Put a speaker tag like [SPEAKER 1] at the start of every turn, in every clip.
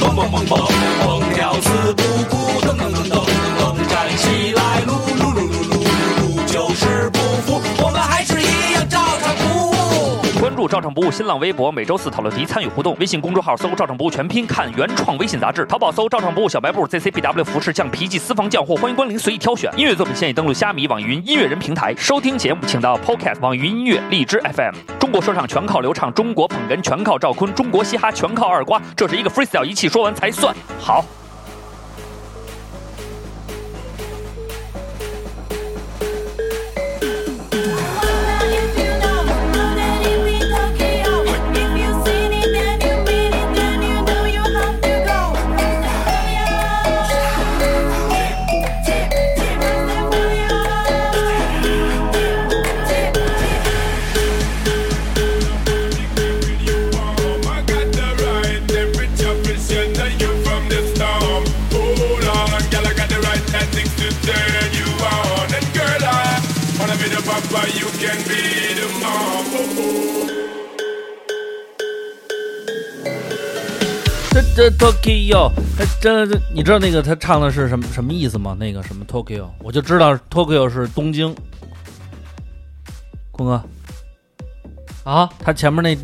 [SPEAKER 1] 蹦蹦蹦，蹦跳四不顾，噔噔噔噔噔噔，站起来，撸撸撸撸撸撸撸，就是不服，我们还是一样照常服务。
[SPEAKER 2] 关注“照常不误”新浪微博，每周四讨论题参与互动。微信公众号搜“照常不误全拼”，看原创微信杂志。淘宝搜“照常不误小白布 ”，ZCBW 服饰匠、皮记私房匠货，欢迎光临，随意挑选。音乐作品现已登录虾米、网易云音乐人平台收听节目，请到 Podcast、网易云音乐、荔枝 FM。中国说唱全靠刘畅，中国捧哏全靠赵坤，中国嘻哈全靠二瓜。这是一个 freestyle，一气说完才算好。
[SPEAKER 3] I got the right temperature, pressure, you from the storm. Hold on, girl, I got the right tactics to turn you on. And girl, I wanna be the papa, you can be the mom. Oh, oh.
[SPEAKER 4] 这这 Tokyo，他这这，你知道那个他唱的是什么什么意思吗？那个什么 Tokyo，我就知道 Tokyo 是东京。坤哥，
[SPEAKER 5] 啊，
[SPEAKER 4] 他前面那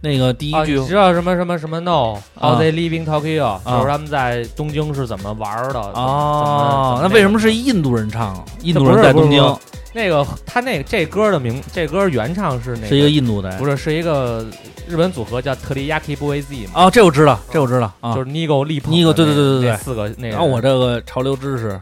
[SPEAKER 4] 那个第一
[SPEAKER 5] 啊
[SPEAKER 4] 句
[SPEAKER 5] 你知道什么什么什么 no？
[SPEAKER 4] 啊
[SPEAKER 5] 哦，they leaving Tokyo，
[SPEAKER 4] 啊
[SPEAKER 5] 就是他们在东京是怎么玩的？
[SPEAKER 4] 哦，
[SPEAKER 5] 怎么怎么
[SPEAKER 4] 那为什么是印度人唱啊？印度
[SPEAKER 5] 不
[SPEAKER 4] 人
[SPEAKER 5] 是
[SPEAKER 4] 在
[SPEAKER 5] 不是
[SPEAKER 4] 东京
[SPEAKER 5] 不那个他那个这歌的名，这歌原唱是那
[SPEAKER 4] 是一个印度的，
[SPEAKER 5] 不
[SPEAKER 4] 是？
[SPEAKER 5] 是是一个日本组合叫 Teriyaki Boys 嘛，
[SPEAKER 4] 哦，这我知道，这我知道啊。
[SPEAKER 5] 就是 Nigo 力捧
[SPEAKER 4] Nigo，
[SPEAKER 5] 的
[SPEAKER 4] 对
[SPEAKER 5] 那
[SPEAKER 4] 对对对
[SPEAKER 5] 那
[SPEAKER 4] 对
[SPEAKER 5] 四个那个。
[SPEAKER 4] 然后我这个潮流知识，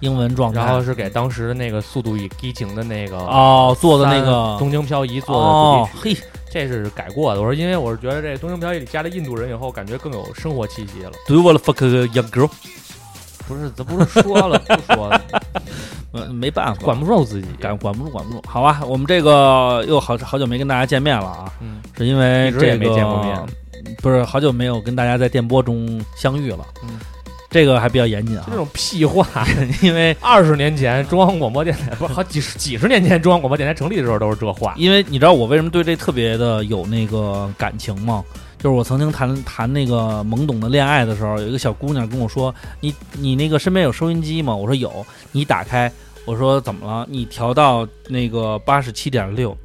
[SPEAKER 4] 英文状态，
[SPEAKER 5] 然后是给当时的那个《速度与激情》的那个
[SPEAKER 4] 哦做的那
[SPEAKER 5] 三
[SPEAKER 4] 个
[SPEAKER 5] 东京漂移做的主
[SPEAKER 4] 哦
[SPEAKER 5] 题曲，，
[SPEAKER 4] 嘿，
[SPEAKER 5] 这是改过的。我说因为我是觉得这东京漂移里加了印度人以后，感觉更有生活气息了。
[SPEAKER 4] Do you wanna fuck a young girl？
[SPEAKER 5] 不是，咱不是说了不说 了，呃
[SPEAKER 4] 嗯，没办法，
[SPEAKER 5] 管不住自己。
[SPEAKER 4] 管管不住，啊管不住。好吧，我们这个又好好久没跟大家见面了啊，
[SPEAKER 5] 嗯，
[SPEAKER 4] 是因为
[SPEAKER 5] 一直
[SPEAKER 4] 这
[SPEAKER 5] 也
[SPEAKER 4] 个
[SPEAKER 5] 没见过面，
[SPEAKER 4] 不是好久没有跟大家在电波中相遇了。
[SPEAKER 5] 嗯，
[SPEAKER 4] 这个还比较严谨啊
[SPEAKER 5] 就这，种屁话。
[SPEAKER 4] 因为
[SPEAKER 5] 二十年前中央广播电台不是好几十几十年前中央广播电台成立的时候都是这话。
[SPEAKER 4] 因为你知道我为什么对这特别的有那个感情吗？就是我曾经谈谈那个懵懂的恋爱的时候，有一个小姑娘跟我说：“你你那个身边有收音机吗？”我说有。你打开，我说怎么了？你调到那个八十七点六，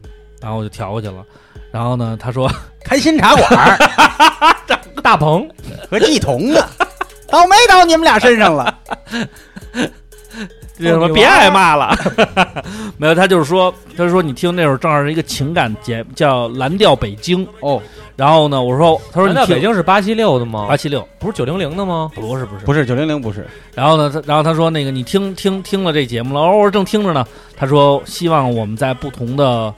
[SPEAKER 4] 然后我就调过去了。然后呢，她说
[SPEAKER 6] 开心茶馆儿
[SPEAKER 5] 大鹏
[SPEAKER 6] 和季童 啊，倒没到你们俩身上了？
[SPEAKER 4] 这什么别挨骂了， 没有，他就是说，他说你听那会儿正好是一个情感节，叫《蓝调北京》
[SPEAKER 6] 哦。
[SPEAKER 4] 然后呢，我说，他说
[SPEAKER 5] 难
[SPEAKER 4] 你
[SPEAKER 5] 道北
[SPEAKER 4] 听
[SPEAKER 5] 京是八七六的吗
[SPEAKER 4] 八？七六，
[SPEAKER 5] 不是九零零的吗？
[SPEAKER 4] 不是不是
[SPEAKER 6] 不是九零零，不是
[SPEAKER 4] 然后呢，他然后他说那个你听听听了这节目了，哦，我正听着呢。他说希望我们在不同的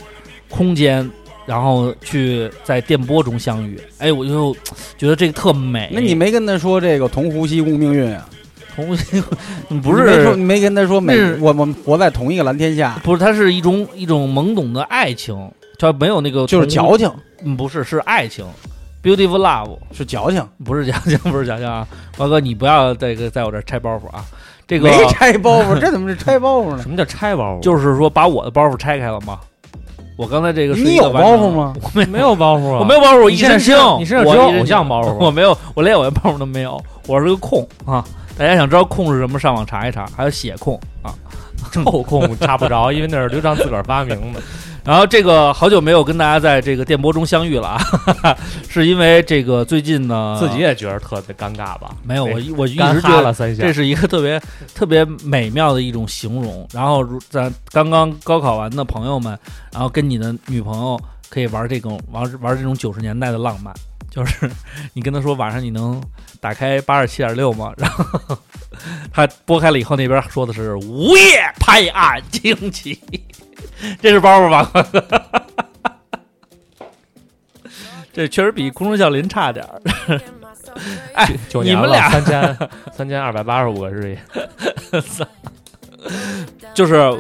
[SPEAKER 4] 空间，然后去在电波中相遇。哎，我就觉得这个特美。
[SPEAKER 6] 哎那你没跟他说这个同呼吸共命运啊？
[SPEAKER 4] 同 你不
[SPEAKER 6] 你没说
[SPEAKER 4] 是
[SPEAKER 6] 你没跟他说每
[SPEAKER 4] 那是
[SPEAKER 6] 我我们活在同一个蓝天下，
[SPEAKER 4] 不是，它是一种一种懵懂的爱情，叫没有那个
[SPEAKER 6] 就是
[SPEAKER 4] 同
[SPEAKER 6] 矫情，
[SPEAKER 4] 嗯，不是，是爱情，beautiful love，
[SPEAKER 6] 是矫情，
[SPEAKER 4] 不是假象， 不是假象啊！瓜哥，你不要这个在我这儿拆包袱啊！这个
[SPEAKER 6] 没拆包袱，这怎么是拆包袱呢
[SPEAKER 5] 什？么叫拆包袱？啊
[SPEAKER 4] 就是说把我的包袱拆开了吗？我刚才 这个是
[SPEAKER 6] 你
[SPEAKER 4] 一个
[SPEAKER 6] 有
[SPEAKER 4] 完
[SPEAKER 6] 包
[SPEAKER 4] 整
[SPEAKER 6] 袱
[SPEAKER 4] 的？
[SPEAKER 6] 吗？
[SPEAKER 4] 我没
[SPEAKER 5] 没有包袱啊！
[SPEAKER 4] 我没有包袱，我一
[SPEAKER 5] 你现在
[SPEAKER 4] 身
[SPEAKER 5] 身
[SPEAKER 4] 轻，
[SPEAKER 5] 上你身上只
[SPEAKER 4] 我
[SPEAKER 5] 有
[SPEAKER 4] 一身
[SPEAKER 5] 偶像
[SPEAKER 4] 轻
[SPEAKER 5] 包袱
[SPEAKER 4] 我没有，我连我的包袱都没有，我是个控啊！大家想知道控是什么，上网查一查，还有血控啊。
[SPEAKER 5] 后控查不着，因为那是刘畅自个儿发明的。
[SPEAKER 4] 然后这个好久没有跟大家在这个电波中相遇了啊， 哈哈是因为这个最近呢，
[SPEAKER 5] 自己也觉得特别尴尬吧？
[SPEAKER 4] 没有我
[SPEAKER 5] 一
[SPEAKER 4] 啊我一
[SPEAKER 5] 干
[SPEAKER 4] 直觉
[SPEAKER 5] 哈
[SPEAKER 4] 得
[SPEAKER 5] 了三下，
[SPEAKER 4] 这是一个特别 特别美妙的一种形容。然后，如咱刚刚高考完的朋友们，然后跟你的女朋友可以玩这种玩玩这种九十年代的浪漫，就是 你跟她说晚上你能打开八十七点六吗？然后她拨开了以后，那边说的是午夜拍案惊奇， 这是包袱吧？ 这确实比空中笑林差点儿。哎，
[SPEAKER 5] 九
[SPEAKER 4] 你
[SPEAKER 5] 年
[SPEAKER 4] 们
[SPEAKER 5] 了
[SPEAKER 4] 俩
[SPEAKER 5] 三千三千二百八十五个日夜，
[SPEAKER 4] 就是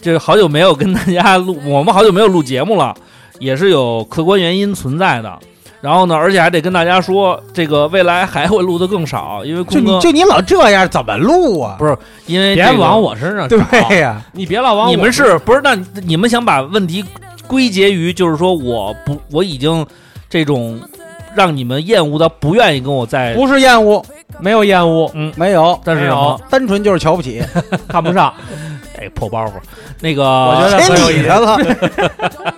[SPEAKER 4] 就是好久没有跟大家录， 我们好久没有录节目了，也是有客观原因存在的。然后呢，而且还得跟大家说，这个未来还会录的更少，因为
[SPEAKER 6] 就
[SPEAKER 4] 坤哥
[SPEAKER 6] 你就你老这样，怎么录啊
[SPEAKER 4] 不？是因为
[SPEAKER 5] 别
[SPEAKER 4] 哎这个
[SPEAKER 5] 往，我身上找。
[SPEAKER 6] 对呀，
[SPEAKER 5] 你别老往我
[SPEAKER 4] 你们是不是？那你们想把问题归结于就是说，我不我已经这种让你们厌恶到不愿意跟我在，
[SPEAKER 6] 不是厌恶，
[SPEAKER 5] 没有厌恶，
[SPEAKER 4] 嗯
[SPEAKER 6] 没有，
[SPEAKER 4] 哎
[SPEAKER 6] 哦
[SPEAKER 4] 但是
[SPEAKER 5] 没
[SPEAKER 4] 什么
[SPEAKER 5] 有
[SPEAKER 6] 单纯就是瞧不 起，
[SPEAKER 5] 看不上。
[SPEAKER 4] 哎破包袱，那个
[SPEAKER 5] 我觉得
[SPEAKER 6] 给
[SPEAKER 5] 很
[SPEAKER 6] 哎
[SPEAKER 5] 有
[SPEAKER 6] 你
[SPEAKER 5] 意思
[SPEAKER 6] 的了。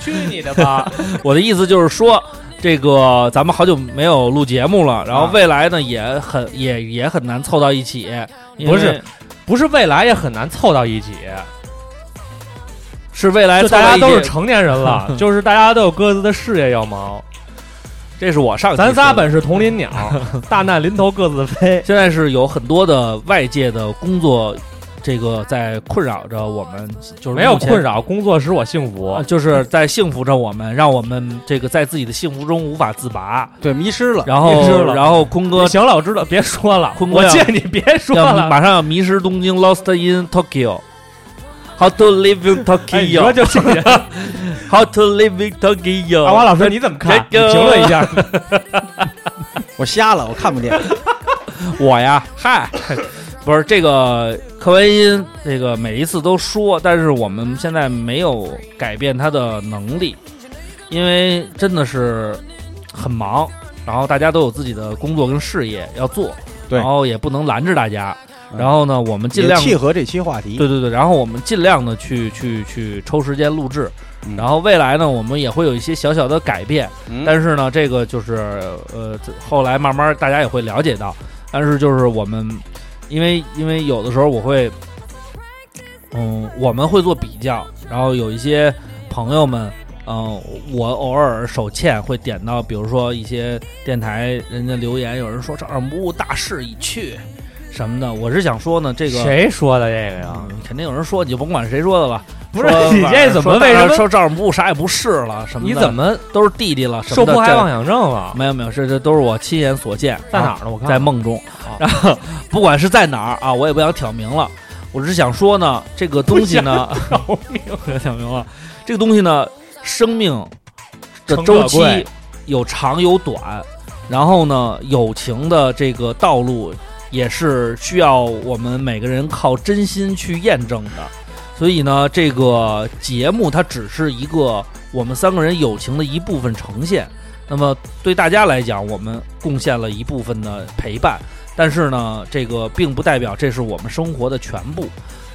[SPEAKER 5] 去你的吧！
[SPEAKER 4] 我的意思就是说，这个咱们好久没有录节目了，然后未来呢也很也也很难凑到一起。因为
[SPEAKER 5] 不是不是未来也很难凑到一起，
[SPEAKER 4] 是未来
[SPEAKER 5] 就
[SPEAKER 4] 哎凑到
[SPEAKER 5] 大
[SPEAKER 4] 一
[SPEAKER 5] 家
[SPEAKER 4] 起
[SPEAKER 5] 都是成年人了，就是大家都有各自的事业要忙。
[SPEAKER 4] 这是我上期
[SPEAKER 5] 咱
[SPEAKER 4] 说
[SPEAKER 5] 仨
[SPEAKER 4] 的
[SPEAKER 5] 本是同林鸟，大难临头各自 飞。
[SPEAKER 4] 现在是有很多的外界的工作，这个在困扰着我们，就是
[SPEAKER 5] 没有
[SPEAKER 4] 目前
[SPEAKER 5] 困扰，工作使我幸
[SPEAKER 4] 呃
[SPEAKER 5] 福。
[SPEAKER 4] 就是在幸福着我们，让我们这个在自己的幸福中无法自拔。
[SPEAKER 6] 对，迷失了。
[SPEAKER 4] 然
[SPEAKER 5] 迷失
[SPEAKER 4] 后，
[SPEAKER 5] 了
[SPEAKER 4] 然后坤哥
[SPEAKER 5] 行了，我知道，别说了，
[SPEAKER 4] 坤哥
[SPEAKER 5] 我
[SPEAKER 4] 要
[SPEAKER 5] 见你别说
[SPEAKER 4] 要
[SPEAKER 5] 了。
[SPEAKER 4] 马上要迷失东京，Lost in Tokyo，How to live in
[SPEAKER 5] 哎你说
[SPEAKER 4] Tokyo，How
[SPEAKER 5] 就行。
[SPEAKER 4] to live in Tokyo。
[SPEAKER 5] 阿华老师，你怎么看？你
[SPEAKER 4] 这个
[SPEAKER 5] 评论一下。
[SPEAKER 6] 我瞎了，我看不见。
[SPEAKER 4] 我 呀，嗨，不是这个柯文因，这个每一次都说，但是我们现在没有改变他的能力，因为真的是很忙，然后大家都有自己的工作跟事业要做，
[SPEAKER 6] 对
[SPEAKER 4] 然后也不能拦着大家，
[SPEAKER 6] 嗯
[SPEAKER 4] 然后呢，我们 尽
[SPEAKER 6] 也
[SPEAKER 4] 量
[SPEAKER 6] 契合这期话题。
[SPEAKER 4] 对对对，然后我们尽量的去去去抽时间录制，
[SPEAKER 6] 嗯
[SPEAKER 4] 然后未来呢，我们也会有一些小小的改变，
[SPEAKER 6] 嗯
[SPEAKER 4] 但是呢，这个就是呃，这后来慢慢大家也会了解到，但是就是我们，因为因为有的时候我会，嗯，我们会做比较，然后有一些朋友们。嗯，我偶尔手欠会点到，比如说一些电台人家留言，有人说这二木大势已去什么的，我是想说呢，这个
[SPEAKER 5] 谁说的这个呀？
[SPEAKER 4] 嗯，肯定有人说，你就甭管谁说的了。
[SPEAKER 5] 啊不是
[SPEAKER 4] 说
[SPEAKER 5] 你这怎么
[SPEAKER 4] 说
[SPEAKER 5] 为什么
[SPEAKER 4] 说赵本不啥也不是了？什么
[SPEAKER 5] 你
[SPEAKER 4] 的
[SPEAKER 5] 怎么
[SPEAKER 4] 都是弟弟了？什
[SPEAKER 5] 受
[SPEAKER 4] 么的
[SPEAKER 5] 迫害
[SPEAKER 4] 这
[SPEAKER 5] 妄想症了？
[SPEAKER 4] 没有没有，这这都是我亲眼所见，
[SPEAKER 5] 在哪
[SPEAKER 4] 啊？
[SPEAKER 5] 儿呢？我看
[SPEAKER 4] 在梦中。然后不管是在哪儿啊，我也不想挑明了，我只是想说呢，这个东西呢，
[SPEAKER 5] 看。
[SPEAKER 4] 不想挑明了，这个东西呢，生命的
[SPEAKER 5] 诚
[SPEAKER 4] 周
[SPEAKER 5] 可
[SPEAKER 4] 期
[SPEAKER 5] 贵
[SPEAKER 4] 有长有短，然后呢，友情的这个道路也是需要我们每个人靠真心去验证的。所以呢，这个节目它只是一个我们三个人友情的一部分呈现。那么对大家来讲，我们贡献了一部分的陪伴，但是呢，这个并不代表这是我们生活的全部。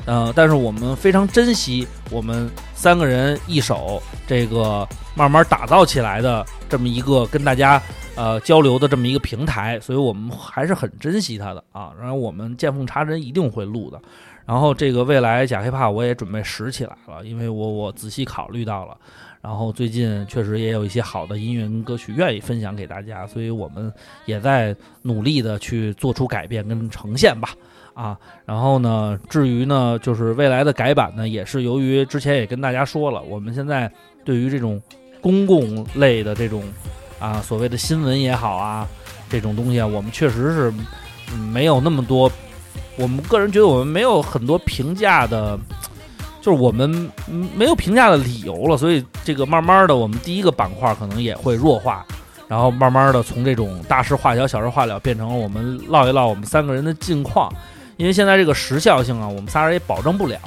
[SPEAKER 4] 呃，但是我们非常珍惜我们三个人一手这个慢慢打造起来的这么一个跟大家呃交流的这么一个平台，所以我们还是很珍惜它的啊。然后我们见缝插针一定会录的。啊然后这个未来假黑怕我也准备拾起来了，因为我我仔细考虑到了。然后最近确实也有一些好的音乐跟歌曲愿意分享给大家，所以我们也在努力的去做出改变跟呈现吧。啊，然后呢，至于呢，就是未来的改版呢，也是由于之前也跟大家说了，我们现在对于这种公共类的这种啊所谓的新闻也好啊，这种东西啊，我们确实是嗯没有那么多，我们个人觉得我们没有很多评价的。就是我们嗯没有评价的理由了，所以这个慢慢的，我们第一个板块可能也会弱化，然后慢慢的从这种大事化小、小事化了，变成了我们唠一唠我们三个人的近况，因为现在这个时效性啊，我们仨人也保证不了，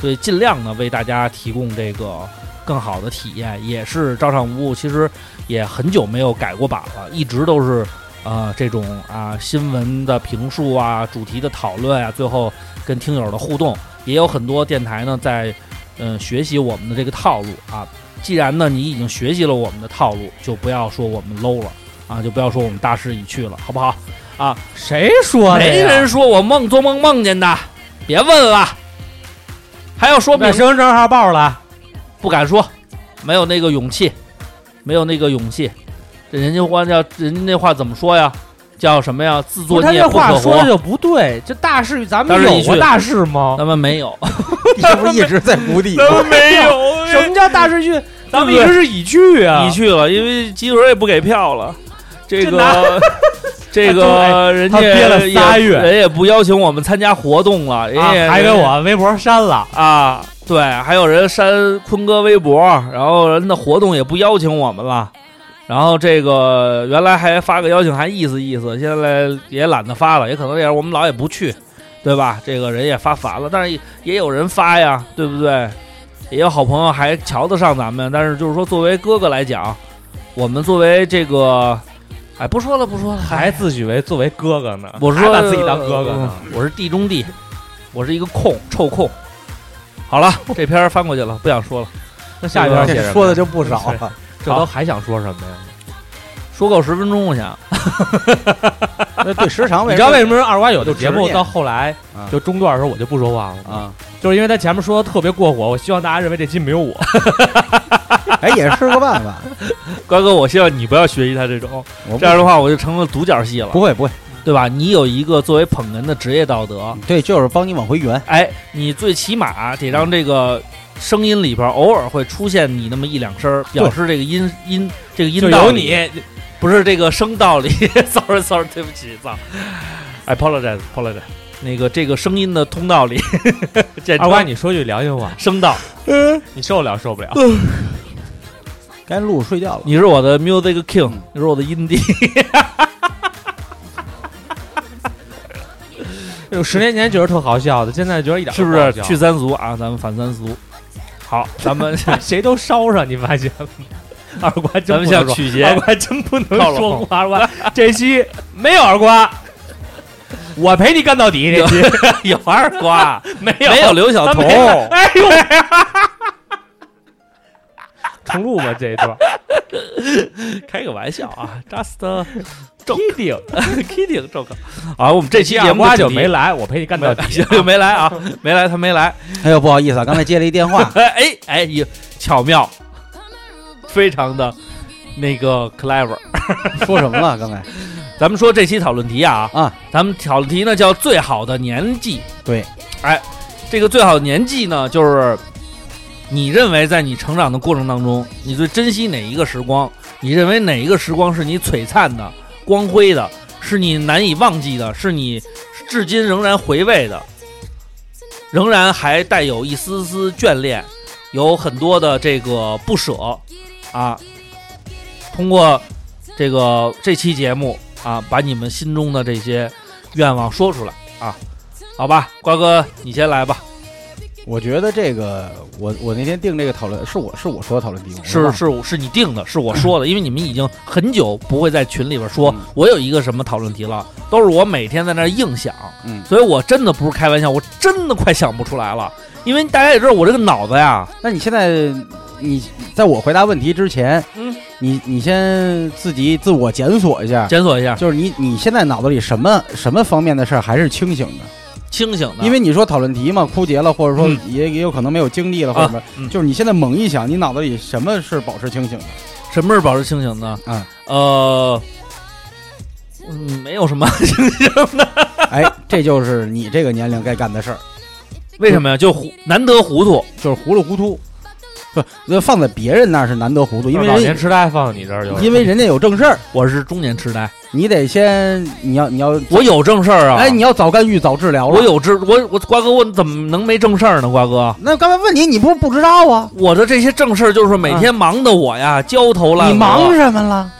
[SPEAKER 4] 所以尽量呢为大家提供这个更好的体验。也是照常无误，其实也很久没有改过版了，一直都是呃这种啊新闻的评述啊、主题的讨论啊，最后跟听友的互动，也有很多电台呢在嗯、呃学习我们的这个套路啊。既然呢你已经学习了我们的套路，就不要说我们 low 了啊，就不要说我们大势已去了，好不好？
[SPEAKER 5] 谁说的呀？
[SPEAKER 4] 没人说我梦做梦梦见的，别问了。还要说明
[SPEAKER 5] 把身份证号报了，
[SPEAKER 4] 不敢说，没有那个勇气，没有那个勇气。这人家话叫人家那话怎么说呀？叫什么呀？自作
[SPEAKER 5] 他
[SPEAKER 4] 孽
[SPEAKER 5] 这
[SPEAKER 4] 不可
[SPEAKER 5] 话说的
[SPEAKER 4] 活。
[SPEAKER 5] 就不对。这大事咱
[SPEAKER 4] 当
[SPEAKER 5] 们
[SPEAKER 4] 时一
[SPEAKER 5] 有过
[SPEAKER 4] 去
[SPEAKER 5] 大事吗？
[SPEAKER 4] 咱们没有，
[SPEAKER 6] 你不是一直在谷底吗？
[SPEAKER 5] 咱们没有什么叫大势去？咱们一直是已去啊，
[SPEAKER 4] 你去了，因为基准也不给票了。这
[SPEAKER 5] 这
[SPEAKER 4] 个这个人家
[SPEAKER 5] 他憋了仨
[SPEAKER 4] 也
[SPEAKER 5] 月
[SPEAKER 4] 人也不邀请我们参加活动了，人
[SPEAKER 5] 啊
[SPEAKER 4] 也
[SPEAKER 5] 还给我微博删了。
[SPEAKER 4] 啊，对，还有人删坤哥微博，然后人的活动也不邀请我们了，然后这个原来还发个邀请函意思意思，现在也懒得发了，也可能也是我们老也不去，对吧？这个人也发烦了，但是也也有人发呀，对不对？也有好朋友还瞧得上咱们，但是就是说作为哥哥来讲，我们作为这个，哎，不说了，不说了，
[SPEAKER 5] 还自诩为作为哥哥呢，
[SPEAKER 4] 我是
[SPEAKER 5] 还
[SPEAKER 4] 说嗯
[SPEAKER 5] 把自己当哥哥呢。
[SPEAKER 4] 我是地中地，我是一个控，臭控。好了，这篇翻过去了，不想说了。
[SPEAKER 5] 那下一条写什么
[SPEAKER 6] 这
[SPEAKER 5] 呀
[SPEAKER 6] 说的就不 少了。
[SPEAKER 5] 这都还想说什么呀？
[SPEAKER 4] 说够十分钟，我想
[SPEAKER 6] 那对时长
[SPEAKER 5] 你
[SPEAKER 6] 为
[SPEAKER 5] 知
[SPEAKER 6] 什
[SPEAKER 5] 道为
[SPEAKER 6] 么？
[SPEAKER 5] 什么二瓜有的节
[SPEAKER 6] 执
[SPEAKER 5] 目
[SPEAKER 6] 念
[SPEAKER 5] 到后来
[SPEAKER 6] 啊
[SPEAKER 5] 就中段的时候我就不说话了吗？
[SPEAKER 6] 啊，
[SPEAKER 5] 就是因为他前面说的特别过火，我希望大家认为这期没有我。
[SPEAKER 6] 哎，也是个办法。
[SPEAKER 4] 瓜哥，我希望你不要学习他这 种，
[SPEAKER 6] 我
[SPEAKER 4] 这样的话我就成了独角戏了，
[SPEAKER 6] 不会不会，
[SPEAKER 4] 对吧？你有一个作为捧哏的职业道德，
[SPEAKER 6] 对，就是帮你往回圆。
[SPEAKER 4] 哎，你最起码得让这个声音里边偶尔会出现你那么一两声儿，表示这个音音这个音
[SPEAKER 5] 就
[SPEAKER 4] 道
[SPEAKER 5] 有
[SPEAKER 4] 里
[SPEAKER 5] 你，
[SPEAKER 4] 不是这个声道里 ，sorry sorry，对不起，操，I apologize apologize，那个这个声音的通道里， 简
[SPEAKER 5] 二瓜，
[SPEAKER 4] 称
[SPEAKER 5] 你说句良心话，
[SPEAKER 4] 声道，
[SPEAKER 5] 你受得了受不 了？
[SPEAKER 6] 该录睡觉了。
[SPEAKER 4] 你是我的 music king，你是我的音帝，
[SPEAKER 5] 就十年前觉得特好笑的，现在觉得一点
[SPEAKER 4] 是
[SPEAKER 5] 都
[SPEAKER 4] 不
[SPEAKER 5] 好
[SPEAKER 4] 是？
[SPEAKER 5] 笑
[SPEAKER 4] 去三俗啊，咱们反三俗。 好，咱们
[SPEAKER 5] 谁都烧上，你发现吗？ 二瓜真
[SPEAKER 4] 咱们
[SPEAKER 5] 不能
[SPEAKER 4] 像
[SPEAKER 5] 说，
[SPEAKER 4] 曲杰
[SPEAKER 5] 二，瓜真不能
[SPEAKER 4] 靠
[SPEAKER 5] 说
[SPEAKER 4] 拢
[SPEAKER 5] 话。二瓜，这期没有二瓜，我陪你干到 底。这期
[SPEAKER 4] 有 二瓜，
[SPEAKER 5] 没有
[SPEAKER 4] 没有刘晓
[SPEAKER 5] 咱
[SPEAKER 4] 彤
[SPEAKER 5] 们，哎呦喂！重录吧这一 段
[SPEAKER 4] 开个玩笑啊，just
[SPEAKER 5] ，kidding，
[SPEAKER 4] kidding，这个啊，我们这期节
[SPEAKER 5] 二
[SPEAKER 4] 目
[SPEAKER 5] 瓜
[SPEAKER 4] 的主
[SPEAKER 5] 就
[SPEAKER 4] 题
[SPEAKER 5] 没来，我陪你干到底。
[SPEAKER 4] 就没 来啊，没来，他没来。，
[SPEAKER 6] 哎呦，不好意思啊，刚才接了一电话
[SPEAKER 4] 哎哎，也巧妙，非常的那个 clever。
[SPEAKER 6] 说什么了？刚才
[SPEAKER 4] 咱们说这期讨论题啊，
[SPEAKER 6] 啊，
[SPEAKER 4] 咱们讨论题呢叫最好的年纪。
[SPEAKER 6] 对，
[SPEAKER 4] 哎，这个最好的年纪呢，就是你认为在你成长的过程当中，你最珍惜哪一个时光？你认为哪一个时光是你璀璨的、光辉的，是你难以忘记的，是你至今仍然回味的，仍然还带有一丝丝眷恋，有很多的这个不舍啊。通过这个这期节目啊，把你们心中的这些愿望说出来啊，好吧，瓜哥你先来吧，
[SPEAKER 6] 我觉得这个，我我那天定这个讨论，是我是我说的讨论题目，
[SPEAKER 4] 是
[SPEAKER 6] 吧
[SPEAKER 4] 是是你定的，是我说的，因为你们已经很久不会在群里边说
[SPEAKER 6] 嗯
[SPEAKER 4] 我有一个什么讨论题了，都是我每天在那儿硬想，
[SPEAKER 6] 嗯，
[SPEAKER 4] 所以我真的不是开玩笑，我真的快想不出来了，因为大家也知道我这个脑子呀，
[SPEAKER 6] 那你现在你在我回答问题之前，
[SPEAKER 4] 嗯，
[SPEAKER 6] 你你先自己自我检索一下，
[SPEAKER 4] 检索一下，
[SPEAKER 6] 就是你你现在脑子里什么什么方面的事儿还是清醒的？
[SPEAKER 4] 清醒的，
[SPEAKER 6] 因为你说讨论题嘛，枯竭了，或者说
[SPEAKER 4] 啊嗯
[SPEAKER 6] 也、也有可能没有精力了，或者什么，
[SPEAKER 4] 嗯
[SPEAKER 6] 就是你现在猛一想，你脑子里什么是保持清醒的？
[SPEAKER 4] 什么是保持清醒呢？
[SPEAKER 6] 嗯，
[SPEAKER 4] 呃。嗯，没有什么清醒的，
[SPEAKER 6] 哎，这就是你这个年龄该干的事儿，
[SPEAKER 4] 为什么呀？就糊，难得糊涂，
[SPEAKER 6] 就是糊里糊涂。不，那放在别人那儿是难得糊涂，因为
[SPEAKER 5] 老
[SPEAKER 6] 人
[SPEAKER 5] 年痴呆放你这儿就是
[SPEAKER 6] 因为人家有正事儿，
[SPEAKER 4] 我是中年痴呆，
[SPEAKER 6] 你得先你要你要
[SPEAKER 4] 我有正事儿啊！
[SPEAKER 6] 哎，你要早干预早治疗了。
[SPEAKER 4] 我有知我我瓜哥，我怎么能没正事儿呢？瓜哥，
[SPEAKER 6] 那刚才问你，你不是不知道啊？
[SPEAKER 4] 我的这些正事儿就是每天忙的我
[SPEAKER 5] 啊
[SPEAKER 4] 呀，焦头烂额。
[SPEAKER 6] 你忙什么了？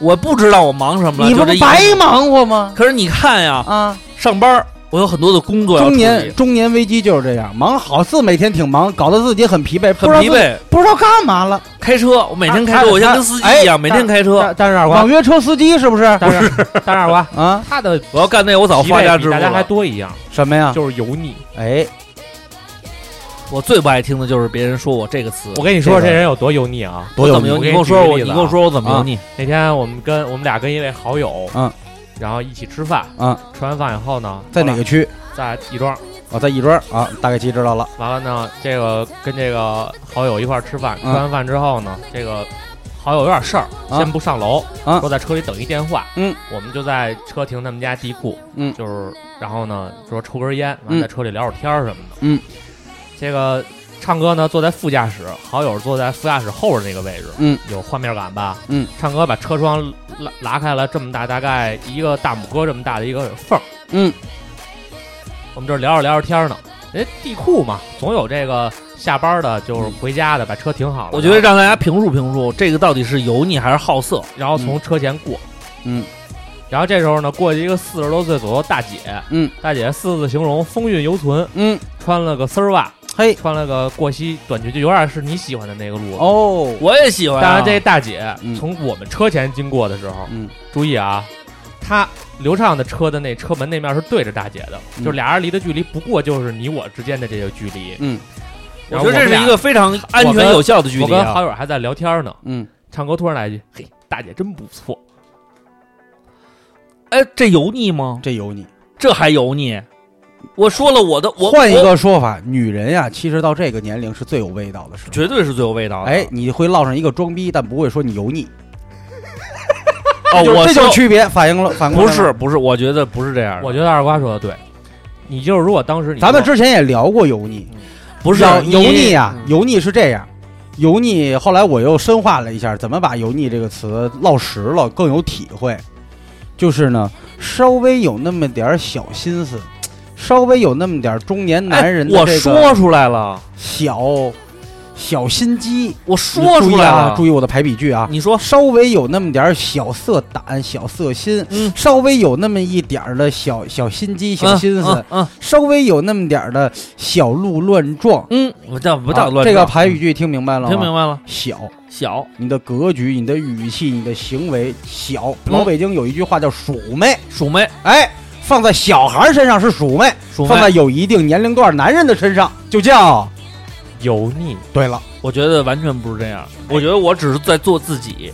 [SPEAKER 4] 我不知道我忙什么了，
[SPEAKER 6] 你不
[SPEAKER 4] 就是这一
[SPEAKER 6] 白。忙活吗？
[SPEAKER 4] 可是你看呀，
[SPEAKER 6] 啊，
[SPEAKER 4] 上班儿我有很多的工作要
[SPEAKER 6] 中
[SPEAKER 4] 处
[SPEAKER 6] 年
[SPEAKER 4] 理
[SPEAKER 6] 中年危机就是这样，忙好似每天挺忙，搞得自己很疲惫，不知
[SPEAKER 4] 很
[SPEAKER 6] 道
[SPEAKER 4] 疲
[SPEAKER 6] 自己，
[SPEAKER 4] 惫，
[SPEAKER 6] 不知道干嘛了。
[SPEAKER 4] 开车我每天开
[SPEAKER 5] 啊
[SPEAKER 4] 车，
[SPEAKER 5] 啊
[SPEAKER 4] 我像跟司机一样，
[SPEAKER 5] 哎
[SPEAKER 4] 每天开车。
[SPEAKER 5] 但但是二瓜
[SPEAKER 6] 网，约车司机是不是？
[SPEAKER 5] 但是但是二 瓜，
[SPEAKER 6] 啊，
[SPEAKER 5] 他的
[SPEAKER 4] 我要干那，我早
[SPEAKER 5] 疲
[SPEAKER 4] 发家
[SPEAKER 5] 惫比
[SPEAKER 4] 致富
[SPEAKER 5] 大家还
[SPEAKER 4] 了。
[SPEAKER 5] 多一样，
[SPEAKER 6] 什么呀？
[SPEAKER 5] 就是油腻。
[SPEAKER 6] 哎，
[SPEAKER 4] 我最不爱听的就是别人说我这个词。
[SPEAKER 5] 我跟你说，
[SPEAKER 6] 这
[SPEAKER 5] 这
[SPEAKER 6] 个
[SPEAKER 5] 人有多油腻啊！
[SPEAKER 6] 多
[SPEAKER 4] 我
[SPEAKER 6] 有
[SPEAKER 4] 怎么
[SPEAKER 5] 油
[SPEAKER 4] 油
[SPEAKER 5] 我给你
[SPEAKER 4] 腻？你跟我说
[SPEAKER 5] 举个
[SPEAKER 4] 我，
[SPEAKER 5] 例
[SPEAKER 4] 你
[SPEAKER 5] 子啊
[SPEAKER 4] 跟我说我怎么油腻？
[SPEAKER 5] 那天我们跟我们俩跟一位好友，
[SPEAKER 6] 嗯，
[SPEAKER 5] 然后一起吃饭，
[SPEAKER 6] 嗯，
[SPEAKER 5] 吃完饭以后呢，
[SPEAKER 6] 在哪个区？
[SPEAKER 5] 在亦庄，
[SPEAKER 6] 我在亦庄啊，大概其知道了。
[SPEAKER 5] 完了呢，这个跟这个好友一块儿吃饭，吃
[SPEAKER 6] 嗯
[SPEAKER 5] 完饭之后呢，这个好友有点事儿，
[SPEAKER 6] 啊
[SPEAKER 5] 先不上楼，
[SPEAKER 6] 啊
[SPEAKER 5] 说在车里等一电话，
[SPEAKER 6] 嗯，
[SPEAKER 5] 我们就在车停他们家地库，
[SPEAKER 6] 嗯
[SPEAKER 5] 就是然后呢，说抽根烟，完
[SPEAKER 6] 嗯
[SPEAKER 5] 了在车里聊会儿天儿什么的，
[SPEAKER 6] 嗯，
[SPEAKER 5] 这个唱歌呢坐在副驾驶，好友坐在副驾驶后边那个位置，
[SPEAKER 6] 嗯，
[SPEAKER 5] 有画面感吧，
[SPEAKER 6] 嗯，
[SPEAKER 5] 唱歌把车窗拉拉开了这么大，大概一个大拇哥这么大的一个缝儿，
[SPEAKER 6] 嗯，
[SPEAKER 5] 我们这儿聊着聊着天儿呢。人家地库嘛，总有这个下班的，就是回家的，把车停好了。
[SPEAKER 4] 我觉得让大家评述评述，这个到底是油腻还是好色？
[SPEAKER 5] 然后从车前过，
[SPEAKER 6] 嗯，
[SPEAKER 5] 然后这时候呢，过去一个四十多岁左右大姐，
[SPEAKER 6] 嗯，
[SPEAKER 5] 大姐四字形容风韵犹存，
[SPEAKER 6] 嗯，
[SPEAKER 5] 穿了个丝袜，
[SPEAKER 6] 嘿
[SPEAKER 5] 穿了个过膝短裙，就有点是你喜欢的那个路。
[SPEAKER 6] 哦，
[SPEAKER 4] 我也喜欢、啊。
[SPEAKER 5] 当然，这大姐
[SPEAKER 6] 嗯
[SPEAKER 5] 从我们车前经过的时候，
[SPEAKER 6] 嗯
[SPEAKER 5] 注意啊，她刘畅的车的那车门那面是对着大姐的，
[SPEAKER 6] 嗯
[SPEAKER 5] 就俩人离的距离不过就是你我之间的这个距离。
[SPEAKER 6] 嗯
[SPEAKER 5] 然
[SPEAKER 4] 我
[SPEAKER 5] 后
[SPEAKER 4] 觉得
[SPEAKER 5] 们
[SPEAKER 4] 这是
[SPEAKER 5] 俩
[SPEAKER 4] 一个非常安
[SPEAKER 5] 我
[SPEAKER 4] 全
[SPEAKER 5] 跟
[SPEAKER 4] 有效的距
[SPEAKER 5] 我
[SPEAKER 4] 离
[SPEAKER 5] 跟
[SPEAKER 4] 啊。
[SPEAKER 5] 好友还在聊天呢，
[SPEAKER 6] 嗯，
[SPEAKER 5] 唱歌突然来一句：“嘿，大姐真不错。
[SPEAKER 4] 哎，这油腻吗？
[SPEAKER 6] 这有你。
[SPEAKER 4] 这还油腻？我说了我的，我
[SPEAKER 6] 换一
[SPEAKER 4] 我
[SPEAKER 6] 个说法，女人呀，其实到这个年龄是最有味道的时候。
[SPEAKER 4] 绝对是最有味道的。
[SPEAKER 6] 哎，，你会落上一个装逼，但不会说你油腻。
[SPEAKER 4] 哦，
[SPEAKER 6] 就
[SPEAKER 4] 我
[SPEAKER 6] 这就是
[SPEAKER 4] 说
[SPEAKER 6] 区别，反映了反过来
[SPEAKER 4] 不
[SPEAKER 6] 了
[SPEAKER 4] 是不是，我觉得不是这样”的。
[SPEAKER 5] 我觉得二瓜说的对，你就是如果当时你
[SPEAKER 6] 咱们之前也聊过油腻，
[SPEAKER 4] 不是
[SPEAKER 6] 要油腻
[SPEAKER 4] 啊，
[SPEAKER 6] 啊，油腻是这样，油腻后来我又深化了一下，怎么把油腻这个词落实了更有体会，就是呢，稍微有那么点儿小心思，稍微有那么点儿中年男人的
[SPEAKER 4] 哎我
[SPEAKER 6] 这个
[SPEAKER 4] 说出来了，
[SPEAKER 6] 小小心机，
[SPEAKER 4] 我说
[SPEAKER 6] 你
[SPEAKER 4] 出
[SPEAKER 6] 注意
[SPEAKER 4] 来
[SPEAKER 6] 啊，
[SPEAKER 4] 了嗯
[SPEAKER 6] 注。意我的排比句啊，
[SPEAKER 4] 你说
[SPEAKER 6] 稍微有那么点儿小色胆、小色心，
[SPEAKER 4] 嗯
[SPEAKER 6] 稍微有那么一点儿的小小心机、小心思，，
[SPEAKER 4] 嗯
[SPEAKER 6] 稍微有那么点儿的小鹿乱撞。
[SPEAKER 4] 嗯，嗯我倒不到
[SPEAKER 6] 啊
[SPEAKER 4] 乱
[SPEAKER 6] 这个
[SPEAKER 4] 说嗯
[SPEAKER 6] 排比句听明白了吗？
[SPEAKER 4] 听明白了，
[SPEAKER 6] 小，
[SPEAKER 4] 小
[SPEAKER 6] 你的格局、你的语气、你的行为小。
[SPEAKER 4] 嗯
[SPEAKER 6] 老北京有一句话叫“鼠妹
[SPEAKER 4] 鼠妹”，
[SPEAKER 6] 哎，放在小孩身上是鼠妹，
[SPEAKER 4] 鼠妹
[SPEAKER 6] 放，在有一定年龄段男人的身上就叫
[SPEAKER 5] 油腻，
[SPEAKER 6] 对了。
[SPEAKER 4] 我觉得完全不是这样。我觉得我只是在做自己，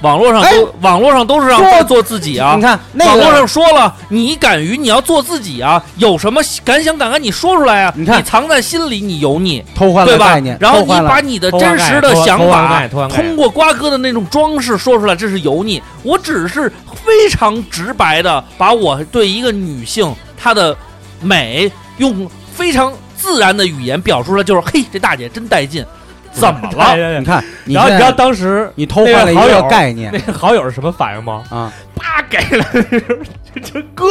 [SPEAKER 4] 网络上都网络上都是让
[SPEAKER 6] 做
[SPEAKER 4] 我做自己啊
[SPEAKER 6] 哎你。看那
[SPEAKER 4] 网络
[SPEAKER 6] 个，
[SPEAKER 4] 上说了，你敢于你要做自己啊，有什么敢想敢干你说出来啊，
[SPEAKER 6] 你看
[SPEAKER 4] 藏在心里你油腻，
[SPEAKER 6] 偷换
[SPEAKER 4] 对
[SPEAKER 6] 了
[SPEAKER 4] 吧
[SPEAKER 6] 概念？，
[SPEAKER 4] 然后
[SPEAKER 6] 偷
[SPEAKER 4] 你
[SPEAKER 6] 换了
[SPEAKER 4] 把你的
[SPEAKER 5] 偷换
[SPEAKER 4] 呃真
[SPEAKER 5] 概
[SPEAKER 4] 实
[SPEAKER 5] 念
[SPEAKER 4] 的
[SPEAKER 5] 偷换
[SPEAKER 4] 想
[SPEAKER 5] 偷换
[SPEAKER 4] 法
[SPEAKER 5] 概念偷换概念
[SPEAKER 4] 通过瓜哥的那种装饰说出来，这是油腻。我只是非常直白的把我对一个女性她的美用非常自然的语言表述出来，就是嘿，这大姐真带劲，怎么
[SPEAKER 5] 哎
[SPEAKER 4] 了？
[SPEAKER 5] 呀呀
[SPEAKER 6] 啊你看，你
[SPEAKER 5] 然后你
[SPEAKER 6] 现
[SPEAKER 5] 知
[SPEAKER 6] 在
[SPEAKER 5] 道当时
[SPEAKER 6] 你偷换了一
[SPEAKER 5] 那个好
[SPEAKER 6] 个
[SPEAKER 5] 友
[SPEAKER 6] 概念
[SPEAKER 5] 那个好友是什么反应吗？
[SPEAKER 6] 啊，
[SPEAKER 5] 啪给了，这这哥，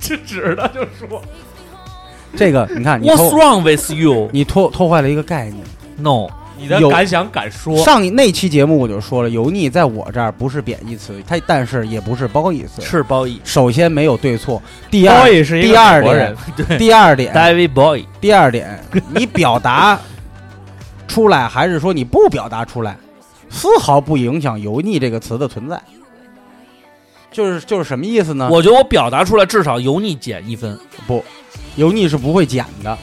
[SPEAKER 5] 这指的就说，
[SPEAKER 6] 这个你看你
[SPEAKER 4] What's
[SPEAKER 6] 偷
[SPEAKER 4] wrong with you?
[SPEAKER 6] 你偷偷坏了一个概念。
[SPEAKER 4] No，
[SPEAKER 5] 你的
[SPEAKER 6] 有
[SPEAKER 5] 敢想敢说，
[SPEAKER 6] 上一那期节目我就说了，油腻在我这儿不是贬义词，它但是也不是褒义词。
[SPEAKER 4] 是褒义
[SPEAKER 6] 首先没有对错，第二
[SPEAKER 5] Boy 是一个
[SPEAKER 6] 第二
[SPEAKER 5] 美国
[SPEAKER 6] 点
[SPEAKER 5] 人，
[SPEAKER 6] 第二点，
[SPEAKER 4] ，David Boy。
[SPEAKER 6] 第二点，你表达出来还是说你不表达出来，丝毫不影响“油腻”这个词的存在。就是就是什么意思
[SPEAKER 5] 嗯
[SPEAKER 6] 呢？
[SPEAKER 4] 我觉得我表达出来至少油腻减一分。
[SPEAKER 6] 不，油腻是不会减的，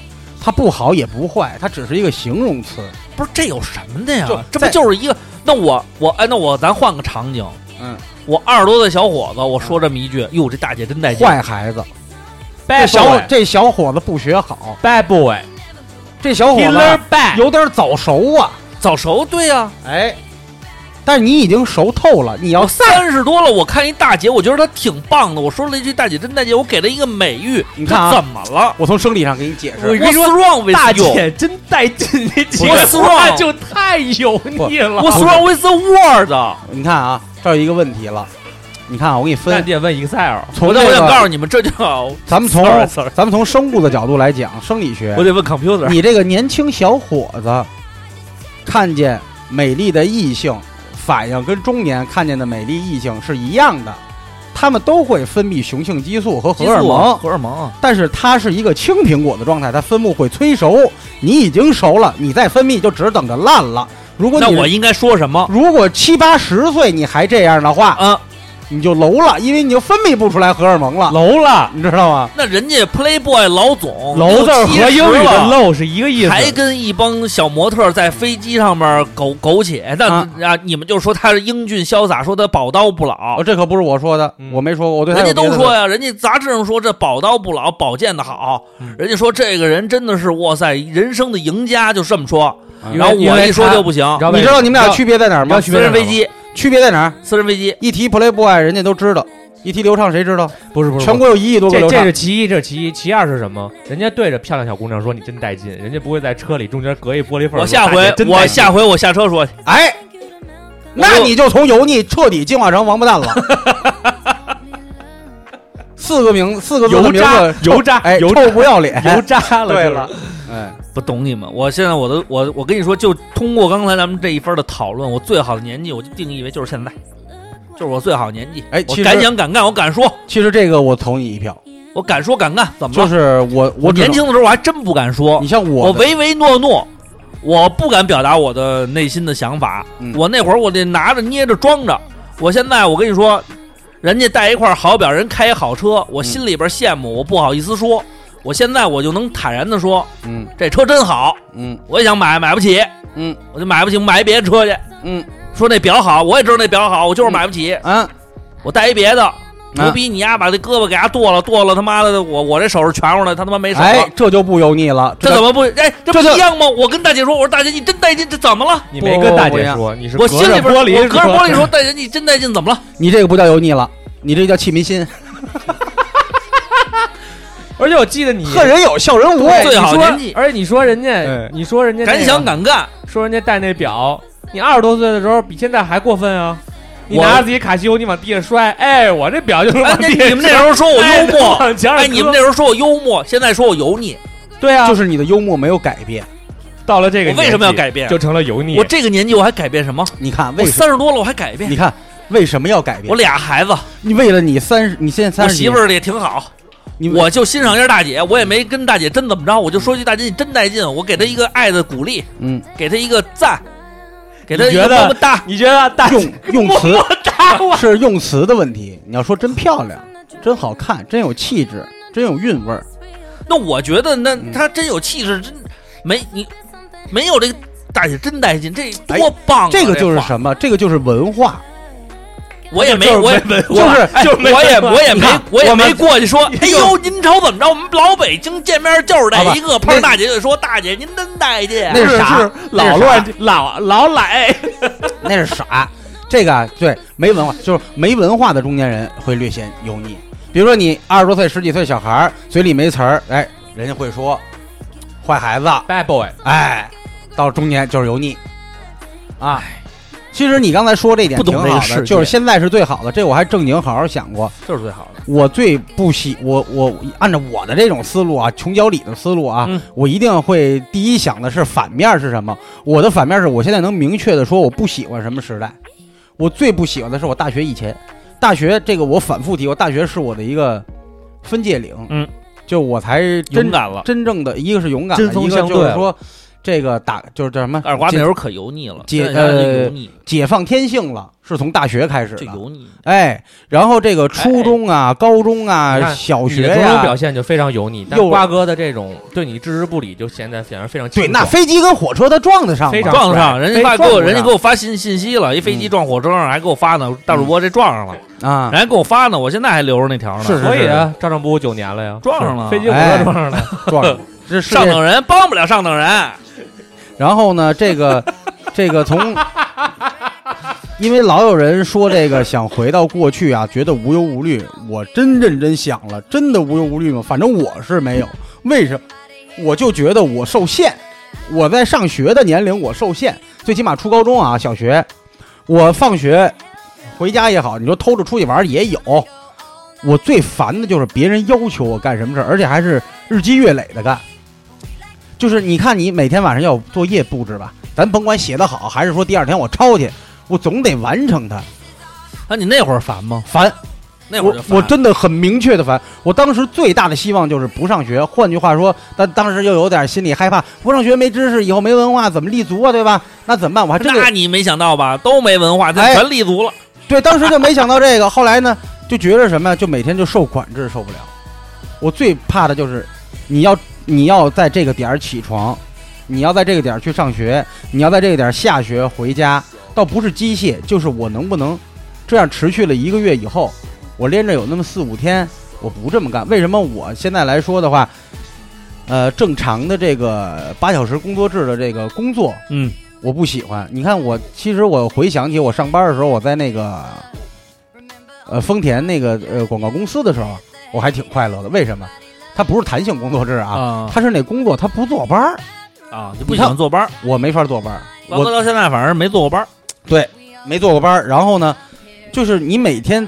[SPEAKER 6] 它不好也不坏，它只是一个形容词。
[SPEAKER 4] 不是这有什么的呀
[SPEAKER 6] 就？
[SPEAKER 4] 这不
[SPEAKER 6] 在
[SPEAKER 4] 就是一个？那我我哎，那我咱换个场景，
[SPEAKER 6] 嗯，
[SPEAKER 4] 我二十多岁小伙子，我说这么一句，哟，这大姐真带劲。
[SPEAKER 6] 坏孩子，这
[SPEAKER 5] 哎 bad
[SPEAKER 6] 小
[SPEAKER 5] boy，bad
[SPEAKER 6] 这小伙子不学好，
[SPEAKER 5] boy，killer
[SPEAKER 6] 这小伙子
[SPEAKER 5] bad，
[SPEAKER 6] 有点早熟啊。
[SPEAKER 4] 早熟，对呀、
[SPEAKER 6] 哎，但是你已经熟透了，你要
[SPEAKER 4] 我三十多了，我看一大姐，我觉得她挺棒的。我说了一句“大姐真带劲”，我给她一个美誉。
[SPEAKER 6] 你看啊
[SPEAKER 4] 这怎么了
[SPEAKER 6] 我从生理上给你解释，
[SPEAKER 4] ？What's wrong with
[SPEAKER 5] 大
[SPEAKER 4] you?
[SPEAKER 5] 姐真带劲，那几
[SPEAKER 4] 我
[SPEAKER 5] 个
[SPEAKER 4] 死
[SPEAKER 5] 话
[SPEAKER 4] 了
[SPEAKER 5] 就太油腻了。
[SPEAKER 4] What's wrong with the world?
[SPEAKER 6] 你看啊，这儿有一个问题了。你看啊，我给你
[SPEAKER 5] 那
[SPEAKER 6] 分
[SPEAKER 5] 你，得问 Excel，
[SPEAKER 6] 从
[SPEAKER 4] 我
[SPEAKER 6] 这
[SPEAKER 4] 我想告诉
[SPEAKER 6] 个，
[SPEAKER 4] 你们，这叫
[SPEAKER 6] 咱们从
[SPEAKER 4] Sorry, sorry
[SPEAKER 6] 咱们从生物的角度来讲，生理学
[SPEAKER 4] 我，得问 computer。
[SPEAKER 6] 你这个年轻小伙子看见美丽的异性，反应跟中年看见的美丽异性是一样的，他们都会分泌雄性激素和荷尔蒙，
[SPEAKER 4] 荷尔蒙，
[SPEAKER 6] 但是它是一个青苹果的状态，它分泌会催熟，你已经熟了，你再分泌就只等着烂了。如果
[SPEAKER 4] 那
[SPEAKER 6] 你
[SPEAKER 4] 我应该说什么？
[SPEAKER 6] 如果七八十岁你还这样的话，
[SPEAKER 4] 啊，
[SPEAKER 6] 你就楼了，因为你就分泌不出来荷尔蒙了，
[SPEAKER 5] 楼了，
[SPEAKER 6] 你知道吗？
[SPEAKER 4] 那人家 Playboy 老总
[SPEAKER 5] 楼字儿和英语
[SPEAKER 4] 60了
[SPEAKER 5] 的漏是一个意思。
[SPEAKER 4] 还跟一帮小模特在飞机上面苟苟且，那
[SPEAKER 6] 啊
[SPEAKER 4] 啊，你们就说他是英俊潇洒，说他宝刀不老
[SPEAKER 6] 哦，，这可不是我说的，
[SPEAKER 5] 嗯
[SPEAKER 6] 我没说过，我对他
[SPEAKER 4] 人家
[SPEAKER 6] 有别
[SPEAKER 4] 都
[SPEAKER 6] 的
[SPEAKER 4] 说呀，人家杂志上说这宝刀不老，保健的好，
[SPEAKER 6] 嗯
[SPEAKER 4] 人家说这个人真的是哇塞，人生的赢家，就这么说。
[SPEAKER 6] 嗯
[SPEAKER 4] 然后
[SPEAKER 5] 因
[SPEAKER 4] 我
[SPEAKER 5] 为
[SPEAKER 4] 一说
[SPEAKER 5] 他
[SPEAKER 4] 就不行，
[SPEAKER 5] 道为
[SPEAKER 6] 啊你知道你们俩区别在哪儿吗？
[SPEAKER 4] 私人飞机，
[SPEAKER 6] 区别在哪儿？
[SPEAKER 4] 私人飞机，
[SPEAKER 6] 一提 Playboy，人家都知道；一提刘畅，谁知道？
[SPEAKER 5] 不是不是
[SPEAKER 6] 全国有一亿多个
[SPEAKER 5] 这
[SPEAKER 6] 刘
[SPEAKER 5] 这
[SPEAKER 6] 畅
[SPEAKER 5] 是。其一，这是其一，其二是什么？人家对着漂亮小姑娘说：“你真带劲。”人家不会在车里中间隔一玻璃缝儿说。
[SPEAKER 4] 我下
[SPEAKER 5] 大
[SPEAKER 4] 回
[SPEAKER 5] 姐真带
[SPEAKER 4] 我
[SPEAKER 5] 劲
[SPEAKER 4] 下回我下车说，
[SPEAKER 6] 哎，那你就从油腻彻底进化成王八蛋了。 四个名，四个字的
[SPEAKER 5] 油
[SPEAKER 6] 名
[SPEAKER 5] 渣
[SPEAKER 6] 字，
[SPEAKER 5] 油渣
[SPEAKER 6] 哎，
[SPEAKER 5] 油
[SPEAKER 6] 臭不要脸，
[SPEAKER 5] 油渣 了。
[SPEAKER 6] 对
[SPEAKER 5] 就是
[SPEAKER 6] 了，哎，
[SPEAKER 4] 不懂你们，我现在我都我我跟你说，就通过刚才咱们这一番的讨论，我最好的年纪，我就定义为就是现在，就是我最好的年纪。
[SPEAKER 6] 哎
[SPEAKER 4] 我
[SPEAKER 6] 其实
[SPEAKER 4] 敢想敢干，我敢说。
[SPEAKER 6] 其实这个我投你一票，
[SPEAKER 4] 我敢说敢干，怎么
[SPEAKER 6] 就
[SPEAKER 4] 了？
[SPEAKER 6] 是我
[SPEAKER 4] 我
[SPEAKER 6] 我只能
[SPEAKER 4] 年，轻的时候我还真不敢说
[SPEAKER 6] 你，像
[SPEAKER 4] 我
[SPEAKER 6] 我的，
[SPEAKER 4] 唯唯诺诺，我不敢表达我的内心的想法。
[SPEAKER 6] 嗯
[SPEAKER 4] 我那会儿我得拿着捏着装着，我现在我跟你说，人家戴一块好表，人开一好车，
[SPEAKER 6] 嗯
[SPEAKER 4] 我心里边羡慕，我不好意思说。我现在我就能坦然的说，
[SPEAKER 6] 嗯
[SPEAKER 4] 这车真好，
[SPEAKER 6] 嗯
[SPEAKER 4] 我也想买，买不起，
[SPEAKER 6] 嗯
[SPEAKER 4] 我就买不起，买一别的车去。
[SPEAKER 6] 嗯
[SPEAKER 4] 说那表好，我也知道那表好，我就是买不起，
[SPEAKER 6] 啊，
[SPEAKER 4] 我戴一别的。牛逼！你丫把这胳膊给他剁了，剁了他妈的，我我这手是全乎的，他他妈没手了。
[SPEAKER 6] 哎，这就不油腻了，
[SPEAKER 4] 这
[SPEAKER 6] 叫
[SPEAKER 4] 怎么不？哎，这不
[SPEAKER 6] 这就
[SPEAKER 4] 一样吗？我跟大姐说，我说大姐你真带劲，这怎么了？
[SPEAKER 5] 你没跟大
[SPEAKER 6] 不一
[SPEAKER 5] 姐
[SPEAKER 6] 样
[SPEAKER 5] 说，你是
[SPEAKER 4] 我
[SPEAKER 5] 隔
[SPEAKER 4] 心里
[SPEAKER 5] 着
[SPEAKER 4] 边，我
[SPEAKER 5] 玻璃
[SPEAKER 4] 隔着玻璃说，大姐你真带劲，怎么了？
[SPEAKER 6] 你这个不叫油腻了，你这叫气迷心，
[SPEAKER 5] 而且我记得你
[SPEAKER 6] 恨人有笑人无，
[SPEAKER 5] 对
[SPEAKER 4] 最
[SPEAKER 5] 你
[SPEAKER 4] 好
[SPEAKER 5] 说
[SPEAKER 4] 年纪
[SPEAKER 5] 而且你说人
[SPEAKER 6] 哎
[SPEAKER 5] 家，你说人家那个
[SPEAKER 4] 敢想敢干，
[SPEAKER 5] 说人家戴那表，你二十多岁的时候比现在还过分啊！你
[SPEAKER 4] 我
[SPEAKER 5] 拿着自己卡西欧，你往地下摔，哎，我这表就是
[SPEAKER 4] 哎
[SPEAKER 5] 往，
[SPEAKER 4] 那
[SPEAKER 5] 地下
[SPEAKER 4] 你们那时候说我幽默，
[SPEAKER 5] 哎往墙上
[SPEAKER 4] 哎，你们
[SPEAKER 5] 磕
[SPEAKER 4] 那时候说我幽默，现在说我油腻，
[SPEAKER 5] 对啊，
[SPEAKER 6] 就是你的幽默没有改变。
[SPEAKER 5] 到了这个
[SPEAKER 4] 我
[SPEAKER 5] 年纪，
[SPEAKER 4] 为什么要改变？
[SPEAKER 5] 就成了油腻。
[SPEAKER 4] 我这个年纪我还改变什么？
[SPEAKER 6] 你看
[SPEAKER 4] 我
[SPEAKER 6] 为什
[SPEAKER 4] 三十多了我还改
[SPEAKER 6] 么？你
[SPEAKER 4] 变，
[SPEAKER 6] 看为什么要改变
[SPEAKER 4] 我？俩孩子，
[SPEAKER 6] 你为了你三十，你现在
[SPEAKER 4] 我
[SPEAKER 6] 三十几，
[SPEAKER 4] 媳妇儿也挺好，
[SPEAKER 6] 你
[SPEAKER 4] 我就欣赏一下大姐，我也没跟大姐真怎么着，我就说句大姐你真带劲，我给她一个爱的鼓励，
[SPEAKER 6] 嗯，
[SPEAKER 4] 给她一个赞，给她
[SPEAKER 5] 你
[SPEAKER 4] 一个
[SPEAKER 5] 觉得
[SPEAKER 4] 么么哒。
[SPEAKER 5] 你觉得大
[SPEAKER 6] 用用词是用词的问题。你要说真漂亮，真好看，真有气质，真有韵味儿，
[SPEAKER 4] 那我觉得那
[SPEAKER 6] 嗯
[SPEAKER 4] 他真有气质，真没你没有这个大姐真带劲，这
[SPEAKER 6] 哎
[SPEAKER 4] 多棒、啊
[SPEAKER 6] 这个就是
[SPEAKER 4] 话
[SPEAKER 6] 什么？这个就是文化。
[SPEAKER 4] 我也没
[SPEAKER 5] 就是
[SPEAKER 4] 我也
[SPEAKER 5] 没文化
[SPEAKER 4] 我
[SPEAKER 6] 就是
[SPEAKER 4] 哎
[SPEAKER 5] 就是没
[SPEAKER 4] 我也
[SPEAKER 5] 文化
[SPEAKER 4] 我也
[SPEAKER 6] 你
[SPEAKER 4] 没
[SPEAKER 6] 看
[SPEAKER 4] 我也
[SPEAKER 5] 我们
[SPEAKER 4] 没过去说，哎
[SPEAKER 6] 就
[SPEAKER 4] 呦，您瞅怎么着？我们老北京见面就是这
[SPEAKER 6] 好吧
[SPEAKER 4] 一个，碰上大姐就说大姐您真带劲。
[SPEAKER 6] 那是啥
[SPEAKER 5] 是老乱老老来，
[SPEAKER 6] 那是傻。这个啊，对没文化，就是没文化的中年人会略显油腻。比如说你二十多岁、十几岁小孩儿，嘴里没词儿，哎，人家会说坏孩子，
[SPEAKER 5] bad boy，
[SPEAKER 6] 哎，到中年就是油腻啊。其实你刚才说这点
[SPEAKER 4] 哎不
[SPEAKER 6] 挺
[SPEAKER 4] 懂
[SPEAKER 6] 好
[SPEAKER 4] 这个世
[SPEAKER 6] 的，
[SPEAKER 4] 界
[SPEAKER 6] 就是现在是最好的，这我还正经好好想过。
[SPEAKER 4] 就是最好的，
[SPEAKER 6] 我最不喜我我按照我的这种思路啊，穷脚里的思路啊，
[SPEAKER 4] 嗯
[SPEAKER 6] 我一定会第一想的是反面是什么。我的反面是我现在能明确的说我不喜欢什么时代。我最不喜欢的是我大学以前，大学这个我反复提，我大学是我的一个分界岭，
[SPEAKER 4] 嗯，
[SPEAKER 6] 就我才真
[SPEAKER 4] 勇敢了。
[SPEAKER 6] 真正的一个是勇敢了，
[SPEAKER 5] 针锋
[SPEAKER 6] 一个
[SPEAKER 5] 相对
[SPEAKER 6] 就是
[SPEAKER 5] 了
[SPEAKER 6] 说这个打就是叫什么
[SPEAKER 4] 二瓜那
[SPEAKER 6] 解
[SPEAKER 4] 时候可油腻了，
[SPEAKER 6] 解
[SPEAKER 4] 现在想想就
[SPEAKER 6] 呃
[SPEAKER 4] 油腻，
[SPEAKER 6] 解放天性了，是从大学开始
[SPEAKER 4] 就
[SPEAKER 6] 的。
[SPEAKER 4] 油腻。
[SPEAKER 6] 哎，然后这个初中啊、高中
[SPEAKER 5] 哎你
[SPEAKER 6] 啊、
[SPEAKER 5] 看
[SPEAKER 6] 小
[SPEAKER 5] 你
[SPEAKER 6] 学
[SPEAKER 5] 的种种
[SPEAKER 6] 呀、
[SPEAKER 5] 表现就非常油腻。但
[SPEAKER 6] 又
[SPEAKER 5] 瓜哥的这种对你置之不理，就显得显然非常清
[SPEAKER 6] 对，
[SPEAKER 5] 楚
[SPEAKER 6] 那飞机跟火车它撞哎得上
[SPEAKER 5] 非
[SPEAKER 6] 吗
[SPEAKER 5] 常？
[SPEAKER 4] 撞上，
[SPEAKER 5] 帅
[SPEAKER 4] 人
[SPEAKER 5] 非
[SPEAKER 4] 家发给我，
[SPEAKER 5] 撞不
[SPEAKER 4] 人家
[SPEAKER 5] 上
[SPEAKER 4] 给我发信信息了，一飞机
[SPEAKER 6] 嗯
[SPEAKER 4] 撞火车上还给我发呢，大主播这撞上了，
[SPEAKER 6] 啊
[SPEAKER 4] 人，家给我发呢，我现在还留着那条呢。
[SPEAKER 6] 是是
[SPEAKER 5] 所以啊，照常不误九年了呀，
[SPEAKER 4] 撞上了
[SPEAKER 5] 飞机火
[SPEAKER 6] 哎
[SPEAKER 5] 车撞上了，
[SPEAKER 6] 撞上了，这世
[SPEAKER 4] 上
[SPEAKER 6] 界。
[SPEAKER 4] 等人帮不了上等人，
[SPEAKER 6] 然后呢，这个这个从，因为老有人说这个想回到过去啊，觉得无忧无虑。我真认真想了，真的无忧无虑吗？反正我是没有。为什么？我就觉得我受限，我在上学的年龄我受限，最起码初高中啊，小学，我放学回家也好，你说偷着出去玩儿也有。我最烦的就是别人要求我干什么事儿，而且还是日积月累的干。就是你看，你每天晚上要有作业布置吧，咱甭管写得好，还是说第二天我抄去，我总得完成它。
[SPEAKER 4] 那、你那会儿烦吗？
[SPEAKER 6] 烦，
[SPEAKER 4] 那会儿
[SPEAKER 6] 我
[SPEAKER 4] 就烦
[SPEAKER 6] 我真的很明确的烦。我当时最大的希望就是不上学，换句话说，但当时又有点心里害怕，不上学没知识，以后没文化怎么立足啊，对吧？那怎么办？我还真
[SPEAKER 4] 那
[SPEAKER 6] 的
[SPEAKER 4] 你没想到吧？都没文化，他
[SPEAKER 6] 哎
[SPEAKER 4] 全立足了。
[SPEAKER 6] 对，当时就没想到这个。后来呢，就觉着什么呀，就每天就受管制，受不了。我最怕的就是你要你要在这个点儿起床，你要在这个点儿去上学，你要在这个点儿下学回家，倒不是机械，就是我能不能这样持续了一个月以后，我连着有那么四五天我不这么干。为什么我现在来说的话，呃，正常的这个八小时工作制的这个工作，
[SPEAKER 4] 嗯，
[SPEAKER 6] 我不喜欢。你看我，其实我回想起我上班的时候，我在那个呃丰田那个呃广告公司的时候，我还挺快乐的。为什么？它不是弹性工作制啊，
[SPEAKER 4] 啊
[SPEAKER 6] 它是那工作它不坐班儿，
[SPEAKER 4] 啊，就不喜欢坐班儿。
[SPEAKER 6] 我没法坐班儿。
[SPEAKER 4] 瓜哥
[SPEAKER 6] 我
[SPEAKER 4] 到现在反正没坐过班儿，
[SPEAKER 6] 对没坐过班儿，然后呢，就是你每天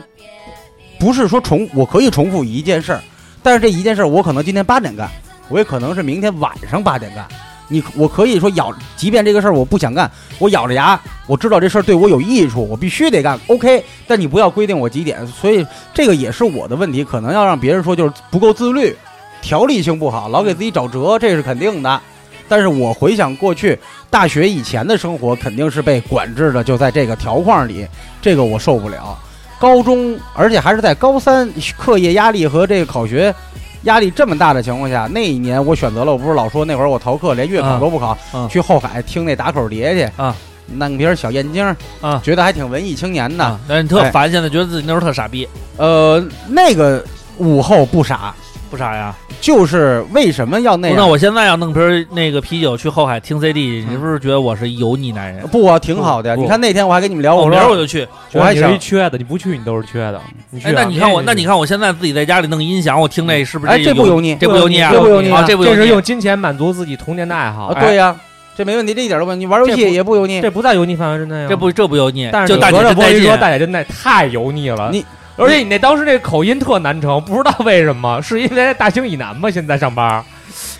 [SPEAKER 6] 不是说重，我可以重复一件事儿，但是这一件事儿我可能今天八点干，我也可能是明天晚上八点干。你我可以说咬，即便这个事儿我不想干，我咬着牙，我知道这事儿对我有益处，我必须得干。OK，但你不要规定我几点。所以这个也是我的问题，可能要让别人说就是不够自律，条理性不好，老给自己找辙，这是肯定的。但是我回想过去大学以前的生活，肯定是被管制的，就在这个条框里，这个我受不了。高中，而且还是在高三，课业压力和这个考学压力这么大的情况下，那一年我选择了，我不是老说那会儿我逃课，连月考都不考，
[SPEAKER 4] 嗯
[SPEAKER 6] 去后海听那打口碟去
[SPEAKER 4] 啊，
[SPEAKER 6] 弄瓶小燕京
[SPEAKER 4] 啊
[SPEAKER 6] 觉得还挺文艺青年的。
[SPEAKER 4] 啊，但是你特
[SPEAKER 6] 哎
[SPEAKER 4] 烦，现在觉得自己那时候特傻逼，
[SPEAKER 6] 呃，那个午后不傻，
[SPEAKER 4] 不傻呀？
[SPEAKER 6] 就是为什么要那样？
[SPEAKER 4] 那我现在要弄瓶儿那个啤酒去后海听 CD，你是不是觉得我是油腻男人？
[SPEAKER 6] 不啊，挺好的呀。
[SPEAKER 5] 不
[SPEAKER 6] 你看那天我还跟你们聊，
[SPEAKER 4] 我
[SPEAKER 6] 我
[SPEAKER 4] 明 儿我
[SPEAKER 6] 说
[SPEAKER 4] 就去。
[SPEAKER 6] 我还
[SPEAKER 5] 你是
[SPEAKER 6] 想
[SPEAKER 5] 一缺的，你不去你都是缺的。你去
[SPEAKER 4] 哎，
[SPEAKER 5] 啊
[SPEAKER 4] 那你看我，
[SPEAKER 5] 这
[SPEAKER 4] 那你看我现在自己在家里弄音响，我听那是不是？
[SPEAKER 6] 哎，这不油腻，
[SPEAKER 4] 这不油腻啊？
[SPEAKER 6] 这不油腻啊
[SPEAKER 4] 啊，这不油
[SPEAKER 5] 这是
[SPEAKER 4] 腻。
[SPEAKER 5] 用金钱满足自己童年的爱好。
[SPEAKER 6] 啊，
[SPEAKER 5] 哎
[SPEAKER 6] 对呀、这没问题，这一点都不问题。玩游
[SPEAKER 5] 这
[SPEAKER 6] 戏
[SPEAKER 5] 不
[SPEAKER 6] 也不油腻，
[SPEAKER 5] 这不在油腻范围之内啊。
[SPEAKER 4] 这不这不油腻，
[SPEAKER 5] 但是
[SPEAKER 4] 就大姐
[SPEAKER 5] 合着
[SPEAKER 4] 真
[SPEAKER 5] 波
[SPEAKER 4] 带
[SPEAKER 5] 一
[SPEAKER 4] 劲
[SPEAKER 5] 说，大姐真的太油腻了。
[SPEAKER 6] 你
[SPEAKER 5] 而且你那当时那口音特难成，不知道为什么，是因为大兴以南吗？现在上班，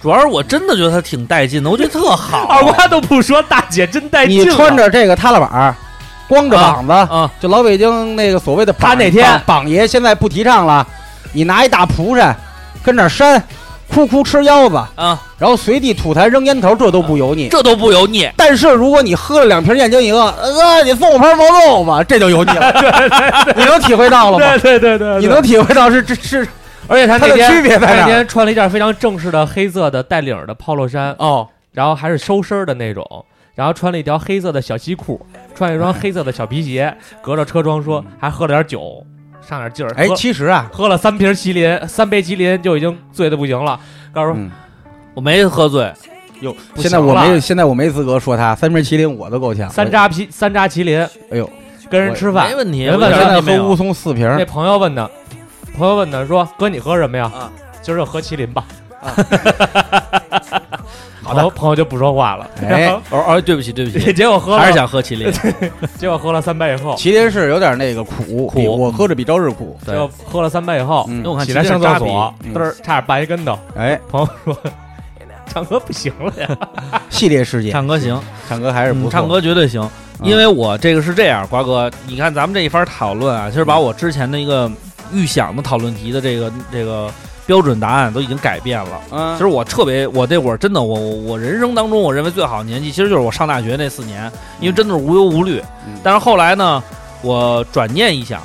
[SPEAKER 4] 主要是我真的觉得他挺带劲的，我觉得特 好。
[SPEAKER 5] 二瓜都不说，大姐真带劲
[SPEAKER 6] 你
[SPEAKER 5] 了。
[SPEAKER 6] 穿着这个踏拉板儿，光着
[SPEAKER 4] 啊
[SPEAKER 6] 膀子，
[SPEAKER 4] 啊
[SPEAKER 6] 就老北京那个所谓的
[SPEAKER 5] 他
[SPEAKER 6] 膀
[SPEAKER 5] 那天
[SPEAKER 6] 膀膀爷现在不提倡了，你拿一大蒲扇跟那儿扇，哭哭吃腰子，
[SPEAKER 4] 啊，
[SPEAKER 6] 然后随地吐痰扔烟头，这都不油腻。
[SPEAKER 4] 这都不油腻。
[SPEAKER 6] 但是如果你喝了两瓶燕京银，呃，你送我盘毛豆吧，这就油腻了。你能体会到了吗？
[SPEAKER 5] 对对对对，对
[SPEAKER 6] 你能体会到是这是
[SPEAKER 5] 而且他
[SPEAKER 6] 它
[SPEAKER 5] 那
[SPEAKER 6] 的
[SPEAKER 5] 天
[SPEAKER 6] 区别
[SPEAKER 5] 他
[SPEAKER 6] 在
[SPEAKER 5] 那
[SPEAKER 6] 哪儿？
[SPEAKER 5] 天穿了一件非常正式的黑色的带领儿的 polo 衫，
[SPEAKER 6] 哦，
[SPEAKER 5] 然后还是收身儿的那种，然后穿了一条黑色的小西裤，穿一双黑色的小皮鞋，隔着车窗说还喝了点酒，上点劲儿。
[SPEAKER 6] 哎，
[SPEAKER 5] 喝
[SPEAKER 6] 其实啊，
[SPEAKER 5] 喝了三瓶麒麟，三杯麒麟就已经醉的不行了。告诉我，
[SPEAKER 6] 嗯，
[SPEAKER 4] 我没喝醉，
[SPEAKER 6] 哟，
[SPEAKER 5] 不
[SPEAKER 6] 啊现在
[SPEAKER 5] 行
[SPEAKER 6] 我没
[SPEAKER 5] 了
[SPEAKER 6] 现在我没资格说他三瓶麒麟我都够呛，
[SPEAKER 5] 三扎皮三扎麒麟
[SPEAKER 6] 哎呦，
[SPEAKER 5] 跟人吃饭
[SPEAKER 4] 没，问题。
[SPEAKER 5] 没
[SPEAKER 4] 我
[SPEAKER 5] 问
[SPEAKER 6] 我
[SPEAKER 5] 题
[SPEAKER 6] 现在
[SPEAKER 4] 觉得
[SPEAKER 6] 喝乌松四瓶儿
[SPEAKER 5] 那，朋友问他，朋友问他说：“哥，你喝什么呀？”
[SPEAKER 6] 啊
[SPEAKER 5] 今儿就喝麒麟吧。 好的，朋友就不说话了。
[SPEAKER 6] 哎，
[SPEAKER 4] 哦哦，对不 起对不 起，
[SPEAKER 5] 结果喝了，
[SPEAKER 4] 还是想喝麒麟。
[SPEAKER 5] 结果喝了三杯以后，
[SPEAKER 6] 麒麟是有点那个苦，比我喝着比朝日苦。
[SPEAKER 5] 结果喝了三杯以后，
[SPEAKER 6] 嗯
[SPEAKER 4] 那我看
[SPEAKER 5] 起来
[SPEAKER 4] 麒麟
[SPEAKER 5] 上
[SPEAKER 4] 是
[SPEAKER 5] 厕
[SPEAKER 4] 扎
[SPEAKER 5] 所，
[SPEAKER 6] 嗯
[SPEAKER 5] 嘚儿差点绊一跟头。
[SPEAKER 6] 哎，
[SPEAKER 5] 朋友说：“唱歌不行了呀。
[SPEAKER 6] 系列事件，
[SPEAKER 4] 唱歌行，
[SPEAKER 6] 唱歌还是不
[SPEAKER 4] 嗯
[SPEAKER 6] 错。嗯
[SPEAKER 4] 唱歌绝对行，因为我这个是这样，瓜哥，你看咱们这一番讨论啊，其实把我之前的一个预想的讨论题的这个这个标准答案都已经改变了。
[SPEAKER 6] 嗯，
[SPEAKER 4] 其实我特别，我那会儿真的，我我我人生当中我认为最好的年纪，其实就是我上大学那四年，因为真的是无忧无虑
[SPEAKER 6] 嗯。
[SPEAKER 4] 但是后来呢，我转念一想，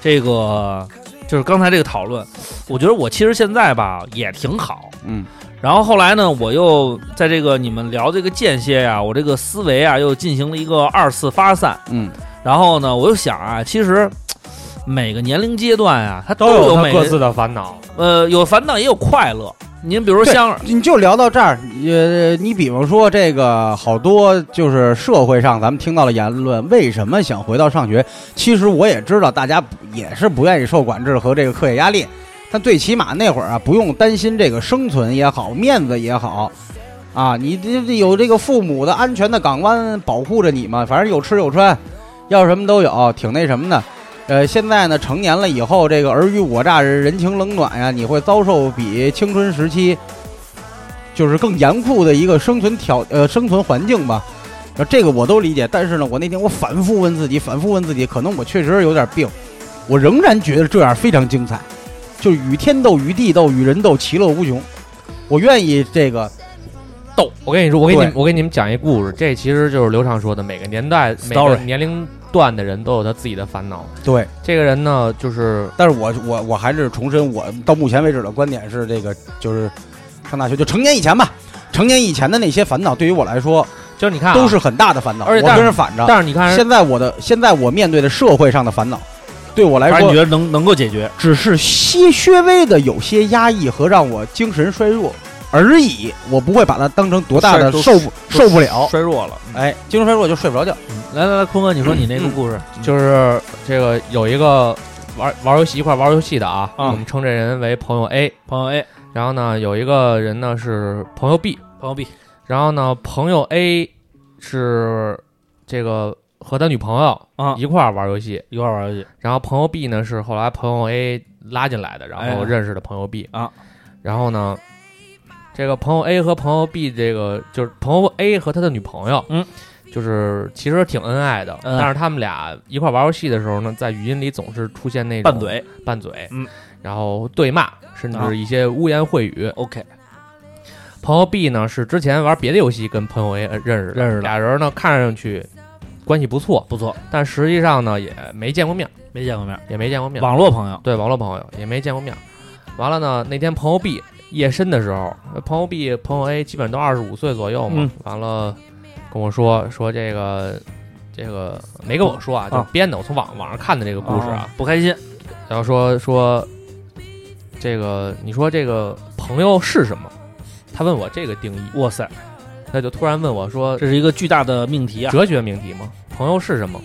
[SPEAKER 4] 这个就是刚才这个讨论，我觉得我其实现在吧也挺好。
[SPEAKER 6] 嗯，
[SPEAKER 4] 然后后来呢，我又在这个你们聊这个间歇呀、我这个思维啊，又进行了一个二次发散。
[SPEAKER 6] 嗯，
[SPEAKER 4] 然后呢，我又想啊，其实每个年龄阶段啊，它”都
[SPEAKER 5] 都有他
[SPEAKER 4] 每
[SPEAKER 5] 各自的烦恼。
[SPEAKER 4] 呃有烦恼也有快乐。您比如说
[SPEAKER 6] 对
[SPEAKER 4] 像
[SPEAKER 6] 你就聊到这儿。呃，你比方说这个好多就是社会上咱们听到的言论，为什么想回到上学？其实我也知道，大家不也是不愿意受管制和这个课业压力，但最起码那会儿啊，不用担心这个生存也好，面子也好。啊，你这这有这个父母的安全的港湾保护着你嘛，反正有吃有穿，要什么都有，挺那什么的。呃，现在呢，成年了以后，这个尔虞我诈、人情冷暖呀，你会遭受比青春时期就是更严酷的一个生存条呃生存环境吧。呃这个我都理解，但是呢，我那天我反复问自己，反复问自己，可能我确实有点病，我仍然觉得这样非常精彩，就是与天斗、与地斗、与人斗，其乐无穷。我愿意这个，
[SPEAKER 5] 逗，我跟你说，我给你们
[SPEAKER 6] 对
[SPEAKER 5] 我给你们讲一故事，这其实就是刘畅说的，每个年代、每个
[SPEAKER 4] Story
[SPEAKER 5] 年龄段的人都有他自己的烦恼。
[SPEAKER 6] 对，
[SPEAKER 5] 这个人呢，就是
[SPEAKER 6] 但是我我我还是重申我到目前为止的观点是，这个就是上大学就成年以前吧，成年以前的那些烦恼对于我来说
[SPEAKER 5] 就是你看、
[SPEAKER 6] 都是，很大的烦恼，
[SPEAKER 5] 啊而且
[SPEAKER 6] 我
[SPEAKER 5] 但
[SPEAKER 6] 跟人反着。
[SPEAKER 5] 但是你看人，
[SPEAKER 6] 现在我的现在我面对的社会上的烦恼，对我来
[SPEAKER 4] 反正你
[SPEAKER 6] 说
[SPEAKER 4] 觉得能能够解决？
[SPEAKER 6] 只是些些微的有些压抑和让我精神衰弱而已，我不会把它当成多大的
[SPEAKER 4] 都
[SPEAKER 6] 受不受不了。
[SPEAKER 4] 衰弱了。
[SPEAKER 6] 哎，精神衰弱就睡不着觉。
[SPEAKER 4] 嗯来来来，坤哥，你说你那个故事，
[SPEAKER 5] 就是这个有一个玩玩游戏一块玩游戏的啊，
[SPEAKER 4] 嗯
[SPEAKER 5] 我们称这人为朋友 A。
[SPEAKER 4] 朋友 A，
[SPEAKER 5] 然后呢，有一个人呢是朋友 B，
[SPEAKER 4] 朋友 B，
[SPEAKER 5] 然后呢，朋友 A 是这个和他女朋友
[SPEAKER 4] 啊
[SPEAKER 5] 一块儿玩游戏，
[SPEAKER 4] 一块儿玩游戏，
[SPEAKER 5] 然后朋友 B 呢是后
[SPEAKER 4] 哎
[SPEAKER 5] 来朋友 A 拉进来的，然后认识的朋友 B
[SPEAKER 4] 哎啊。
[SPEAKER 5] 然后呢，这个朋友 A 和朋友 B 这个就是朋友 A 和他的女朋友，
[SPEAKER 4] 嗯，
[SPEAKER 5] 就是其实挺恩爱的，
[SPEAKER 4] 嗯
[SPEAKER 5] 但是他们俩一块玩游戏的时候呢，在语音里总是出现那种
[SPEAKER 4] 拌嘴
[SPEAKER 5] 拌嘴，
[SPEAKER 4] 嗯，
[SPEAKER 5] 然后对骂，甚
[SPEAKER 4] 啊
[SPEAKER 5] 至一些污言秽语。
[SPEAKER 4] ，OK，
[SPEAKER 5] 朋友 B 呢是之前玩别的游戏跟朋友 A 认识的，
[SPEAKER 4] 认识的
[SPEAKER 5] 俩人呢看上去关系不错，
[SPEAKER 4] 不错，
[SPEAKER 5] 但实际上呢也没见过面，
[SPEAKER 4] 没见过面，
[SPEAKER 5] 也没见过哦面，
[SPEAKER 4] 网络朋友，
[SPEAKER 5] 对网络朋友也没见过面。完了呢，那天朋友 B 夜深的时候，朋友 B、朋友 A 基本都二十五岁左右嘛。
[SPEAKER 4] 嗯
[SPEAKER 5] 完了，跟我说说这个这个没跟我说啊，
[SPEAKER 4] 啊
[SPEAKER 5] 就是编的，我从网网上看的这个故事啊。
[SPEAKER 4] 哦不开心，
[SPEAKER 5] 然后说说这个，你说这个朋友是什么？他问我这个定义，
[SPEAKER 4] 哇塞，
[SPEAKER 5] 他就突然问我说
[SPEAKER 4] 这是一个巨大的命题啊，
[SPEAKER 5] 哲学命题吗？朋友是什么？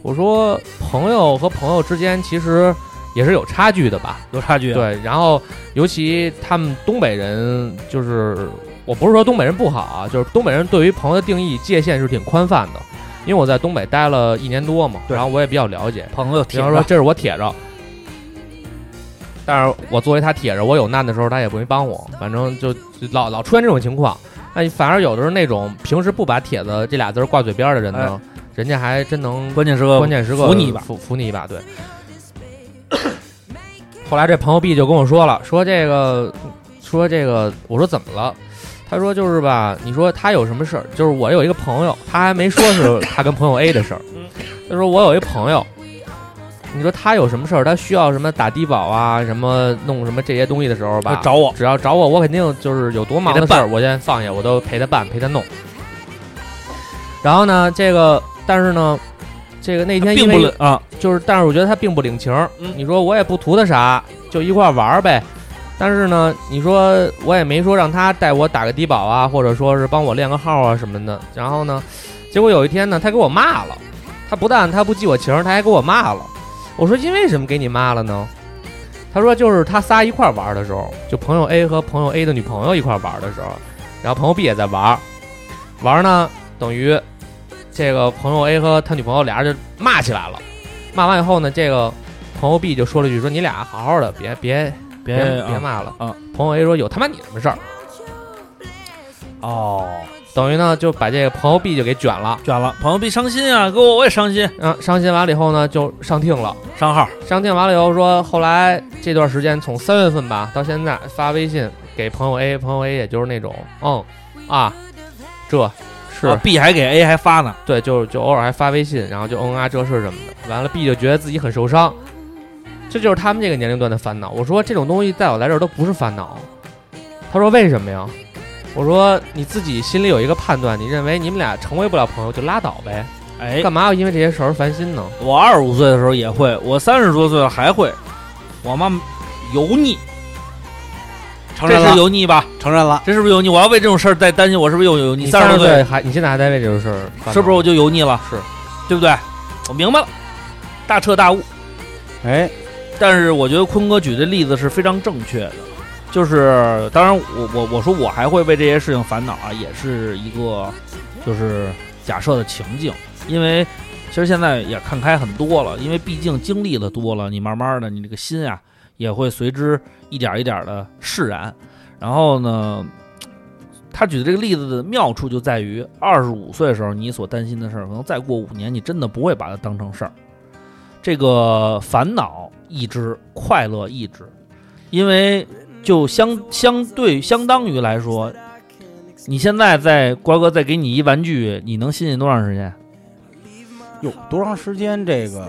[SPEAKER 5] 我说朋友和朋友之间其实也是有差距的吧。
[SPEAKER 4] 有差距啊，
[SPEAKER 5] 对，然后尤其他们东北人，就是我不是说东北人不好啊，就是东北人对于朋友的定义界限是挺宽泛的，因为我在东北待了一年多嘛，
[SPEAKER 4] 对
[SPEAKER 5] 然后我也比较了解。
[SPEAKER 4] 朋友
[SPEAKER 5] 比
[SPEAKER 4] 挺
[SPEAKER 5] 方说，这是我铁着，但是我作为他铁着，我有难的时候他也不会帮我，反正就就老老出现这种情况。那反而有的是那种平时不把“铁子”这俩字儿挂嘴边儿的人呢，人家还真能
[SPEAKER 4] 关键时刻
[SPEAKER 5] 关键时刻
[SPEAKER 4] 扶你一把，
[SPEAKER 5] 扶扶你一把，对。 后来这朋友 B 就跟我说了，说这个，说这个，我说怎么了？他说就是吧，你说他有什么事儿？就是我有一个朋友，他还没说是他跟朋友 A 的事儿。
[SPEAKER 4] 嗯
[SPEAKER 5] 他说我有一朋友，你说他有什么事儿？他需要什么打低保啊，什么弄什么这些东西的时候吧，
[SPEAKER 4] 找我，
[SPEAKER 5] 只要找我，我肯定就是有多忙的
[SPEAKER 4] 给
[SPEAKER 5] 事
[SPEAKER 4] 他办
[SPEAKER 5] 儿，我先放下，我都陪他办，陪他弄。然后呢，这个但是呢，这个那天因
[SPEAKER 4] 并
[SPEAKER 5] 为
[SPEAKER 4] 不啊，
[SPEAKER 5] 就是，但是我觉得他并不领情儿。
[SPEAKER 4] 嗯
[SPEAKER 5] 你说我也不图他啥，就一块儿玩儿呗。但是呢，你说我也没说让他带我打个低保啊，或者说是帮我练个号啊什么的。然后呢，结果有一天呢，他给我骂了。他不但他不记我情儿，他还给我骂了。我说因为什么给你骂了呢？他说就是他仨一块儿玩儿的时候，就朋友 A 和朋友 A 的女朋友一块儿玩儿的时候，然后朋友 B 也在玩儿，玩儿呢等于这个朋友 A 和他女朋友俩人就骂起来了。骂完以后呢，这个朋友 B 就说了一句：“说你俩好好的，别别
[SPEAKER 4] 别
[SPEAKER 5] 别
[SPEAKER 4] 啊
[SPEAKER 5] 骂了。
[SPEAKER 4] 啊
[SPEAKER 5] 朋友 A 说：“有他妈你什么事儿
[SPEAKER 6] 哦，？”
[SPEAKER 5] 等于呢就把这个朋友 B 就给卷了，
[SPEAKER 4] 卷了，朋友别伤心啊，给我我也伤心，
[SPEAKER 5] 啊，伤心完了以后呢就上听了，
[SPEAKER 4] 上号，
[SPEAKER 5] 上听完了以后说，后来这段时间从三月份吧到现在发微信给朋友 A，朋友 A 也就是那种嗯啊这是、
[SPEAKER 4] 啊 B 还给 A 还发呢，
[SPEAKER 5] 对，就就偶尔还发微信，然后就嗯啊这事什么的。完了，B 就觉得自己很受伤，这就是他们这个年龄段的烦恼。我说这种东西在我来这儿都不是烦恼。他说为什么呀？我说你自己心里有一个判断，你认为你们俩成为不了朋友就拉倒呗，
[SPEAKER 4] 哎，
[SPEAKER 5] 干嘛要因为这些事儿烦心呢？
[SPEAKER 4] 我二十五岁的时候也会，我三十多岁了还会，我妈油腻，
[SPEAKER 6] 承认
[SPEAKER 4] 这是
[SPEAKER 6] 了，
[SPEAKER 4] 油腻吧？
[SPEAKER 6] 承认了，
[SPEAKER 4] 这是不是油腻？我要为这种事儿再担心，我是不是又油腻？
[SPEAKER 5] 你
[SPEAKER 4] 三
[SPEAKER 5] 三
[SPEAKER 4] 十
[SPEAKER 5] 十
[SPEAKER 4] 多岁
[SPEAKER 5] 岁还你现在还在为这种事儿烦恼，
[SPEAKER 4] 是不是我就油腻了？
[SPEAKER 5] 是，
[SPEAKER 4] 对不对？我明白了，大彻大悟。
[SPEAKER 6] 哎，
[SPEAKER 4] 但是我觉得坤哥举的例子是非常正确的，就是当然我我我说我还会为这些事情烦恼啊，也是一个就是假设的情境，因为其实现在也看开很多了，因为毕竟经历的多了，你慢慢的你这个心啊也会随之一点一点的释然。然后呢，他举的这个例子的妙处就在于，二十五岁的时候你所担心的事儿，可能再过五年你真的不会把它当成事儿。这个烦恼一支，快乐一支，因为就相相对相当于来说，你现在在瓜哥再给你一玩具，你能新鲜多长时间？
[SPEAKER 6] 有多长时间这个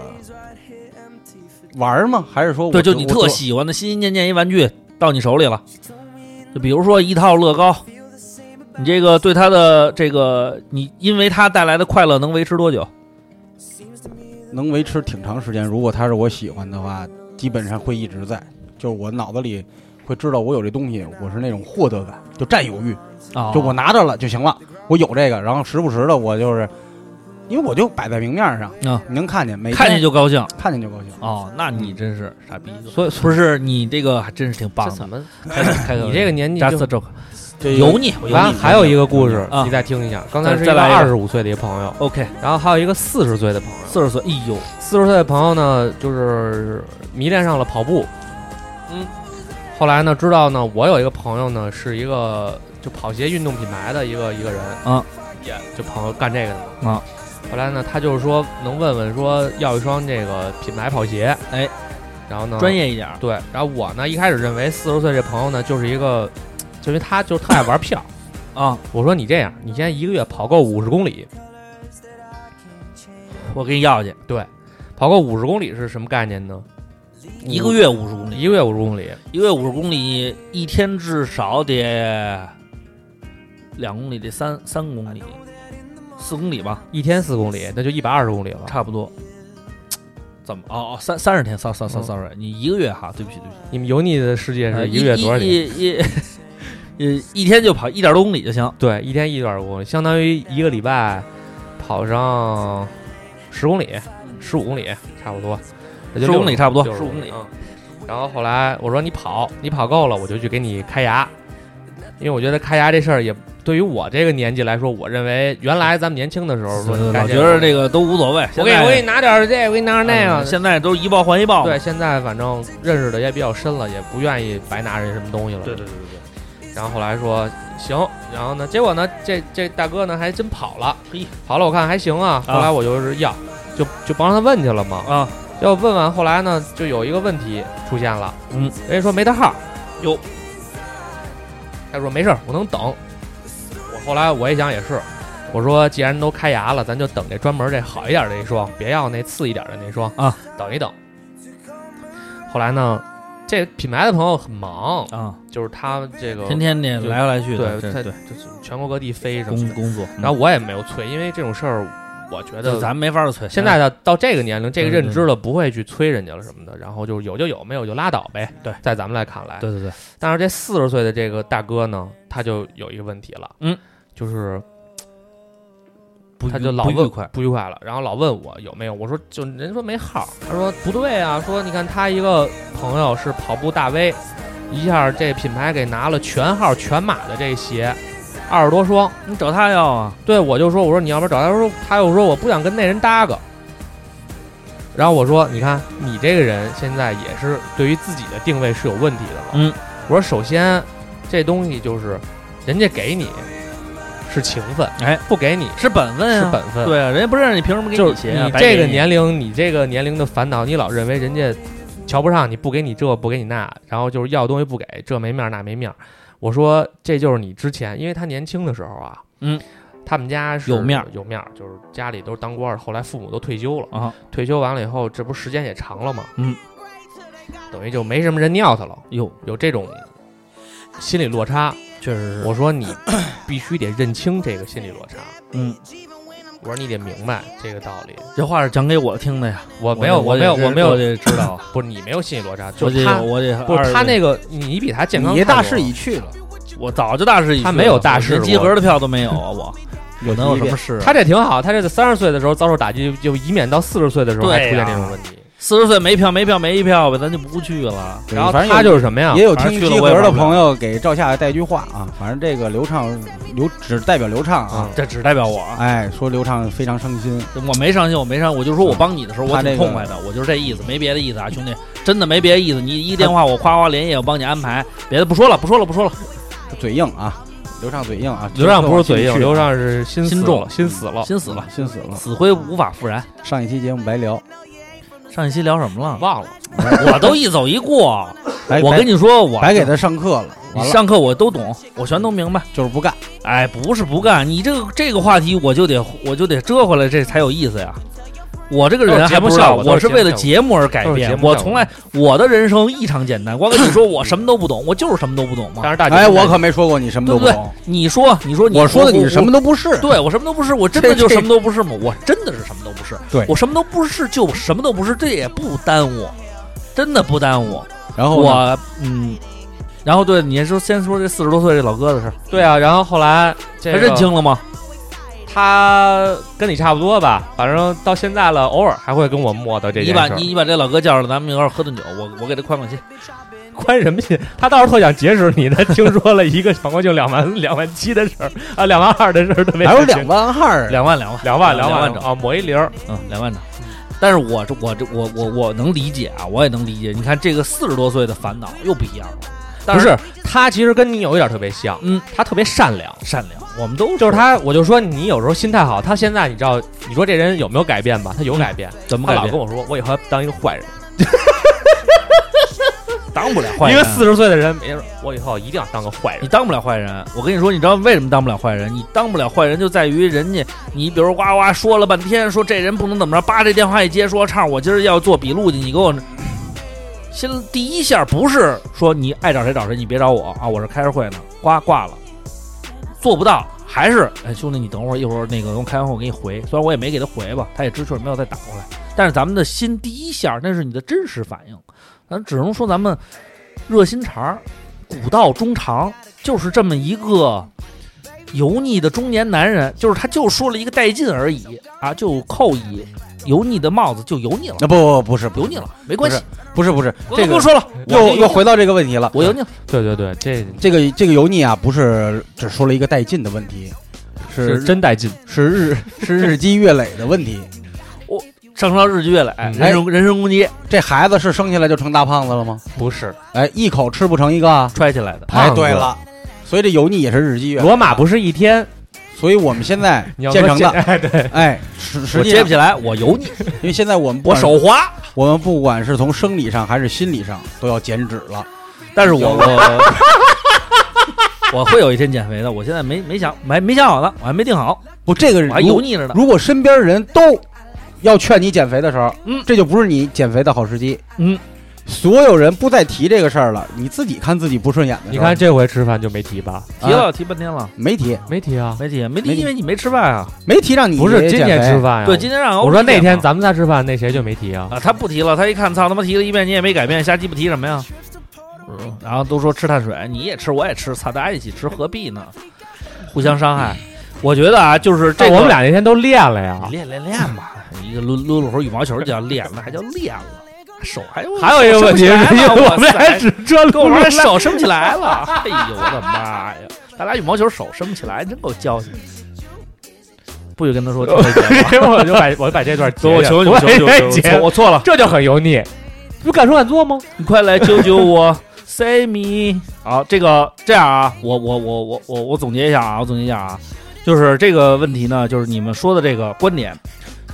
[SPEAKER 6] 玩儿吗？还是说我
[SPEAKER 4] 对，就你
[SPEAKER 6] 我
[SPEAKER 4] 特喜欢的心心念念一玩具到你手里了，就比如说一套乐高，你这个对它的这个，你因为它带来的快乐能维持多久？
[SPEAKER 6] 能维持挺长时间。如果它是我喜欢的话，基本上会一直在，就是我脑子里会知道我有这东西，我是那种获得感，就占有欲，
[SPEAKER 4] 啊
[SPEAKER 6] 就我拿着了就行了，我有这个，然后时不时的我就是，因为我就摆在明面上，
[SPEAKER 4] 啊
[SPEAKER 6] 你能看见，每天
[SPEAKER 4] 看见就高兴
[SPEAKER 6] 看见就高兴。
[SPEAKER 4] 哦，那你真是傻逼，
[SPEAKER 5] 所以
[SPEAKER 4] 不是你这个还真是挺棒
[SPEAKER 5] 这怎
[SPEAKER 4] 的。
[SPEAKER 5] 么
[SPEAKER 4] 开
[SPEAKER 5] 你这个年纪
[SPEAKER 4] 扎斯
[SPEAKER 5] 就
[SPEAKER 4] 周
[SPEAKER 6] 这
[SPEAKER 4] 油腻，我油
[SPEAKER 5] 完了
[SPEAKER 4] 腻。
[SPEAKER 5] 还有一个故事
[SPEAKER 4] 啊，
[SPEAKER 5] 你再听一下。刚才
[SPEAKER 4] 再
[SPEAKER 5] 是一
[SPEAKER 4] 再
[SPEAKER 5] 个
[SPEAKER 4] 来一个
[SPEAKER 5] 二十五岁的一个朋友，
[SPEAKER 4] OK，
[SPEAKER 5] 然后还有一个四十岁的朋友。
[SPEAKER 4] 四十岁，哎呦，
[SPEAKER 5] 四十岁的朋友呢，就是迷恋上了跑步，嗯，后来呢，知道呢，我有一个朋友呢，是一个就跑鞋运动品牌的一个一个人，
[SPEAKER 4] 啊，
[SPEAKER 5] 也就朋友干这个的嘛，
[SPEAKER 4] 啊。
[SPEAKER 5] 后来呢，他就是说能问问说要一双这个品牌跑鞋，
[SPEAKER 4] 哎，
[SPEAKER 5] 然后呢，
[SPEAKER 4] 专业一点儿，
[SPEAKER 5] 对，然后我呢一开始认为四十岁这朋友呢就是一个，就因为他就是特爱玩 票，
[SPEAKER 4] 啊，
[SPEAKER 5] 我说你这样，你现在一个月跑够五十公里，
[SPEAKER 4] 我给你要去，
[SPEAKER 5] 对，跑够五十公里是什么概念呢？
[SPEAKER 4] 一个月五十公里，
[SPEAKER 5] 一个月五十公里，
[SPEAKER 4] 一个月五十公里，一天至少得两公里，得三三公里，四公里吧，
[SPEAKER 5] 一天四公里，那就一百二十公里了，
[SPEAKER 4] 差不多。怎么？哦哦，三三十天，sorry sorry
[SPEAKER 5] 嗯
[SPEAKER 4] sorry，你一个月哈，对不起对不起，
[SPEAKER 5] 你们油腻的世界
[SPEAKER 4] 呃
[SPEAKER 5] 是一个月多少
[SPEAKER 4] 一
[SPEAKER 5] 天？
[SPEAKER 4] 一一一一天就跑一点多公里就行，
[SPEAKER 5] 对，一天一点公里，相当于一个礼拜跑上十公里、十五公里，差不多，也就
[SPEAKER 4] 十公里
[SPEAKER 5] 60
[SPEAKER 4] 差不多
[SPEAKER 5] 60
[SPEAKER 4] 15公里
[SPEAKER 5] 嗯然后后来我说你跑，你跑够了，我就去给你开牙，因为我觉得开牙这事儿也对于我这个年纪来说，我认为原来咱们年轻的时候说你
[SPEAKER 4] 嗯老
[SPEAKER 5] 干
[SPEAKER 4] 觉
[SPEAKER 5] 这个
[SPEAKER 4] 得这个都无所谓。
[SPEAKER 5] 我给我给你拿点儿这个，我给你拿点儿那个，
[SPEAKER 4] 嗯现在都是一报还一报嘛。
[SPEAKER 5] 对，现在反正认识的也比较深了，也不愿意白拿人什么东西了。
[SPEAKER 4] 对对对
[SPEAKER 5] 然后后来说行，然后呢，结果呢，这这大哥呢还真跑了，
[SPEAKER 4] 嘿，
[SPEAKER 5] 跑了我看还行啊。
[SPEAKER 4] 啊
[SPEAKER 5] 后来我就是要，就就帮他问去了嘛。
[SPEAKER 4] 啊，
[SPEAKER 5] 要问完后来呢，就有一个问题出现了，
[SPEAKER 4] 嗯，
[SPEAKER 5] 人家说没他号，
[SPEAKER 4] 哟，
[SPEAKER 5] 他说没事儿，我能等。我后来我一想也是，我说既然都开牙了，咱就等这专门这好一点的一双，别要那次一点的那双
[SPEAKER 4] 啊，
[SPEAKER 5] 等一等。后来呢，这品牌的朋友很忙，
[SPEAKER 4] 啊，
[SPEAKER 5] 就是他这个
[SPEAKER 4] 天天得来回来去的，
[SPEAKER 5] 对
[SPEAKER 4] 这
[SPEAKER 5] 他
[SPEAKER 4] 对，
[SPEAKER 5] 就是全国各地飞什么
[SPEAKER 4] 工
[SPEAKER 5] 的。
[SPEAKER 4] 工作。
[SPEAKER 5] 然后我也没有催，因为这种事儿，我觉
[SPEAKER 4] 就
[SPEAKER 5] 得
[SPEAKER 4] 咱没法儿催，
[SPEAKER 5] 现在的到这个年龄、这个
[SPEAKER 4] 对对
[SPEAKER 5] 认知了，不会去催人家了什么的。然后就是有就有，没有就拉倒呗。
[SPEAKER 4] 对，
[SPEAKER 5] 在咱们来看来，
[SPEAKER 4] 对对对，
[SPEAKER 5] 但是这四十岁的这个大哥呢，他就有一个问题了，
[SPEAKER 4] 嗯，
[SPEAKER 5] 就是
[SPEAKER 4] 不
[SPEAKER 5] 他
[SPEAKER 4] 愉
[SPEAKER 5] 就老
[SPEAKER 4] 不
[SPEAKER 5] 问
[SPEAKER 4] 愉快，
[SPEAKER 5] 不愉快了，然后老问我有没有，我说就人说没号，他说不对啊，说你看他一个朋友是跑步大 V，一下这品牌给拿了全号全码的这鞋，二十多双，
[SPEAKER 4] 你找他要啊？
[SPEAKER 5] 对我就说我说你要不然找他，他说他又说我不想跟那人搭个。然后我说：“你看，你这个人现在也是对于自己的定位是有问题的了。
[SPEAKER 4] 嗯，
[SPEAKER 5] 我说首先，这东西就是人家给你是情分，
[SPEAKER 4] 哎，
[SPEAKER 5] 不给你
[SPEAKER 4] 是本分
[SPEAKER 5] 是
[SPEAKER 4] 呀，
[SPEAKER 5] 本分。
[SPEAKER 4] 对啊，人家不认识你，凭什么给
[SPEAKER 5] 就
[SPEAKER 4] 你
[SPEAKER 5] 是
[SPEAKER 4] 鞋啊？
[SPEAKER 5] 你
[SPEAKER 4] 白
[SPEAKER 5] 这
[SPEAKER 4] 给
[SPEAKER 5] 个
[SPEAKER 4] 你
[SPEAKER 5] 年龄，你这个年龄的烦恼，你老认为人家瞧不上你，不给你这，不给你那，然后就是要东西不给，这没面儿那没面儿。我说这就是你之前，因为他年轻的时候啊，
[SPEAKER 4] 嗯，
[SPEAKER 5] 他们家是
[SPEAKER 4] 有面儿
[SPEAKER 5] 有面儿，就是家里都是当官儿的，后来父母都退休了，
[SPEAKER 4] 啊，
[SPEAKER 5] 退休完了以后，这不是时间也长了嘛，
[SPEAKER 4] 嗯，
[SPEAKER 5] 等于就没什么人尿他了，
[SPEAKER 4] 哟，
[SPEAKER 5] 有这种心理落差。
[SPEAKER 4] 确实是，
[SPEAKER 5] 我说你必须得认清这个心理落差，
[SPEAKER 4] 嗯，
[SPEAKER 5] 我说你得明白这个道理。
[SPEAKER 4] 这话是讲给我听的呀，
[SPEAKER 5] 我没有，
[SPEAKER 4] 我
[SPEAKER 5] 没有，
[SPEAKER 4] 得
[SPEAKER 5] 我没有
[SPEAKER 4] 我得知道，
[SPEAKER 5] 不是你没有心理落差，就
[SPEAKER 4] 我
[SPEAKER 5] 是
[SPEAKER 4] 得
[SPEAKER 5] 他
[SPEAKER 4] 我得
[SPEAKER 5] 不是他那
[SPEAKER 4] 个，
[SPEAKER 5] 个你比他健康
[SPEAKER 6] 你
[SPEAKER 5] 太多了，
[SPEAKER 6] 大势已去了，
[SPEAKER 4] 我早就大势已去了，
[SPEAKER 5] 他没有大势
[SPEAKER 4] 我连集
[SPEAKER 5] 过
[SPEAKER 4] 合的票都没有啊，我
[SPEAKER 6] 有
[SPEAKER 4] 能有什么事啊？
[SPEAKER 5] 他这挺好，他这在三十岁的时候遭受打击，就以免到四十岁的时候还
[SPEAKER 4] 对
[SPEAKER 5] 出现
[SPEAKER 4] 呀
[SPEAKER 5] 这种问题。
[SPEAKER 4] 四十岁没票没票没票呗，咱就不去了。
[SPEAKER 6] 对
[SPEAKER 5] 然后
[SPEAKER 6] 反正
[SPEAKER 5] 他
[SPEAKER 6] 有
[SPEAKER 5] 就是什么呀
[SPEAKER 6] 也？有
[SPEAKER 4] 反
[SPEAKER 6] 听
[SPEAKER 4] 正去
[SPEAKER 6] 集
[SPEAKER 4] 了我
[SPEAKER 6] 合
[SPEAKER 4] 也
[SPEAKER 6] 的
[SPEAKER 4] 玩不了
[SPEAKER 6] 朋友给赵夏带句话啊，反正这个刘畅刘只代表刘畅啊，
[SPEAKER 4] 这只代表我，啊，
[SPEAKER 6] 哎，说刘畅非常伤心，
[SPEAKER 4] 我没伤心，我没伤，我就
[SPEAKER 5] 嗯
[SPEAKER 4] 说我帮你的时候我
[SPEAKER 6] 他这
[SPEAKER 4] 挺
[SPEAKER 6] 个
[SPEAKER 4] 痛快的，我就是这意思，没别的意思啊，兄弟，真的没别的意思。你一电话我夸夸连夜我帮你安排，别的不说了，不说了，不说了。
[SPEAKER 6] 嘴硬啊，刘畅嘴硬啊，
[SPEAKER 5] 刘畅不是嘴
[SPEAKER 6] 继
[SPEAKER 5] 硬，
[SPEAKER 6] 续
[SPEAKER 5] 刘畅是心
[SPEAKER 4] 心
[SPEAKER 5] 死
[SPEAKER 4] 重
[SPEAKER 5] 了，心死了，
[SPEAKER 4] 心死了，
[SPEAKER 6] 心死了。
[SPEAKER 4] 死灰无法复燃。
[SPEAKER 6] 上一期节目白聊，
[SPEAKER 4] 上一期聊什么了？
[SPEAKER 5] 忘了。
[SPEAKER 4] 我都一走一过。
[SPEAKER 6] 白
[SPEAKER 4] 我
[SPEAKER 6] 白
[SPEAKER 4] 跟你说，我
[SPEAKER 6] 白给他上课了，
[SPEAKER 4] 你
[SPEAKER 6] 完了
[SPEAKER 4] 上课我都懂，我全都明白。
[SPEAKER 6] 就是不干。
[SPEAKER 4] 哎，不是不干，你这个这个话题我就得我就得折回来，这才有意思呀。我这个
[SPEAKER 5] 都
[SPEAKER 4] 人
[SPEAKER 5] 是
[SPEAKER 4] 还
[SPEAKER 5] 节目
[SPEAKER 4] 不
[SPEAKER 5] 效
[SPEAKER 4] 像，
[SPEAKER 5] 果
[SPEAKER 4] 我
[SPEAKER 5] 都是
[SPEAKER 4] 是
[SPEAKER 5] 节
[SPEAKER 4] 为
[SPEAKER 5] 目
[SPEAKER 4] 了
[SPEAKER 5] 效果
[SPEAKER 4] 节目而改
[SPEAKER 5] 都是节
[SPEAKER 4] 变。
[SPEAKER 5] 目
[SPEAKER 4] 我
[SPEAKER 5] 效
[SPEAKER 4] 从
[SPEAKER 5] 果
[SPEAKER 4] 来我的人生异常简单，光跟你说我什么都不懂，我就是什么都不懂嘛
[SPEAKER 5] 但。是大姐，
[SPEAKER 6] 哎，我可没说过你什么
[SPEAKER 4] 对
[SPEAKER 6] 都
[SPEAKER 4] 不
[SPEAKER 6] 不
[SPEAKER 4] 对
[SPEAKER 6] 懂，？
[SPEAKER 4] 你说，你说，
[SPEAKER 6] 我说的你是什么
[SPEAKER 4] 都
[SPEAKER 6] 都不是。
[SPEAKER 4] 对我什么都不是，我真的
[SPEAKER 6] 这
[SPEAKER 4] 就
[SPEAKER 6] 这
[SPEAKER 4] 什么都不是嘛，我真的是什么都不是。
[SPEAKER 6] 对
[SPEAKER 4] 我什么都不是，就什么都不是，这也不耽误，真的不耽误。
[SPEAKER 6] 然
[SPEAKER 5] 哦
[SPEAKER 6] 后呢
[SPEAKER 4] 我嗯，然后对，你说先说这四十多岁这老哥的事儿，
[SPEAKER 5] 对啊。然后后来这
[SPEAKER 4] 他
[SPEAKER 5] 个
[SPEAKER 4] 认清了吗？
[SPEAKER 5] 他跟你差不多吧，反正到现在了，偶尔还会跟我磨叨这
[SPEAKER 4] 你
[SPEAKER 5] 件
[SPEAKER 4] 把
[SPEAKER 5] 事儿。
[SPEAKER 4] 你你把这老哥叫上，咱们一块儿喝顿酒，我我给他宽宽心。
[SPEAKER 5] 宽什么心？他倒是特想结识你的， 听说了一个总共就两万两万七的事儿啊，两万二的事儿，特别
[SPEAKER 6] 哪有
[SPEAKER 5] 想结
[SPEAKER 6] 两万二？
[SPEAKER 4] 两万两万
[SPEAKER 5] 两万
[SPEAKER 4] 两
[SPEAKER 5] 万
[SPEAKER 4] 万整，
[SPEAKER 5] 啊，抹一零儿。
[SPEAKER 4] 嗯，两万整。但是我这我这我我我能理解啊，我也能理解。你看这个四十多岁的烦恼又不一样了。
[SPEAKER 5] 不是他其实跟你有一点特别像，
[SPEAKER 4] 嗯，
[SPEAKER 5] 他特别善良，
[SPEAKER 4] 善良，我们都
[SPEAKER 5] 就是他，我就说你有时候心态好，他现在你知道，你说这人有没有改变吧？嗯他有改变，
[SPEAKER 4] 怎么
[SPEAKER 5] 他
[SPEAKER 4] 改
[SPEAKER 5] 老
[SPEAKER 4] 变
[SPEAKER 5] 跟我说，我以后要当一个坏人，
[SPEAKER 4] 当不了坏
[SPEAKER 5] 一
[SPEAKER 4] 人，
[SPEAKER 5] 个四十岁的人，没人，我以后一定要当个坏
[SPEAKER 4] 你
[SPEAKER 5] 人。
[SPEAKER 4] 当不了坏人。我跟你说，你知道为什么当不了坏人？你当不了坏人就在于人家，你比如呱呱说了半天，说这人不能怎么着，叭这电话一接说，唱我今儿要做笔录去，你给我。先第一下不是说你爱找谁找谁，你别找我啊，我这开着会呢，呱挂了，做不到，还是哎兄弟你等会儿一会儿那个我开完会我给你回，虽然我也没给他回吧，他也知趣没有再打过来，但是咱们的心第一下那是你的真实反应，咱只能说咱们热心肠儿，古道中长，就是这么一个油腻的中年男人，就是他就说了一个带劲而已啊，就扣以油腻的帽子就油腻了，
[SPEAKER 6] 那不啊不不是不
[SPEAKER 4] 油
[SPEAKER 6] 是
[SPEAKER 4] 腻了，没关系，
[SPEAKER 6] 不是不是，
[SPEAKER 4] 我
[SPEAKER 6] 这个
[SPEAKER 4] 都不用说了，我
[SPEAKER 6] 又
[SPEAKER 4] 油腻
[SPEAKER 6] 又回到这个问题了。
[SPEAKER 4] 我油腻了，
[SPEAKER 5] 对对对，这
[SPEAKER 6] 这个这个油腻啊，不是只说了一个带劲的问题，是
[SPEAKER 5] 是真带劲。
[SPEAKER 6] 是日是日积月累的问题。
[SPEAKER 4] 上升到日积月累，
[SPEAKER 5] 嗯
[SPEAKER 4] 人身人身攻击
[SPEAKER 6] 这孩子是生下来就成大胖子了吗？
[SPEAKER 5] 不是，
[SPEAKER 6] 哎，一口吃不成一个啊。
[SPEAKER 4] 揣起来 的，
[SPEAKER 6] 哎，
[SPEAKER 5] 胖子
[SPEAKER 6] 对了，所以这油腻也是日积月累。
[SPEAKER 5] 罗马不是一天，
[SPEAKER 6] 所以我们现在
[SPEAKER 5] 你要
[SPEAKER 6] 建
[SPEAKER 5] 说
[SPEAKER 6] 成的，
[SPEAKER 5] 哎对，
[SPEAKER 6] 哎，实实
[SPEAKER 4] 我
[SPEAKER 6] 际
[SPEAKER 4] 接
[SPEAKER 6] 上
[SPEAKER 4] 不，起来，我油腻，
[SPEAKER 6] 因为现在我们不
[SPEAKER 4] 我
[SPEAKER 6] 管
[SPEAKER 4] 手滑，
[SPEAKER 6] 我们不管是从生理上还是心理上都要减脂了。
[SPEAKER 4] 但是我我 我会有一天减肥的，我现在没没想没没想好呢，我还没定好，
[SPEAKER 6] 不，这个
[SPEAKER 4] 我还
[SPEAKER 6] 如
[SPEAKER 4] 油腻着呢，
[SPEAKER 6] 如果身边人都要劝你减肥的时候，
[SPEAKER 4] 嗯
[SPEAKER 6] 这就不是你减肥的好时机。
[SPEAKER 4] 嗯，
[SPEAKER 6] 所有人不再提这个事儿了，你自己看自己不顺眼的
[SPEAKER 5] 你
[SPEAKER 6] 时候，啊
[SPEAKER 5] 看这回吃饭就没提吧？
[SPEAKER 4] 提了提半天了，
[SPEAKER 6] 没提，
[SPEAKER 5] 没提啊，
[SPEAKER 4] 没提嗯没
[SPEAKER 6] 没
[SPEAKER 4] 提，嗯
[SPEAKER 6] 提
[SPEAKER 4] 因为你没吃饭啊。
[SPEAKER 6] 没提让你
[SPEAKER 5] 不是
[SPEAKER 6] 也
[SPEAKER 5] 今天
[SPEAKER 6] 减肥
[SPEAKER 5] 吃饭呀？啊
[SPEAKER 4] 对，今天让
[SPEAKER 5] 我说那天
[SPEAKER 4] 咱
[SPEAKER 5] 咱们仨吃饭，那谁就没提啊？
[SPEAKER 4] 啊，他不提了，他一看，操他妈提了一遍，你也没改变，瞎鸡巴提什么呀？然后都说吃碳水，你也吃，我也吃，操，大家一起吃，何必呢？互相伤害。我觉得啊，就是这
[SPEAKER 5] 但
[SPEAKER 4] 个
[SPEAKER 5] 我们俩那天都练了呀
[SPEAKER 4] 你。练练练吧，啊 一个撸撸了会儿羽毛球就叫练，那还叫练了，手还有
[SPEAKER 5] 还有一个问题是因为我们俩
[SPEAKER 4] 还
[SPEAKER 5] 只这
[SPEAKER 4] 跟我
[SPEAKER 5] 撸
[SPEAKER 4] 玩儿
[SPEAKER 5] 了，
[SPEAKER 4] 手升不起来 了，哎呦我的妈呀！咱俩羽毛球手升不起来，真够矫情。不许跟他说 听这节目啊
[SPEAKER 5] 我就把我就把这段
[SPEAKER 2] 我
[SPEAKER 5] 截下
[SPEAKER 2] 求你
[SPEAKER 5] 我
[SPEAKER 2] 求你求你
[SPEAKER 5] 也截
[SPEAKER 2] 求你我错了，
[SPEAKER 5] 这就很油腻。不敢说敢做吗？
[SPEAKER 4] 你快来救救我 ，Save me！好，这个这样啊，我我我我我我总结一下啊，我总结一下啊，就是这个问题呢，就是你们说的这个观点，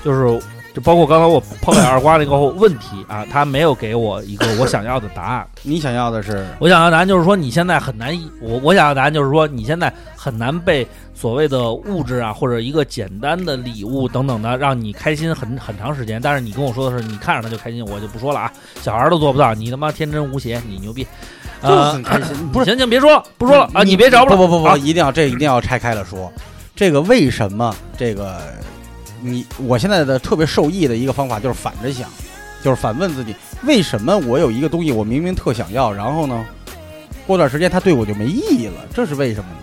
[SPEAKER 4] 就是就包括刚才我抛给二瓜那个问题啊，他没有给我一个我想要的答案。
[SPEAKER 6] 你想要的是
[SPEAKER 4] 我想要的答案就是说，你现在很难，我我想要的答案就是说，你现在很难被所谓的物质啊，或者一个简单的礼物等等的，让你开心很很长时间。但是你跟我说的是，你看着他就开心，我就不说了啊，小孩都做不到，你他妈天真无邪，你牛逼，
[SPEAKER 6] 就
[SPEAKER 4] 啊
[SPEAKER 6] 很开心，不
[SPEAKER 4] 不
[SPEAKER 6] 是
[SPEAKER 4] 是，行行，别说了，不说了啊，
[SPEAKER 6] 你
[SPEAKER 4] 别找我了，
[SPEAKER 6] 不不不不，
[SPEAKER 4] 啊
[SPEAKER 6] 一定要这一定要拆开了说，这个为什么这个你我现在的特别受益的一个方法就是反着想，就是反问自己，为什么我有一个东西我明明特想要，然后呢，过段时间它对我就没意义了，这是为什么呢？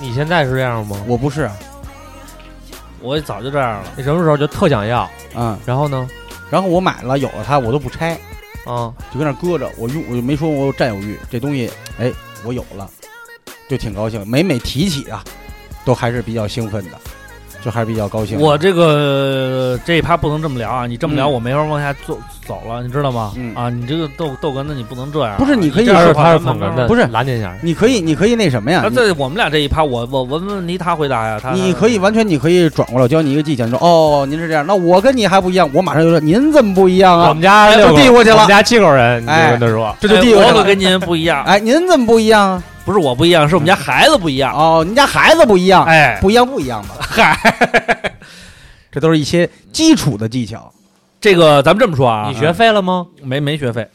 [SPEAKER 5] 你现在是这样吗？
[SPEAKER 6] 我不是啊，
[SPEAKER 4] 我早就这样了，
[SPEAKER 5] 你
[SPEAKER 6] 哎
[SPEAKER 5] 什么时候就特想要？
[SPEAKER 6] 嗯，
[SPEAKER 5] 然后呢？
[SPEAKER 6] 然后我买了有了它，我都不拆，
[SPEAKER 5] 啊，
[SPEAKER 6] 就跟那儿搁着，我用我就没说我有占有欲，这东西哎我有了，就挺高兴，每每提起啊，都还是比较兴奋的，就还是比较高兴的。
[SPEAKER 4] 我这个这一趴不能这么聊啊，你这么聊
[SPEAKER 6] 嗯
[SPEAKER 4] 我没法往下走走了，你知道吗
[SPEAKER 6] 嗯？
[SPEAKER 4] 啊，你这个逗逗哏的你不能这样啊，
[SPEAKER 6] 不是你可以
[SPEAKER 4] 这样
[SPEAKER 5] 他
[SPEAKER 6] 说
[SPEAKER 5] 是
[SPEAKER 4] 的话
[SPEAKER 5] 他是
[SPEAKER 4] 咱
[SPEAKER 5] 捧
[SPEAKER 4] 慢慢
[SPEAKER 5] 哏的，
[SPEAKER 6] 不是
[SPEAKER 5] 拦您一下。
[SPEAKER 6] 你可以，你可以那什么呀
[SPEAKER 4] 那？在我们啊俩这一趴，我我问问题，他回答呀，他哎
[SPEAKER 6] 你你可以完全，你可以转过来，我教你一个技巧。你说哦，您是这样，那我跟你还不一样，我马上就说您怎么不一样
[SPEAKER 5] 我
[SPEAKER 6] 啊？
[SPEAKER 5] 们家六
[SPEAKER 6] 我递
[SPEAKER 5] 个，
[SPEAKER 6] 过去了
[SPEAKER 5] 我们家七口人，你就
[SPEAKER 6] 哎
[SPEAKER 5] 跟他说，
[SPEAKER 6] 这就递
[SPEAKER 4] 哎
[SPEAKER 6] 过
[SPEAKER 4] 我
[SPEAKER 6] 去
[SPEAKER 4] 可
[SPEAKER 6] 了。
[SPEAKER 4] 跟您不一样，
[SPEAKER 6] 哎，您怎么不一样啊？
[SPEAKER 4] 不是我不一样，是我们家孩子不一样。
[SPEAKER 6] 哦，您家孩子不一样，
[SPEAKER 4] 啊哎，
[SPEAKER 6] 不一样不一样 吧？嗨， 这都是一些基础的技巧。
[SPEAKER 4] 这个咱们这么说啊，
[SPEAKER 5] 你学废了吗？
[SPEAKER 4] 没没学费，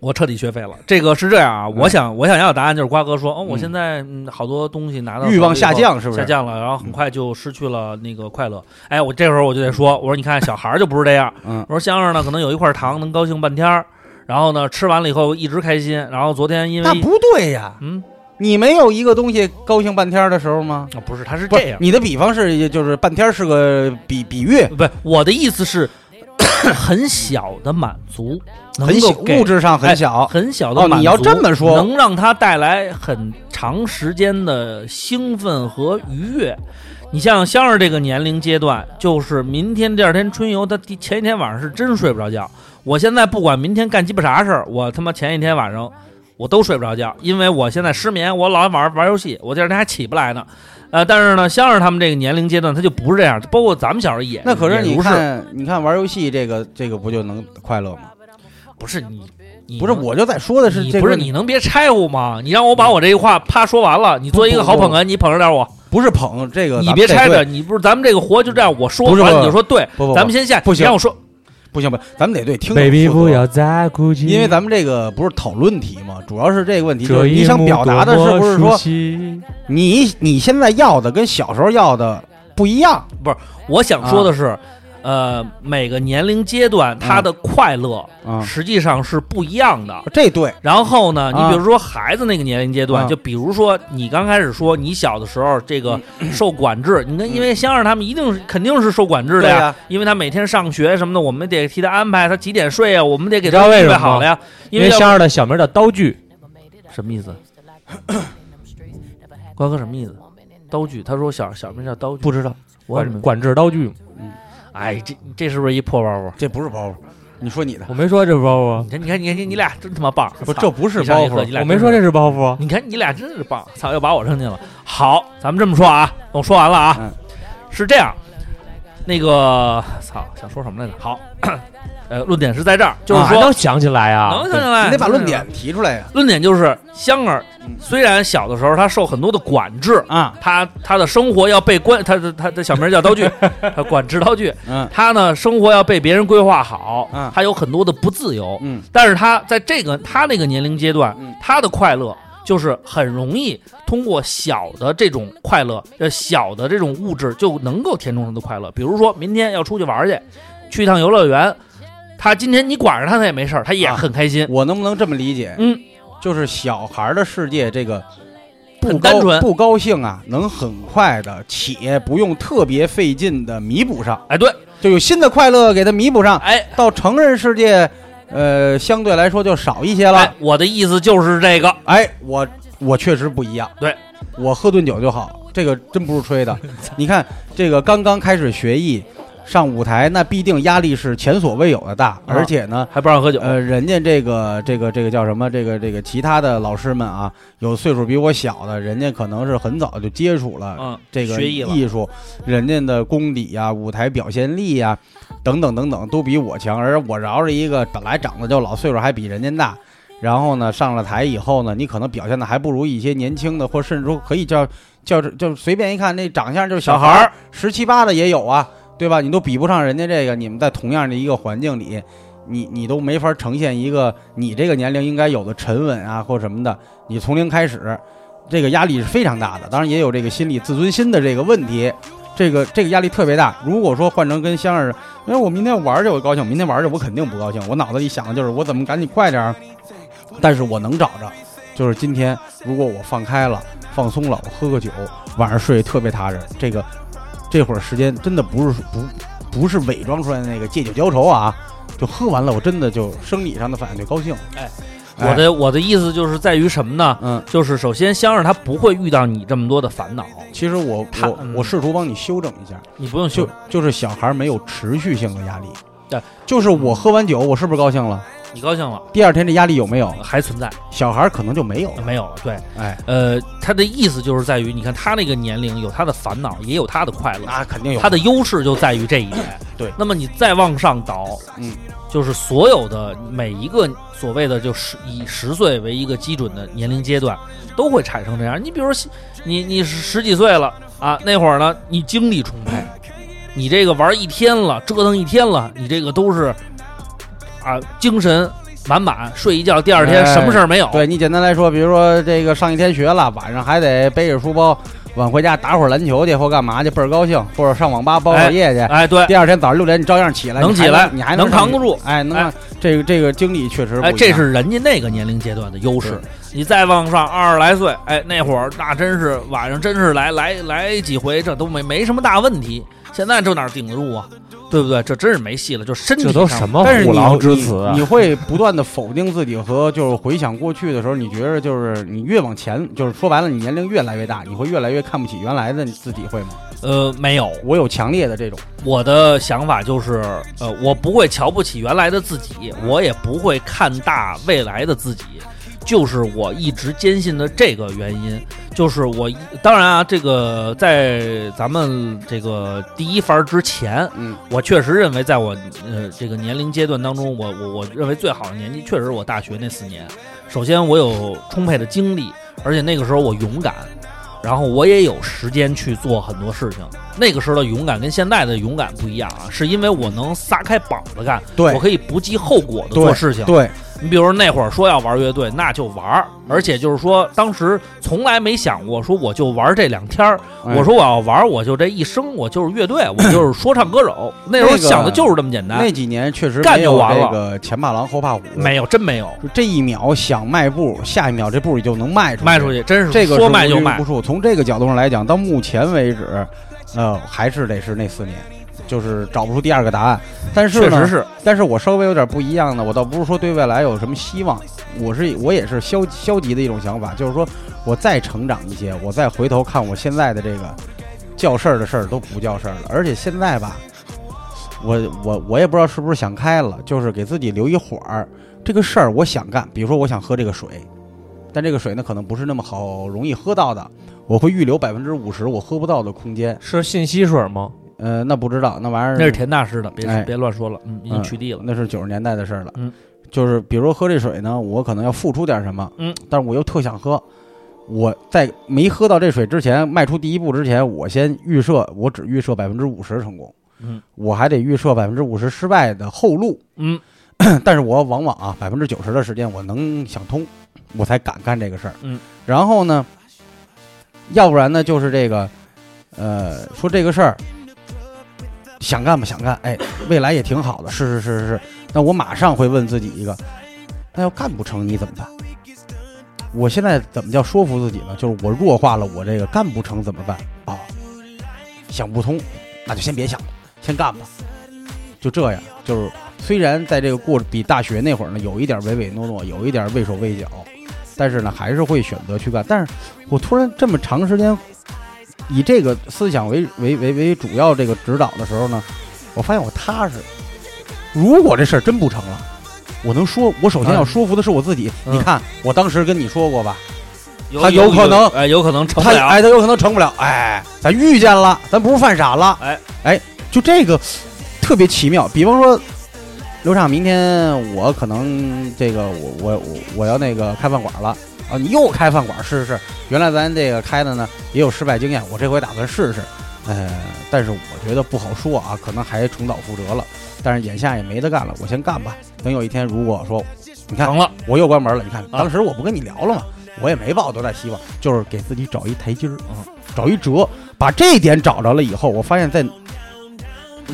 [SPEAKER 4] 我彻底学费了。这个是这样啊，
[SPEAKER 6] 嗯
[SPEAKER 4] 我想我想要的答案就是瓜哥说，哦，我现在嗯好多东西拿到手
[SPEAKER 6] 欲望
[SPEAKER 4] 以后
[SPEAKER 6] 下降是不是
[SPEAKER 4] 下降了，然后很快就失去了那个快乐。哎，我这会儿我就得说，我说你看小孩儿就不是这样，
[SPEAKER 6] 嗯
[SPEAKER 4] 我说香儿呢可能有一块糖能高兴半天儿，然后呢吃完了以后一直开心，然后昨天因为
[SPEAKER 6] 那不对呀，
[SPEAKER 4] 嗯
[SPEAKER 6] 你没有一个东西高兴半天的时候吗？
[SPEAKER 4] 啊不是他是
[SPEAKER 6] 不
[SPEAKER 4] 这
[SPEAKER 6] 是
[SPEAKER 4] 样，。
[SPEAKER 6] 你的比方是就是半天是个比比喻，
[SPEAKER 4] 不，我的意思是 很小的满足，能
[SPEAKER 6] 很小
[SPEAKER 4] 够给哎
[SPEAKER 6] 物质上很小，
[SPEAKER 4] 很小的
[SPEAKER 6] 哦
[SPEAKER 4] 满足、
[SPEAKER 6] 你要这么说
[SPEAKER 4] 能让他带来很长时间的兴奋和愉悦。你像香儿这个年龄阶段，就是明天、第二天春游，他第前一天晚上是真睡不着觉。我现在不管明天干鸡巴啥事儿，我他妈前一天晚上我都睡不着觉，因为我现在失眠，我老玩玩游戏，我第二天还起不来呢。呃，但是呢，香儿他们这个年龄阶段，他就不是这样，包括咱们小时候也
[SPEAKER 6] 那可是
[SPEAKER 4] 也
[SPEAKER 6] 你
[SPEAKER 4] 不是
[SPEAKER 6] 看，你看玩游戏这个这个不就能快乐吗？
[SPEAKER 4] 不是你你
[SPEAKER 6] 不是，我就在说的是
[SPEAKER 4] 你
[SPEAKER 6] 这个嗯
[SPEAKER 4] 不是你能别拆呼吗？你让我把我这一话啪说完了，你作为一个好捧哏，你捧着点我，
[SPEAKER 6] 不是捧这个，
[SPEAKER 4] 你别拆着，
[SPEAKER 6] 的，
[SPEAKER 4] 你不是咱们这个活就这样，我说
[SPEAKER 6] 不是
[SPEAKER 4] 完
[SPEAKER 6] 不是
[SPEAKER 4] 你就说对，
[SPEAKER 6] 不不不
[SPEAKER 4] 咱们先下，
[SPEAKER 6] 不行
[SPEAKER 4] 你让我说，
[SPEAKER 6] 不行不行，咱们得对听众
[SPEAKER 5] baby
[SPEAKER 6] 负责
[SPEAKER 5] 不要再顾忌，
[SPEAKER 6] 因为咱们这个不是讨论题嘛，主要是这个问题，就
[SPEAKER 5] 这
[SPEAKER 6] 是
[SPEAKER 5] 一
[SPEAKER 6] 你想表达的是不是说
[SPEAKER 5] 说，
[SPEAKER 6] 你你现在要的跟小时候要的不一样？
[SPEAKER 4] 我想说的是，呃，每个年龄阶段他的快乐
[SPEAKER 6] 嗯啊
[SPEAKER 4] 实际上是不一样的。
[SPEAKER 6] 这对，
[SPEAKER 4] 然后呢，你
[SPEAKER 6] 啊
[SPEAKER 4] 比如说孩子那个年龄阶段，
[SPEAKER 6] 啊
[SPEAKER 4] 就比如说你刚开始说你小的时候这个受管制，你看，因为香儿他们一定是肯定是受管制的
[SPEAKER 6] 对
[SPEAKER 4] 呀
[SPEAKER 6] 呀，
[SPEAKER 4] 因为他每天上学什么的，我们得替他安排，他几点睡啊，我们得给
[SPEAKER 5] 你
[SPEAKER 4] 他
[SPEAKER 5] 知道为
[SPEAKER 4] 预备
[SPEAKER 5] 什么吗
[SPEAKER 4] 好了呀。
[SPEAKER 5] 因
[SPEAKER 4] 为
[SPEAKER 5] 为
[SPEAKER 4] 要
[SPEAKER 5] 香儿的小名叫刀具，
[SPEAKER 4] 什么意思？瓜哥什么意思？刀具？他说我小小名叫刀具，不知道，我也没
[SPEAKER 5] 管。管制刀具，
[SPEAKER 4] 哎，这这是不是一破包袱？
[SPEAKER 6] 这不是包袱，你说你的，
[SPEAKER 5] 我没说这是包袱
[SPEAKER 4] 你，看，你看，你看，你俩真他妈棒！
[SPEAKER 6] 不
[SPEAKER 4] 操
[SPEAKER 6] 这不是
[SPEAKER 4] 一上一
[SPEAKER 6] 包
[SPEAKER 4] 合
[SPEAKER 6] 袱
[SPEAKER 4] 你俩
[SPEAKER 5] 我
[SPEAKER 4] 真
[SPEAKER 5] 没
[SPEAKER 4] 是
[SPEAKER 5] 说这是包袱，
[SPEAKER 4] 你看你俩真是棒，操，又把我扔进了。好，咱们这么说啊，我说完了啊，
[SPEAKER 6] 嗯
[SPEAKER 4] 是这样，那个操，想说什么来着？好，呃，论点是在这儿，就是
[SPEAKER 5] 啊
[SPEAKER 4] 说、
[SPEAKER 5] 能想起来啊
[SPEAKER 4] 能，想起来，
[SPEAKER 6] 你得把
[SPEAKER 4] 能想
[SPEAKER 6] 论
[SPEAKER 4] 起来
[SPEAKER 6] 点。提出来呀。
[SPEAKER 4] 论点就是香儿
[SPEAKER 6] 嗯，
[SPEAKER 4] 虽然小的时候他受很多的管制，
[SPEAKER 6] 啊，
[SPEAKER 4] 他他的生活要被关，他的他的小名 叫刀具，他管制刀具，
[SPEAKER 6] 嗯
[SPEAKER 4] 他呢生活要被别人规划好
[SPEAKER 6] 嗯，
[SPEAKER 4] 他有很多的不自由，
[SPEAKER 6] 嗯，
[SPEAKER 4] 但是他在这个他那个年龄阶段
[SPEAKER 6] 嗯，
[SPEAKER 4] 他的快乐就是很容易通过小的这种快乐，呃，小的这种物质就能够填充他的快乐。比如说明天要出去玩去，去一趟游乐园，他今天你管着他，他也没事儿，他也
[SPEAKER 6] 啊
[SPEAKER 4] 很开心。
[SPEAKER 6] 我能不能这么理解？
[SPEAKER 4] 嗯，
[SPEAKER 6] 就是小孩儿的世界这个。不
[SPEAKER 4] 很
[SPEAKER 6] 高
[SPEAKER 4] 单纯
[SPEAKER 6] 不高兴啊，能很快的，且不用特别费劲的弥补上，
[SPEAKER 4] 哎，对，
[SPEAKER 6] 就有新的快乐给他弥补上。
[SPEAKER 4] 哎
[SPEAKER 6] 到成人世界，呃，相对来说就少一些了。
[SPEAKER 4] 哎，我的意思就是这个，
[SPEAKER 6] 哎，我我确实不一样，
[SPEAKER 4] 对
[SPEAKER 6] 我喝顿酒就好，这个真不是吹 的。你看这个刚刚开始学艺，上舞台那必定压力是前所未有的
[SPEAKER 4] 啊
[SPEAKER 6] 大，而且呢。
[SPEAKER 4] 还不让喝酒，
[SPEAKER 6] 呃，人家这个这个这个叫什么？这个这个其他的老师们啊，有岁数比我小的，人家可能是很早就接触了
[SPEAKER 4] 嗯
[SPEAKER 6] 这个
[SPEAKER 4] 学艺了
[SPEAKER 6] 艺术，人家的功底啊、舞台表现力啊，等等等等，都比我强。而我饶着一个本来长得就老，岁数还比人家大，然后呢上了台以后呢，你可能表现的还不如一些年轻的，或甚至说可以叫叫就随便一看那长相就是
[SPEAKER 4] 小
[SPEAKER 6] 孩
[SPEAKER 4] 孩儿
[SPEAKER 6] 儿，十七八的也有啊，对吧？你都比不上人家这个，你们在同样的一个环境里。你你都没法呈现一个你这个年龄应该有的沉稳啊，或什么的。你从零开始，这个压力是非常大的。当然也有这个心理自尊心的这个问题，这个这个压力特别大。如果说换成跟香儿，因为我明天玩儿去我高兴，明天玩儿去我肯定不高兴。我脑子里想的就是我怎么赶紧快点儿，但是我能找着。就是今天，如果我放开了、放松了，我喝个酒，晚上睡得特别踏实。这个这会儿时间真的不是不不是伪装出来的那个借酒浇愁啊，就喝完了，我真的就生理上的反应就高兴。哎
[SPEAKER 4] 我的我的意思就是在于什么呢？
[SPEAKER 6] 嗯，
[SPEAKER 4] 就是首先，香儿他不会遇到你这么多的烦恼，
[SPEAKER 6] 其实我
[SPEAKER 4] 他
[SPEAKER 6] 我
[SPEAKER 4] 嗯
[SPEAKER 6] 我试图帮你修正一下，
[SPEAKER 4] 你不用
[SPEAKER 6] 就
[SPEAKER 4] 去。
[SPEAKER 6] 就是小孩没有持续性的压力。
[SPEAKER 4] 嗯对，
[SPEAKER 6] 就是我喝完酒，我是不是高兴了？
[SPEAKER 4] 你高兴了，
[SPEAKER 6] 第二天这压力有没有？
[SPEAKER 4] 还存在。
[SPEAKER 6] 小孩可能就没有了。
[SPEAKER 4] 没有了，对，
[SPEAKER 6] 哎，
[SPEAKER 4] 呃，他的意思就是在于，你看他那个年龄有他的烦恼，也有他的快乐，
[SPEAKER 6] 那肯啊定有嗯
[SPEAKER 4] 他的优势就在于这一点。
[SPEAKER 6] 对
[SPEAKER 4] 那么你再往上倒，
[SPEAKER 6] 嗯，
[SPEAKER 4] 就是所有的每一个所谓的就是以十岁为一个基准的年龄阶段，都会产生这样。你比如说你你十几岁了啊，那会儿呢，你精力充沛，
[SPEAKER 6] 嗯
[SPEAKER 4] 你这个玩一天了，折腾一天了，你这个都是啊精神满满，睡一觉第二天
[SPEAKER 6] 哎
[SPEAKER 4] 什么事儿没有。
[SPEAKER 6] 对你简单来说，比如说这个上一天学了，晚上还得背着书包晚回家打会儿篮球去，或干嘛去，倍儿高兴，或者上网吧包
[SPEAKER 4] 哎
[SPEAKER 6] 会夜去。
[SPEAKER 4] 哎，对，
[SPEAKER 6] 第二天早上六点你照样起来，
[SPEAKER 4] 能
[SPEAKER 6] 你还
[SPEAKER 4] 起来
[SPEAKER 6] 你还
[SPEAKER 4] 能
[SPEAKER 6] 上
[SPEAKER 4] 扛
[SPEAKER 6] 去
[SPEAKER 4] 得住
[SPEAKER 6] 哎，能
[SPEAKER 4] 哎
[SPEAKER 6] 让这个这个精力确实不
[SPEAKER 4] 哎，
[SPEAKER 6] 一
[SPEAKER 4] 这
[SPEAKER 6] 样
[SPEAKER 4] 是人家那个年龄阶段的优势
[SPEAKER 6] 是。
[SPEAKER 4] 你再往上二十来岁，哎，那会儿那真是晚上真是来来来几回，这都没没什么大问题。现在这哪顶得住啊？对不对？这真是没戏了，就身体
[SPEAKER 5] 这
[SPEAKER 4] 上
[SPEAKER 5] 都什么
[SPEAKER 6] 但是
[SPEAKER 5] 虎
[SPEAKER 6] 你
[SPEAKER 5] 狼之词啊
[SPEAKER 6] 你，你会不断的否定自己和就是回想过去的时候，你觉得就是你越往前，就是说白了，你年龄越来越大，你会越来越看不起原来的你自己，会吗？
[SPEAKER 4] 呃，没有。
[SPEAKER 6] 我有强烈的这种，
[SPEAKER 4] 我的想法就是，呃，我不会瞧不起原来的自己，我也不会看大未来的自己。就是我一直坚信的这个原因，就是我一当然啊，这个在咱们这个第一番儿之前，
[SPEAKER 6] 嗯，
[SPEAKER 4] 我确实认为，在我呃这个年龄阶段当中，我我我认为最好的年纪确实是我大学那四年。首先，我有充沛的精力，而且那个时候我勇敢，然后我也有时间去做很多事情。那个时候的勇敢跟现在的勇敢不一样啊，是因为我能撒开膀子干，
[SPEAKER 6] 对
[SPEAKER 4] 我可以不计后果的做事情。
[SPEAKER 6] 对，
[SPEAKER 4] 你比如说那会儿说要玩乐队，那就玩儿，
[SPEAKER 6] 嗯
[SPEAKER 4] 而且就是说当时从来没想过说我就玩这两天儿，
[SPEAKER 6] 哎
[SPEAKER 4] 我说我要玩儿，我就这一生我就是乐队，我就是说唱歌 手。那时候想的就是这么简单，
[SPEAKER 6] 那几年确实
[SPEAKER 4] 干
[SPEAKER 6] 没
[SPEAKER 4] 就
[SPEAKER 6] 有
[SPEAKER 4] 完
[SPEAKER 6] 这
[SPEAKER 4] 了
[SPEAKER 6] 个前怕狼后怕虎，
[SPEAKER 4] 没有，真没有
[SPEAKER 6] 就这一秒想迈步，下一秒这步也就能迈出去
[SPEAKER 4] 卖出去，真是
[SPEAKER 6] 这个
[SPEAKER 4] 说
[SPEAKER 6] 是
[SPEAKER 4] 卖
[SPEAKER 6] 无
[SPEAKER 4] 就
[SPEAKER 6] 拘
[SPEAKER 4] 卖
[SPEAKER 6] 无。束。从这个角度上来讲，到目前为止，呃，还是得是那四年，就是找不出第二个答案。但是
[SPEAKER 4] 确
[SPEAKER 6] 呢，
[SPEAKER 4] 实是，
[SPEAKER 6] 但是我稍微有点不一样的，我倒不是说对未来有什么希望，我是我也是消消极的一种想法，就是说我再成长一些，我再回头看我现在的这个叫事儿的事儿都不叫事儿了，而且现在吧，我我我也不知道是不是想开了，就是给自己留一会儿，这个事儿我想干，比如说我想喝这个水，但这个水呢可能不是那么好容易喝到的，我会预留百分之五十我喝不到的空间，
[SPEAKER 5] 是信息水吗？
[SPEAKER 6] 呃，那不知道那玩意儿
[SPEAKER 4] 那是田大师的，别
[SPEAKER 6] 哎
[SPEAKER 4] 别乱说了，嗯，已经取缔了。
[SPEAKER 6] 那是九十年代的事儿了。
[SPEAKER 4] 嗯，
[SPEAKER 6] 就是比如说喝这水呢，我可能要付出点什么，
[SPEAKER 4] 嗯，
[SPEAKER 6] 但是我又特想喝。我在没喝到这水之前，迈出第一步之前，我先预设，我只预设百分之五十成功，
[SPEAKER 4] 嗯，
[SPEAKER 6] 我还得预设百分之五十失败的后路，
[SPEAKER 4] 嗯，
[SPEAKER 6] 但是我往往啊，百分之九十的时间我能想通，我才敢干这个事儿，
[SPEAKER 4] 嗯，
[SPEAKER 6] 然后呢，要不然呢就是这个，呃，说这个事儿想干吧，想干，哎，未来也挺好的，是是是是是。那我马上会问自己一个，那要干不成你怎么办？我现在怎么叫说服自己呢？就是我弱化了我这个干不成怎么办啊、想不通，那就先别想了，先干吧。就这样，就是虽然在这个过比大学那会儿呢有一点唯唯诺诺，有一点畏手畏脚，但是呢还是会选择去干。但是我突然这么长时间以这个思想为为为为主要这个指导的时候呢，我发现我踏实。如果这事儿真不成了，我能说，我首先要说服的是我自己。
[SPEAKER 5] 嗯
[SPEAKER 6] 你看，我当时跟你说过吧，
[SPEAKER 2] 有
[SPEAKER 6] 他有可能
[SPEAKER 4] 哎，有可能成不
[SPEAKER 6] 他
[SPEAKER 4] 了。
[SPEAKER 6] 哎，他有可能成不了，哎，咱遇见了，咱不是犯傻了，
[SPEAKER 4] 哎
[SPEAKER 6] 哎，就这个特别奇妙。比方说，刘畅，明天我可能这个我我我我要那个开饭馆了啊，你又开饭馆，是是是，原来咱这个开的呢也有失败经验，我这回打算试试，呃，但是我觉得不好说啊，可能还重蹈覆辙了，但是眼下也没得干了，我先干吧，等有一天如果说你看
[SPEAKER 4] 成了，啊
[SPEAKER 6] 我又关门了。你看，当时我不跟你聊了吗？我也没抱多大希望，就是给自己找一台阶儿，
[SPEAKER 4] 嗯
[SPEAKER 6] 找一辙。把这一点找着了以后，我发现在，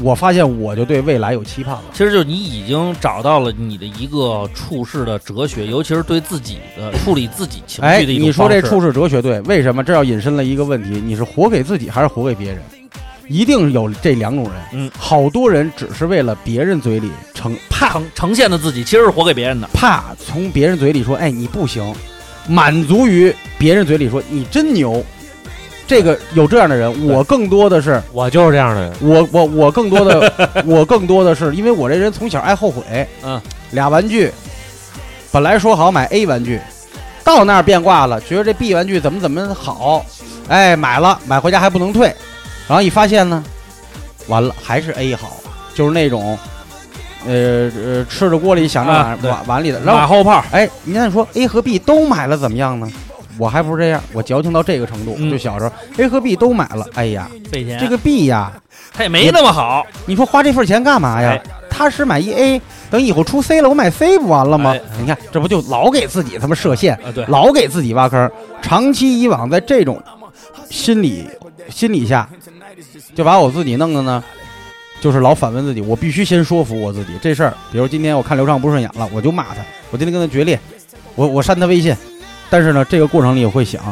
[SPEAKER 6] 我发现我就对未来有期盼了。
[SPEAKER 4] 其实就是你已经找到了你的一个处事的哲学，尤其是对自己的处理自己情
[SPEAKER 6] 哎，
[SPEAKER 4] 绪的一种
[SPEAKER 6] 你说
[SPEAKER 4] 方
[SPEAKER 6] 这
[SPEAKER 4] 式
[SPEAKER 6] 处世哲学对？为什么这要引申了一个问题？你是活给自己还是活给别人？一定有这两种人。
[SPEAKER 4] 嗯，
[SPEAKER 6] 好多人只是为了别人嘴里成怕
[SPEAKER 4] 呈呈现的自己，其实是活给别人的。
[SPEAKER 6] 怕从别人嘴里说“哎，你不行”，满足于别人嘴里说“你真牛”。这个有这样的人，我更多的是
[SPEAKER 5] 我就是这样的人，
[SPEAKER 6] 我我我更多 的我更多的是因为我这人从小爱后悔，
[SPEAKER 4] 嗯，
[SPEAKER 6] 俩玩具，本来说好买 A 玩具，到那儿变卦了，觉得这 B 玩具怎么怎么好，哎，买了，买回家还不能退，然后一发现呢，完了还是 A 好，就是那种，呃呃，吃着锅里想着碗、
[SPEAKER 4] 啊对
[SPEAKER 6] 碗碗里的，然后
[SPEAKER 4] 马后炮，
[SPEAKER 6] 哎，你看你说 A 和 B 都买了怎么样呢？我还不是这样，我矫情到这个程度，
[SPEAKER 4] 嗯
[SPEAKER 6] 就小时候 A 和 B 都买了，哎呀，
[SPEAKER 4] 费钱
[SPEAKER 6] 这个 B 呀，
[SPEAKER 4] 他也没那么好，
[SPEAKER 6] 你说花这份钱干嘛呀
[SPEAKER 4] 哎？
[SPEAKER 6] 踏实买一 E A，等以后出 C 了，我买 C 不完了吗
[SPEAKER 4] 哎？
[SPEAKER 6] 你看，这不就老给自己他妈设限，
[SPEAKER 4] 啊，对，
[SPEAKER 6] 老给自己挖坑。长期以往在这种心理心理下，就把我自己弄的呢，就是老反问自己，我必须先说服我自己这事儿。比如今天我看刘畅不顺眼了，我就骂他，我今天跟他决裂，我我删他微信。但是呢，这个过程里我会想，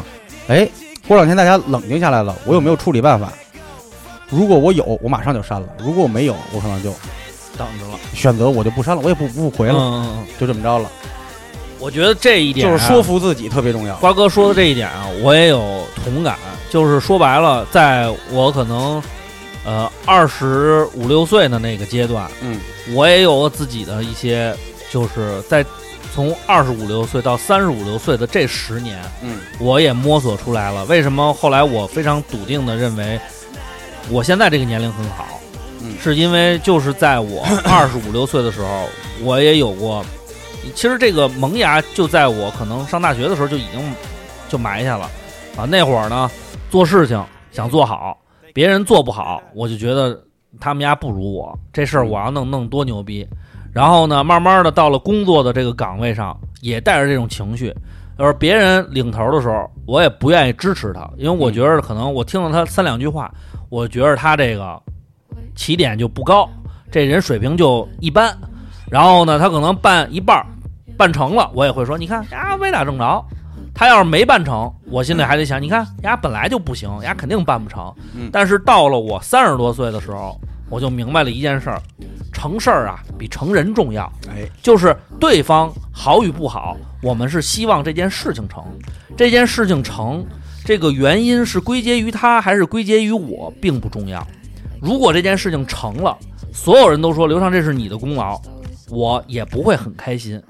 [SPEAKER 6] 哎，过两天大家冷静下来了，我有没有处理办法？如果我有，我马上就删了；如果我没有，我可能就
[SPEAKER 4] 等着了。
[SPEAKER 6] 选择我就不删了，我也不不回
[SPEAKER 4] 嗯
[SPEAKER 6] 了，
[SPEAKER 4] 嗯嗯，
[SPEAKER 6] 就这么着了。
[SPEAKER 4] 我觉得这一点啊、
[SPEAKER 6] 就是说服自己特别重要。
[SPEAKER 4] 瓜哥说的这一点啊，我也有同感。就是说白了，在我可能呃二十五六岁的那个阶段，
[SPEAKER 6] 嗯，
[SPEAKER 4] 我也有我自己的一些，就是在从二十五六岁到三十五六岁的这十年，
[SPEAKER 6] 嗯，
[SPEAKER 4] 我也摸索出来了。为什么后来我非常笃定的认为，我现在这个年龄很好，
[SPEAKER 6] 嗯
[SPEAKER 4] 是因为就是在 我二十五六岁的时候，我也有过。其实这个萌芽就在我可能上大学的时候就已经就埋下了啊。那会儿呢，做事情想做好，别人做不好，我就觉得他们家不如我，这事儿我要弄弄多牛逼。然后呢，慢慢的到了工作的这个岗位上，也带着这种情绪，而别人领头的时候，我也不愿意支持他，因为我觉得可能我听了他三两句话，我觉得他这个起点就不高，这人水平就一般。然后呢，他可能办一半儿，办成了，我也会说，你看呀，歪打正着。他要是没办成，我心里还得想，你看呀，本来就不行，呀，肯定办不成
[SPEAKER 6] 嗯。
[SPEAKER 4] 但是到了我三十多岁的时候，我就明白了一件事儿：成事儿啊，比成人重要。
[SPEAKER 6] 哎，
[SPEAKER 4] 就是对方好与不好，我们是希望这件事情成，这件事情成，这个原因是归结于他还是归结于我，并不重要。如果这件事情成了，所有人都说刘畅这是你的功劳，我也不会很开心。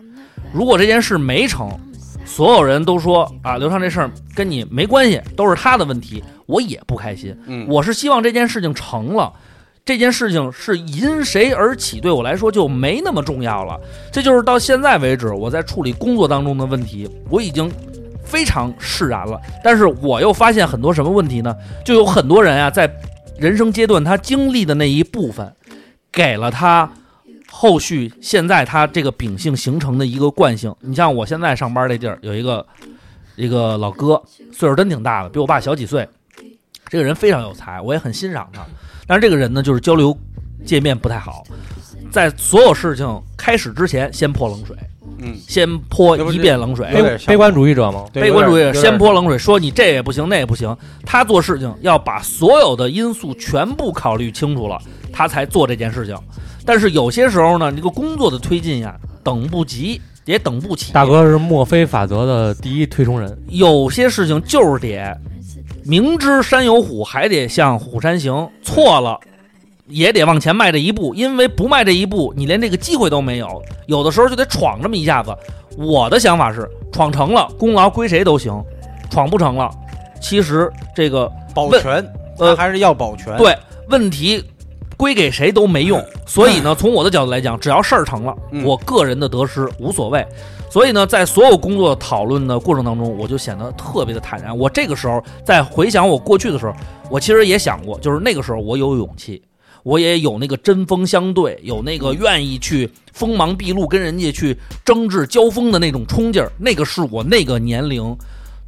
[SPEAKER 4] 如果这件事没成，所有人都说啊，刘畅这事儿跟你没关系，都是他的问题，我也不开心。
[SPEAKER 6] 嗯
[SPEAKER 4] 我是希望这件事情成了，这件事情是因谁而起，对我来说就没那么重要了。这就是到现在为止，我在处理工作当中的问题，我已经非常释然了。但是我又发现很多什么问题呢？就有很多人啊，在人生阶段他经历的那一部分，给了他后续现在他这个秉性形成的一个惯性。你像我现在上班这地儿，有一个一个老哥，岁数真挺大的，比我爸小几岁。这个人非常有才，我也很欣赏他。但是这个人呢，就是交流界面不太好，在所有事情开始之前，先泼冷水，
[SPEAKER 6] 嗯，
[SPEAKER 4] 先泼一遍冷水。
[SPEAKER 6] 哎有点
[SPEAKER 5] 悲
[SPEAKER 6] 像
[SPEAKER 5] 悲观主义者吗？
[SPEAKER 6] 对
[SPEAKER 4] 悲观主义
[SPEAKER 6] 有点
[SPEAKER 4] 先泼冷水，说你这也不行，那也不行。他做事情要把所有的因素全部考虑清楚了，他才做这件事情。但是有些时候呢，这个工作的推进呀，等不及，也等不起。
[SPEAKER 5] 大，哥是墨菲法则的第一推崇人。
[SPEAKER 4] 有些事情就是得明知山有虎，还得向虎山行。错了。也得往前迈这一步，因为不迈这一步，你连这个机会都没有。有的时候就得闯这么一下子。我的想法是，闯成了，功劳归谁都行；闯不成了，其实这个
[SPEAKER 6] 保
[SPEAKER 4] 问
[SPEAKER 6] 全，
[SPEAKER 4] 呃
[SPEAKER 6] 他还是要保全。
[SPEAKER 4] 对问题归给谁都没用。所以呢，从我的角度来讲，只要事儿成了，
[SPEAKER 6] 嗯
[SPEAKER 4] 我个人的得失无所谓。所以呢，在所有工作讨论的过程当中，我就显得特别的坦然。我这个时候在回想我过去的时候，我其实也想过，就是那个时候我有勇气，我也有那个针锋相对，有那
[SPEAKER 6] 嗯
[SPEAKER 4] 个愿意去锋芒毕露跟人家去争执交锋的那种冲劲儿，那个是我那个年龄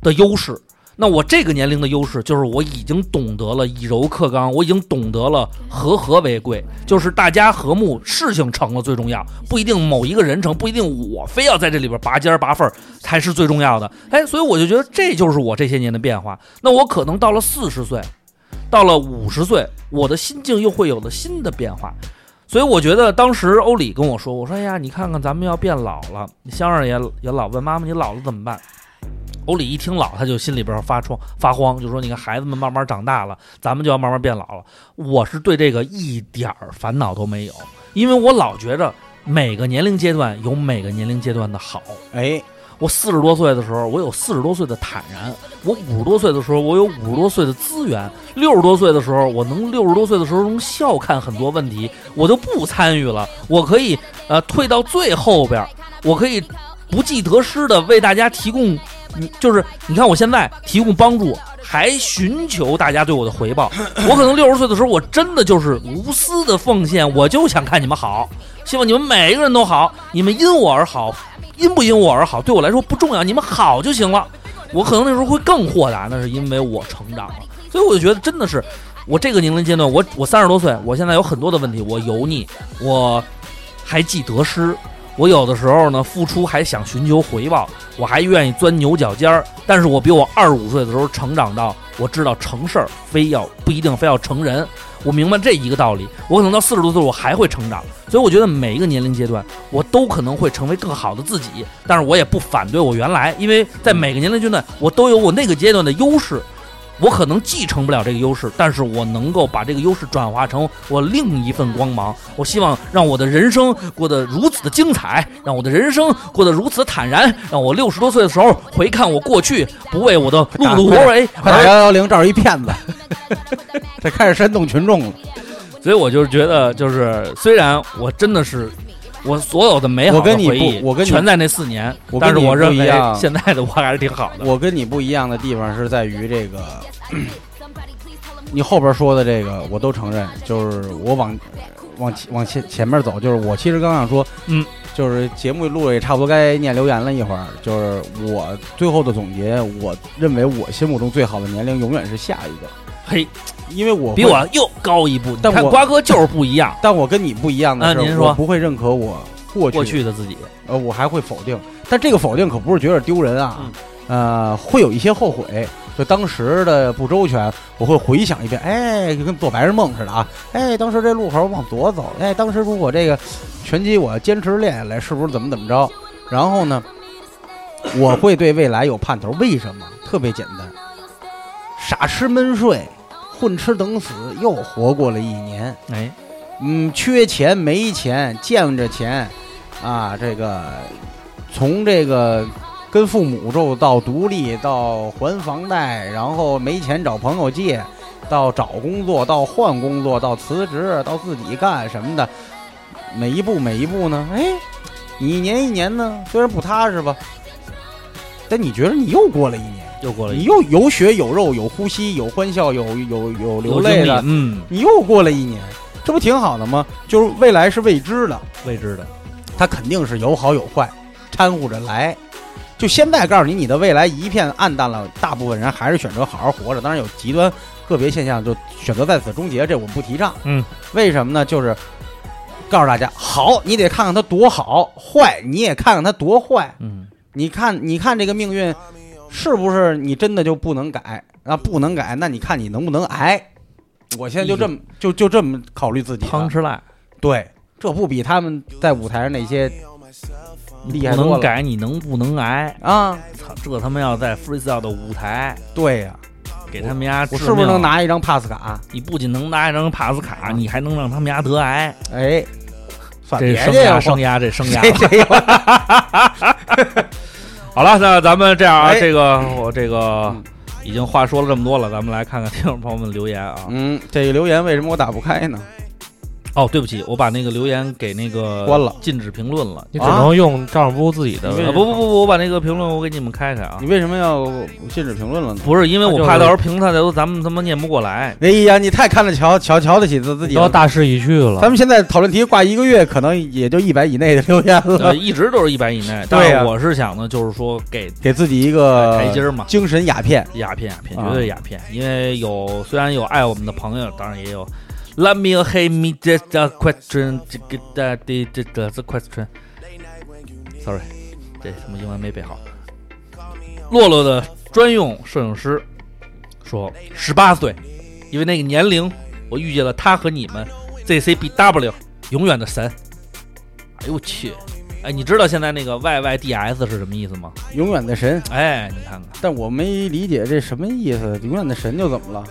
[SPEAKER 4] 的优势。那我这个年龄的优势就是我已经懂得了以柔克刚，我已经懂得了和和为贵，就是大家和睦，事情成了最重要，不一定某一个人成，不一定我非要在这里边拔尖儿拔份儿才是最重要的。哎，所以我就觉得这就是我这些年的变化。那我可能到了四十岁，到了五十岁，我的心境又会有了新的变化。所以我觉得当时欧里跟我说：“我说哎呀，你看看咱们要变老了。”香儿也也老问妈妈：“你老了怎么办？”欧里一听老，他就心里边发慌发慌，就说：“你看孩子们慢慢长大了，咱们就要慢慢变老了。”我是对这个一点儿烦恼都没有，因为我老觉着每个年龄阶段有每个年龄阶段的好。
[SPEAKER 6] 哎，
[SPEAKER 4] 我四十多岁的时候，我有四十多岁的坦然；我五十多岁的时候，我有五十多岁的资源；六十多岁的时候，我能六十多岁的时候能笑看很多问题，我就不参与了。我可以呃退到最后边儿，我可以不计得失的为大家提供，嗯就是你看我现在提供帮助，还寻求大家对我的回报。我可能六十岁的时候，我真的就是无私的奉献，我就想看你们好，希望你们每一个人都好，你们因我而好，因不因我而好，对我来说不重要，你们好就行了。我可能那时候会更豁达，那是因为我成长了，所以我就觉得真的是，我这个年龄阶段，我我三十多岁，我现在有很多的问题，我油腻，我还记得失，我有的时候呢付出还想寻求回报，我还愿意钻牛角尖儿，但是我比我二十五岁的时候成长到我知道成事儿非要不一定非要成人，我明白这一个道理，我可能到四十多岁我还会成长，所以我觉得每一个年龄阶段我都可能会成为更好的自己，但是我也不反对我原来，因为在每个年龄阶段我都有我那个阶段的优势。我可能继承不了这个优势，但是我能够把这个优势转化成我另一份光芒。我希望让我的人生过得如此的精彩，让我的人生过得如此坦然，让我六十多岁的时候回看我过去，不为我的碌碌无为
[SPEAKER 6] 快
[SPEAKER 4] 而
[SPEAKER 6] 打幺幺零，这是一骗子，这开始煽动群众了。
[SPEAKER 4] 所以我就是觉得，就是虽然我真的是我所有的美好
[SPEAKER 6] 我
[SPEAKER 4] 的
[SPEAKER 6] 跟你
[SPEAKER 4] 回忆，
[SPEAKER 6] 不我跟你
[SPEAKER 4] 全在那四年，
[SPEAKER 6] 我跟
[SPEAKER 4] 但是
[SPEAKER 6] 你
[SPEAKER 4] 我
[SPEAKER 6] 不
[SPEAKER 4] 认
[SPEAKER 6] 一
[SPEAKER 4] 为
[SPEAKER 6] 样
[SPEAKER 4] 现在的我还是挺好的。
[SPEAKER 6] 我跟你不一样的地方是在于这个，你后边说的这个我都承认，就是我往往前往前前面走，就是我其实刚想说，
[SPEAKER 4] 嗯，
[SPEAKER 6] 就是节目录了也差不多该念留言了，一会儿就是我最后的总结，我认为我心目中最好的年龄永远是下一个，
[SPEAKER 4] 嘿，
[SPEAKER 6] 因为我
[SPEAKER 4] 比
[SPEAKER 6] 会
[SPEAKER 4] 我又高一步，你
[SPEAKER 6] 但
[SPEAKER 4] 看
[SPEAKER 6] 我
[SPEAKER 4] 瓜哥就是不一样。
[SPEAKER 6] 但我跟你不一样的是，
[SPEAKER 4] 啊您说
[SPEAKER 6] 我不会认可我过去，
[SPEAKER 4] 过去的自己，
[SPEAKER 6] 呃，我还会否定，但这个否定可不是觉得丢人啊，呃，会有一些后悔，就当时的不周全，我会回想一遍，哎，就跟做白日梦似的啊，哎，当时这路口往左走，哎，当时如果这个拳击我坚持练下来，是不是怎么怎么着？然后呢，我会对未来有盼头，为什么？特别简单，傻吃闷睡，混吃等死，又活过了一年。
[SPEAKER 4] 哎，
[SPEAKER 6] 嗯，缺钱没钱，见着钱，啊，这个从这个跟父母住到独立，到还房贷，然后没钱找朋友借，到找工作，到换工作，到辞职，到自己干什么的，每一步每一步呢，哎，你一年一年呢，虽然不踏实吧，但你觉得你又过了一年，
[SPEAKER 4] 又过了
[SPEAKER 6] 你
[SPEAKER 4] 一
[SPEAKER 6] 又有血有肉，有呼吸，有欢笑，有有有流
[SPEAKER 4] 流
[SPEAKER 6] 泪
[SPEAKER 4] 经历
[SPEAKER 6] 的，
[SPEAKER 4] 嗯，
[SPEAKER 6] 你又过了一年，这不挺好的吗？就是未来是未知的，
[SPEAKER 4] 未知的，
[SPEAKER 6] 它肯定是有好有坏，掺和着来。就现在告诉你，你的未来一片暗淡了，大部分人还是选择好好活着。当然有极端个别现象，就选择在此终结，这我们不提倡。
[SPEAKER 4] 嗯，
[SPEAKER 6] 为什么呢？就是告诉大家，好，你得看看它多好；坏，你也看看它多坏。
[SPEAKER 4] 嗯，
[SPEAKER 6] 你看，你看这个命运是不是你真的就不能改？啊，不能改，那你看你能不能挨？我现在就这么就就这么考虑自己
[SPEAKER 4] 汤
[SPEAKER 6] 了。
[SPEAKER 4] 吃辣，
[SPEAKER 6] 对，这不比他们在舞台上那些厉害
[SPEAKER 4] 不
[SPEAKER 6] 多
[SPEAKER 4] 能
[SPEAKER 6] 了
[SPEAKER 4] 改，你能不能挨？
[SPEAKER 6] 啊？
[SPEAKER 4] 操，这他妈要在 freestyle 的舞台
[SPEAKER 6] 对呀、
[SPEAKER 4] 给他们家，
[SPEAKER 6] 我是不是能？拿啊一张 pass 卡？
[SPEAKER 4] 你不仅能拿一张帕斯卡，你还能让他们家得癌，
[SPEAKER 6] 哎，算
[SPEAKER 4] 这
[SPEAKER 6] 别
[SPEAKER 4] 生
[SPEAKER 6] 介呀
[SPEAKER 4] 涯，生
[SPEAKER 6] 我
[SPEAKER 4] 涯这生 涯
[SPEAKER 6] 谁谁 有
[SPEAKER 4] 好了，那咱们这样啊，
[SPEAKER 6] 哎
[SPEAKER 4] 这个我这个
[SPEAKER 6] 嗯
[SPEAKER 4] 已经话说了这么多了，咱们来看看听众朋友们留言啊。
[SPEAKER 6] 嗯，这个留言为什么我打不开呢？
[SPEAKER 4] 哦，对不起，我把那个留言给那个
[SPEAKER 6] 关了
[SPEAKER 4] 禁止评论了。
[SPEAKER 5] 你只能用赵尚波自己的
[SPEAKER 6] 你为
[SPEAKER 4] 啊不不不不，我把那个评论我给你们开开啊
[SPEAKER 6] 你。啊为什么要禁止评论了呢？
[SPEAKER 4] 不是因为我
[SPEAKER 5] 就是
[SPEAKER 4] 怕到时候评论太多，咱们他妈念不过来。
[SPEAKER 6] 哎呀，你太看得瞧瞧瞧得起自自己
[SPEAKER 5] 都要
[SPEAKER 6] 了。
[SPEAKER 5] 大势已去了。
[SPEAKER 6] 咱们现在讨论题挂一个月，可能也就一百以内的留言
[SPEAKER 4] 呃，
[SPEAKER 6] 了，
[SPEAKER 4] 一直都是一百以内。
[SPEAKER 6] 对啊呀
[SPEAKER 4] 但我是想呢，就是说给
[SPEAKER 6] 给自己一个
[SPEAKER 4] 台阶儿嘛
[SPEAKER 6] 精神鸦片。
[SPEAKER 4] 鸦片，鸦片
[SPEAKER 6] 啊
[SPEAKER 4] 绝对鸦片，因为有虽然有爱我们的朋友，当然也有。Let me hate me just a question，这个的的这个 the question。Sorry，这什么英文没背好。洛洛的专用摄影师说，十八岁，因为那个年龄，我遇见了他和你们 ZCBW 永远的神。哎呦我去！哎，你知道现在那个 YYDS 是什么意思吗？
[SPEAKER 6] 永远的神，
[SPEAKER 4] 哎，你看看。
[SPEAKER 6] 但我没理解这什么意思。永远的神就怎么了？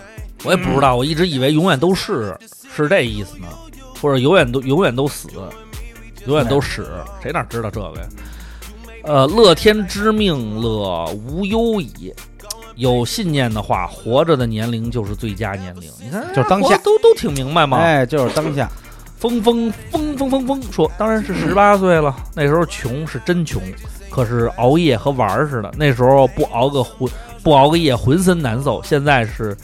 [SPEAKER 4] 我也不知道，
[SPEAKER 6] 嗯
[SPEAKER 4] 我一直以为永远都是是这意思呢，或者永远都永远都死，永远都屎，谁哪知道这个呀？呃，乐天知命乐无忧矣，有信念的话，活着的年龄就是最佳年龄。你看，
[SPEAKER 6] 就是当下
[SPEAKER 4] 活得都都挺明白嘛。
[SPEAKER 6] 哎，就是当下。
[SPEAKER 4] 风风风风风风说，当然是十八岁了，那时候穷是真穷，可是熬夜和玩儿似的，那时候不熬个浑不熬个夜浑身难受，现在是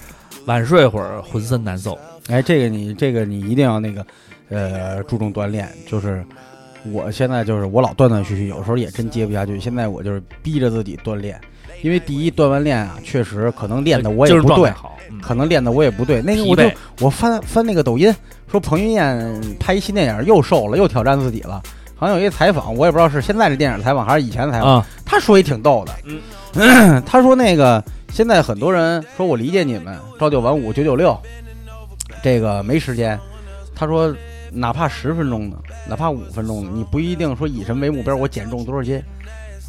[SPEAKER 4] 晚睡会儿浑身难受。
[SPEAKER 6] 哎，这个你这个你一定要那个，呃，注重锻炼。就是我现在就是我老断断续续，有时候也真接不下去。现在我就是逼着自己锻炼，因为第一锻完炼啊，确实可能练的我也
[SPEAKER 4] 精神
[SPEAKER 6] 不
[SPEAKER 4] 状
[SPEAKER 6] 对
[SPEAKER 4] 态，好，嗯
[SPEAKER 6] 可能练的我也不对。那个
[SPEAKER 4] 疲
[SPEAKER 6] 我就
[SPEAKER 4] 惫
[SPEAKER 6] 我翻翻那个抖音，说彭于晏拍一新电影又瘦了，又挑战自己了。好像有一采访，我也不知道是现在的电影采访还是以前的采访。
[SPEAKER 4] 啊，
[SPEAKER 6] 他说也挺逗的， 他说那个现在很多人说我理解你们，朝九晚五九九六，这个没时间。他说哪怕十分钟呢，哪怕五分钟呢，你不一定说以什么为目标，我减重多少斤，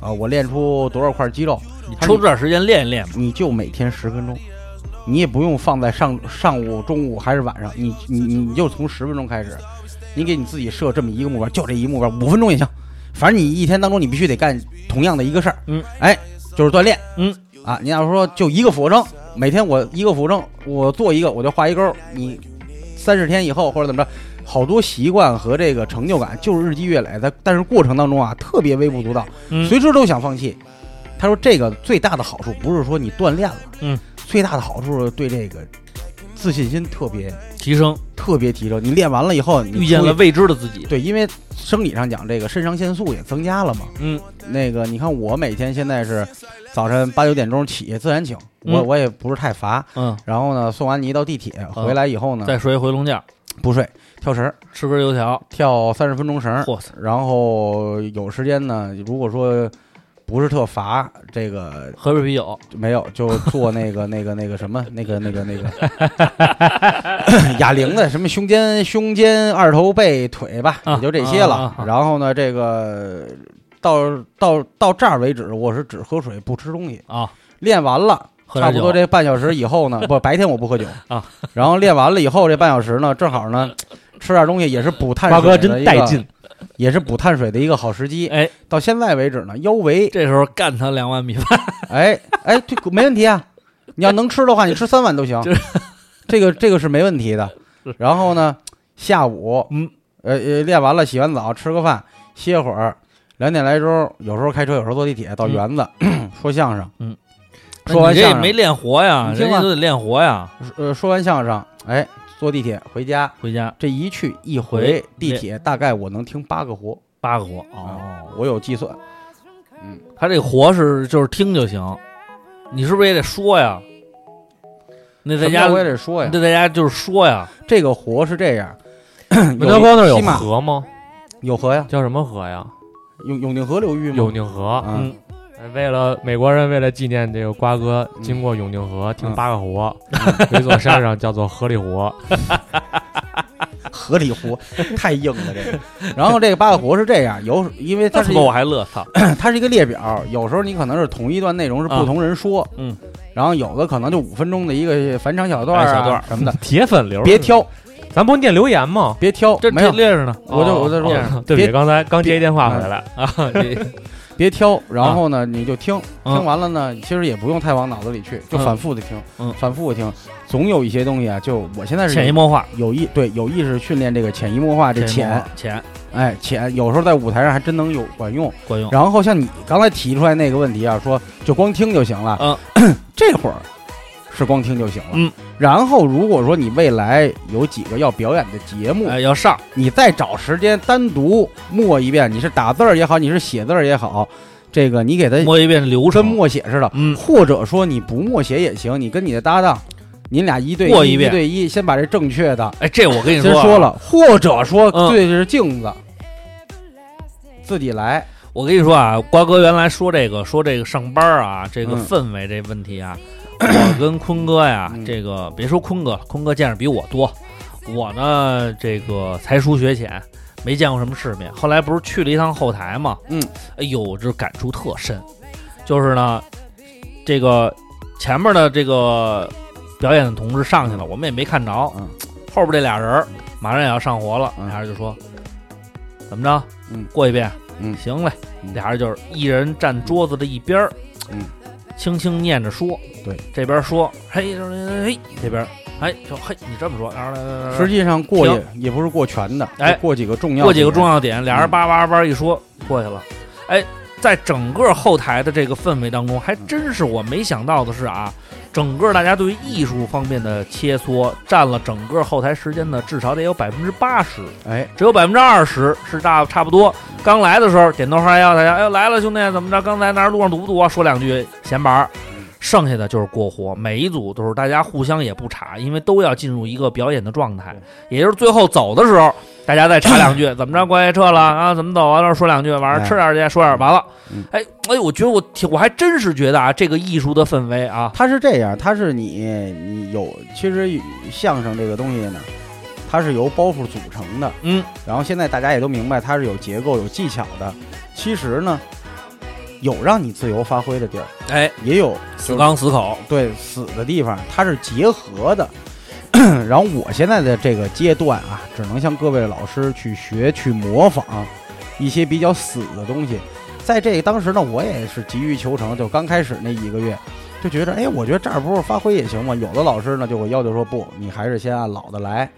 [SPEAKER 6] 啊、我练出多少块肌肉，
[SPEAKER 4] 你抽出点时间练一练吧。
[SPEAKER 6] 你就每天十分钟，你也不用放在上上午、中午还是晚上，你你你你就从十分钟开始，你给你自己设这么一个目标，就这一目标，五分钟也行，反正你一天当中你必须得干同样的一个事儿，
[SPEAKER 4] 嗯，
[SPEAKER 6] 哎，就是锻炼，
[SPEAKER 4] 嗯，
[SPEAKER 6] 啊，你要说就一个俯卧撑，每天我一个俯卧撑，我做一个我就画一勾，你三十天以后或者怎么着。好多习惯和这个成就感就是日积月累，在但是过程当中啊，特别微不足道，
[SPEAKER 4] 嗯
[SPEAKER 6] 随时都想放弃。他说这个最大的好处不是说你锻炼了，
[SPEAKER 4] 嗯，
[SPEAKER 6] 最大的好处是对这个自信心特别
[SPEAKER 4] 提升，
[SPEAKER 6] 特别提升。你练完了以后，你
[SPEAKER 4] 遇见
[SPEAKER 6] 出去
[SPEAKER 4] 了未知的自己。
[SPEAKER 6] 对，因为生理上讲，这个肾上腺素也增加了嘛。
[SPEAKER 4] 嗯，
[SPEAKER 6] 那个你看我每天现在是早晨八九点钟起自然醒，我
[SPEAKER 4] 嗯
[SPEAKER 6] 我也不是太乏。
[SPEAKER 4] 嗯，
[SPEAKER 6] 然后呢，送完你到地铁回来以后呢，
[SPEAKER 4] 再睡一回笼觉，
[SPEAKER 6] 不睡，跳绳儿，
[SPEAKER 4] 吃根油条。
[SPEAKER 6] 跳三十分钟绳儿，
[SPEAKER 4] 嚯塞，
[SPEAKER 6] 然后有时间呢，如果说不是特乏，这个
[SPEAKER 4] 喝杯啤酒，
[SPEAKER 6] 没有，就做那 个那个那个什么，那个那个 那个哑铃的什么胸肩胸肩二头背腿吧，
[SPEAKER 4] 啊
[SPEAKER 6] 也就这些了。
[SPEAKER 4] 啊啊啊
[SPEAKER 6] 然后呢，这个到到到这儿为止，我是只喝水不吃东西
[SPEAKER 4] 啊。
[SPEAKER 6] 练完了。
[SPEAKER 4] 喝
[SPEAKER 6] 差
[SPEAKER 4] 点
[SPEAKER 6] 不
[SPEAKER 4] 酒
[SPEAKER 6] 多这半小时以后呢，不，白天我不喝酒
[SPEAKER 4] 啊。
[SPEAKER 6] 然后练完了以后，这半小时呢，正好呢，吃点东西也是补碳
[SPEAKER 5] 瓜
[SPEAKER 6] 水
[SPEAKER 5] 哥
[SPEAKER 6] 的
[SPEAKER 5] 真
[SPEAKER 6] 一
[SPEAKER 5] 带
[SPEAKER 6] 个
[SPEAKER 5] 劲，
[SPEAKER 6] 也是补碳水的一个好时机。
[SPEAKER 4] 哎，
[SPEAKER 6] 到现在为止呢，腰围
[SPEAKER 4] 这时候干他两碗米饭，
[SPEAKER 6] 哎哎，这个没问题啊！你要能吃的话，你吃三碗都行
[SPEAKER 4] 就，
[SPEAKER 6] 这个这个是没问题的。然后呢，下午，
[SPEAKER 4] 嗯，
[SPEAKER 6] 呃呃，练完了，洗完澡，吃个饭，歇会儿，两点来钟，有时候开车，有时候坐地铁到园子、 说相声，
[SPEAKER 4] 嗯，
[SPEAKER 6] 说完
[SPEAKER 4] 你
[SPEAKER 6] 相
[SPEAKER 4] 这
[SPEAKER 6] 声，
[SPEAKER 4] 没练活呀，
[SPEAKER 6] 你听
[SPEAKER 4] 人
[SPEAKER 6] 吧
[SPEAKER 4] 家都得练活呀。
[SPEAKER 6] 呃，说完相声，哎，坐地铁回家，
[SPEAKER 4] 回家
[SPEAKER 6] 这一去一
[SPEAKER 4] 回
[SPEAKER 6] 回地铁，大概我能听八个活
[SPEAKER 4] 八个活
[SPEAKER 6] 啊，我有计算，
[SPEAKER 4] 他这活是就是听就行，你是不是也得说呀？那在家
[SPEAKER 6] 什么叫我也得说呀
[SPEAKER 4] 你，得在家就是说呀，
[SPEAKER 6] 这个活是这样，
[SPEAKER 5] 门头沟那儿有
[SPEAKER 6] 西马
[SPEAKER 5] 河吗？
[SPEAKER 6] 有河呀，
[SPEAKER 5] 叫什么河呀？
[SPEAKER 6] 永永定河流域吗？
[SPEAKER 5] 永定河。
[SPEAKER 6] 啊，
[SPEAKER 4] 嗯
[SPEAKER 5] 哎为了美国人为了纪念这个瓜哥，
[SPEAKER 6] 嗯
[SPEAKER 5] 经过永定河听
[SPEAKER 6] 嗯
[SPEAKER 5] 八个湖，有一座山上叫做河里湖。
[SPEAKER 6] 合理湖 太硬了这个。然后这个八个湖是这样，有因为它
[SPEAKER 4] 那啊
[SPEAKER 6] 是
[SPEAKER 4] 他
[SPEAKER 6] 一
[SPEAKER 4] 妈我
[SPEAKER 6] 个
[SPEAKER 4] 还乐， 操！
[SPEAKER 6] 它是一个列表，有时候你可能是同一段内容是不同人说，
[SPEAKER 4] 嗯，
[SPEAKER 6] 然后有的可能就五分钟的一个返场小段儿
[SPEAKER 4] 哎
[SPEAKER 6] 啊、
[SPEAKER 4] 小段儿
[SPEAKER 6] 什么的，
[SPEAKER 5] 铁粉流，
[SPEAKER 6] 别，挑
[SPEAKER 5] 咱不是念留言吗？
[SPEAKER 6] 别挑，
[SPEAKER 4] 这
[SPEAKER 6] 没
[SPEAKER 4] 这
[SPEAKER 6] 有，
[SPEAKER 4] 列着呢，
[SPEAKER 6] 我就我再
[SPEAKER 5] 哦
[SPEAKER 6] 说，
[SPEAKER 5] 对不起，
[SPEAKER 6] 别
[SPEAKER 5] 刚才刚接一电话回来，
[SPEAKER 6] 别挑，然后呢你就听，
[SPEAKER 4] 啊嗯
[SPEAKER 6] 听完了呢，其实也不用太往脑子里去，就
[SPEAKER 4] 嗯
[SPEAKER 6] 反复的听，
[SPEAKER 4] 嗯
[SPEAKER 6] 反复的听，总有一些东西啊，就我现在是
[SPEAKER 4] 潜移默化，
[SPEAKER 6] 有意对有意识训练这个潜移默化这
[SPEAKER 4] 潜移默
[SPEAKER 6] 潜
[SPEAKER 4] 化，潜
[SPEAKER 6] 哎潜，有时候在舞台上还真能有管用。
[SPEAKER 4] 管用。
[SPEAKER 6] 然后像你刚才提出来那个问题啊，说就光听就行了。嗯， 这会儿是光听就行了。
[SPEAKER 4] 嗯，
[SPEAKER 6] 然后如果说你未来有几个要表演的节目，
[SPEAKER 4] 哎，要上
[SPEAKER 6] 你再找时间单独默一遍，你是打字儿也好，你是写字儿也好，这个你给它
[SPEAKER 4] 摸一遍流
[SPEAKER 6] 跟
[SPEAKER 4] 程，
[SPEAKER 6] 默写似的，
[SPEAKER 4] 嗯
[SPEAKER 6] 或者说你不默写也行，你跟你的搭档，你俩一对
[SPEAKER 4] 默
[SPEAKER 6] 一
[SPEAKER 4] 一遍
[SPEAKER 6] 对一，先把这正确的
[SPEAKER 4] 哎，这我跟你
[SPEAKER 6] 先
[SPEAKER 4] 啊
[SPEAKER 6] 说了，或者说
[SPEAKER 4] 嗯
[SPEAKER 6] 对着镜子、自己来，
[SPEAKER 4] 我跟你说啊，瓜哥原来说这个说这个上班儿啊，这个
[SPEAKER 6] 嗯
[SPEAKER 4] 氛围这问题啊，我跟坤哥呀，
[SPEAKER 6] 嗯
[SPEAKER 4] 这个别说坤哥了，坤哥见识比我多，我呢这个才疏学浅，没见过什么世面。后来不是去了一趟后台嘛，
[SPEAKER 6] 嗯，
[SPEAKER 4] 哎呦，这感触特深，就是呢，这个前面的这个表演的同志上去了，我们也没看着，
[SPEAKER 6] 嗯
[SPEAKER 4] 后边这俩人儿马上也要上活了，
[SPEAKER 6] 嗯
[SPEAKER 4] 俩人就说怎么着，
[SPEAKER 6] 嗯
[SPEAKER 4] 过一遍，
[SPEAKER 6] 嗯
[SPEAKER 4] 行嘞。
[SPEAKER 6] 嗯
[SPEAKER 4] 俩人就是一人站桌子的一边儿，
[SPEAKER 6] 嗯，
[SPEAKER 4] 轻轻念着说，
[SPEAKER 6] 对，
[SPEAKER 4] 这边说，嘿，嘿，这边，哎，就嘿，你这么说，然后来来来来
[SPEAKER 6] 实际上过也也不是过全的，
[SPEAKER 4] 嗯哎
[SPEAKER 6] 就过几个重要，
[SPEAKER 4] 过几个重，要点，
[SPEAKER 6] 嗯
[SPEAKER 4] 俩人叭叭叭一说过去了，哎，在整个后台的这个氛围当中，还
[SPEAKER 6] 嗯
[SPEAKER 4] 真是我没想到的是啊，整个大家对于艺术方面的切磋占了整个后台时间的至少得有百分之八十，
[SPEAKER 6] 哎，
[SPEAKER 4] 只有百分之二十是大差不多。刚来的时候点头哈腰，大家哎呦来了兄弟怎么着？刚才那儿路上堵不堵啊？说两句闲白儿。剩下的就是过活，每一组都是大家互相也不查，因为都要进入一个表演的状态，也就是最后走的时候，大家再插两 句，怎么着，关系撤了啊？怎么走啊？那儿说两句，晚上吃点儿去，说点儿完了
[SPEAKER 6] 嗯。
[SPEAKER 4] 哎哎，我觉得我挺，我还真是觉得啊，这个艺术的氛围啊，
[SPEAKER 6] 它是这样，它是你你有，其实相声这个东西呢，它是由包袱组成的，
[SPEAKER 4] 嗯，
[SPEAKER 6] 然后现在大家也都明白它是有结构、有技巧的。其实呢，有让你自由发挥的地儿，
[SPEAKER 4] 哎，
[SPEAKER 6] 也有
[SPEAKER 4] 死刚死口，
[SPEAKER 6] 对死的地方，它是结合的。然后我现在的这个阶段啊，只能向各位老师去学、去模仿一些比较死的东西。在这个当时呢，我也是急于求成，就刚开始那一个月，就觉得，哎，我觉得这儿不是发挥也行吗？有的老师呢，就我要求说，不，你还是先按老的来，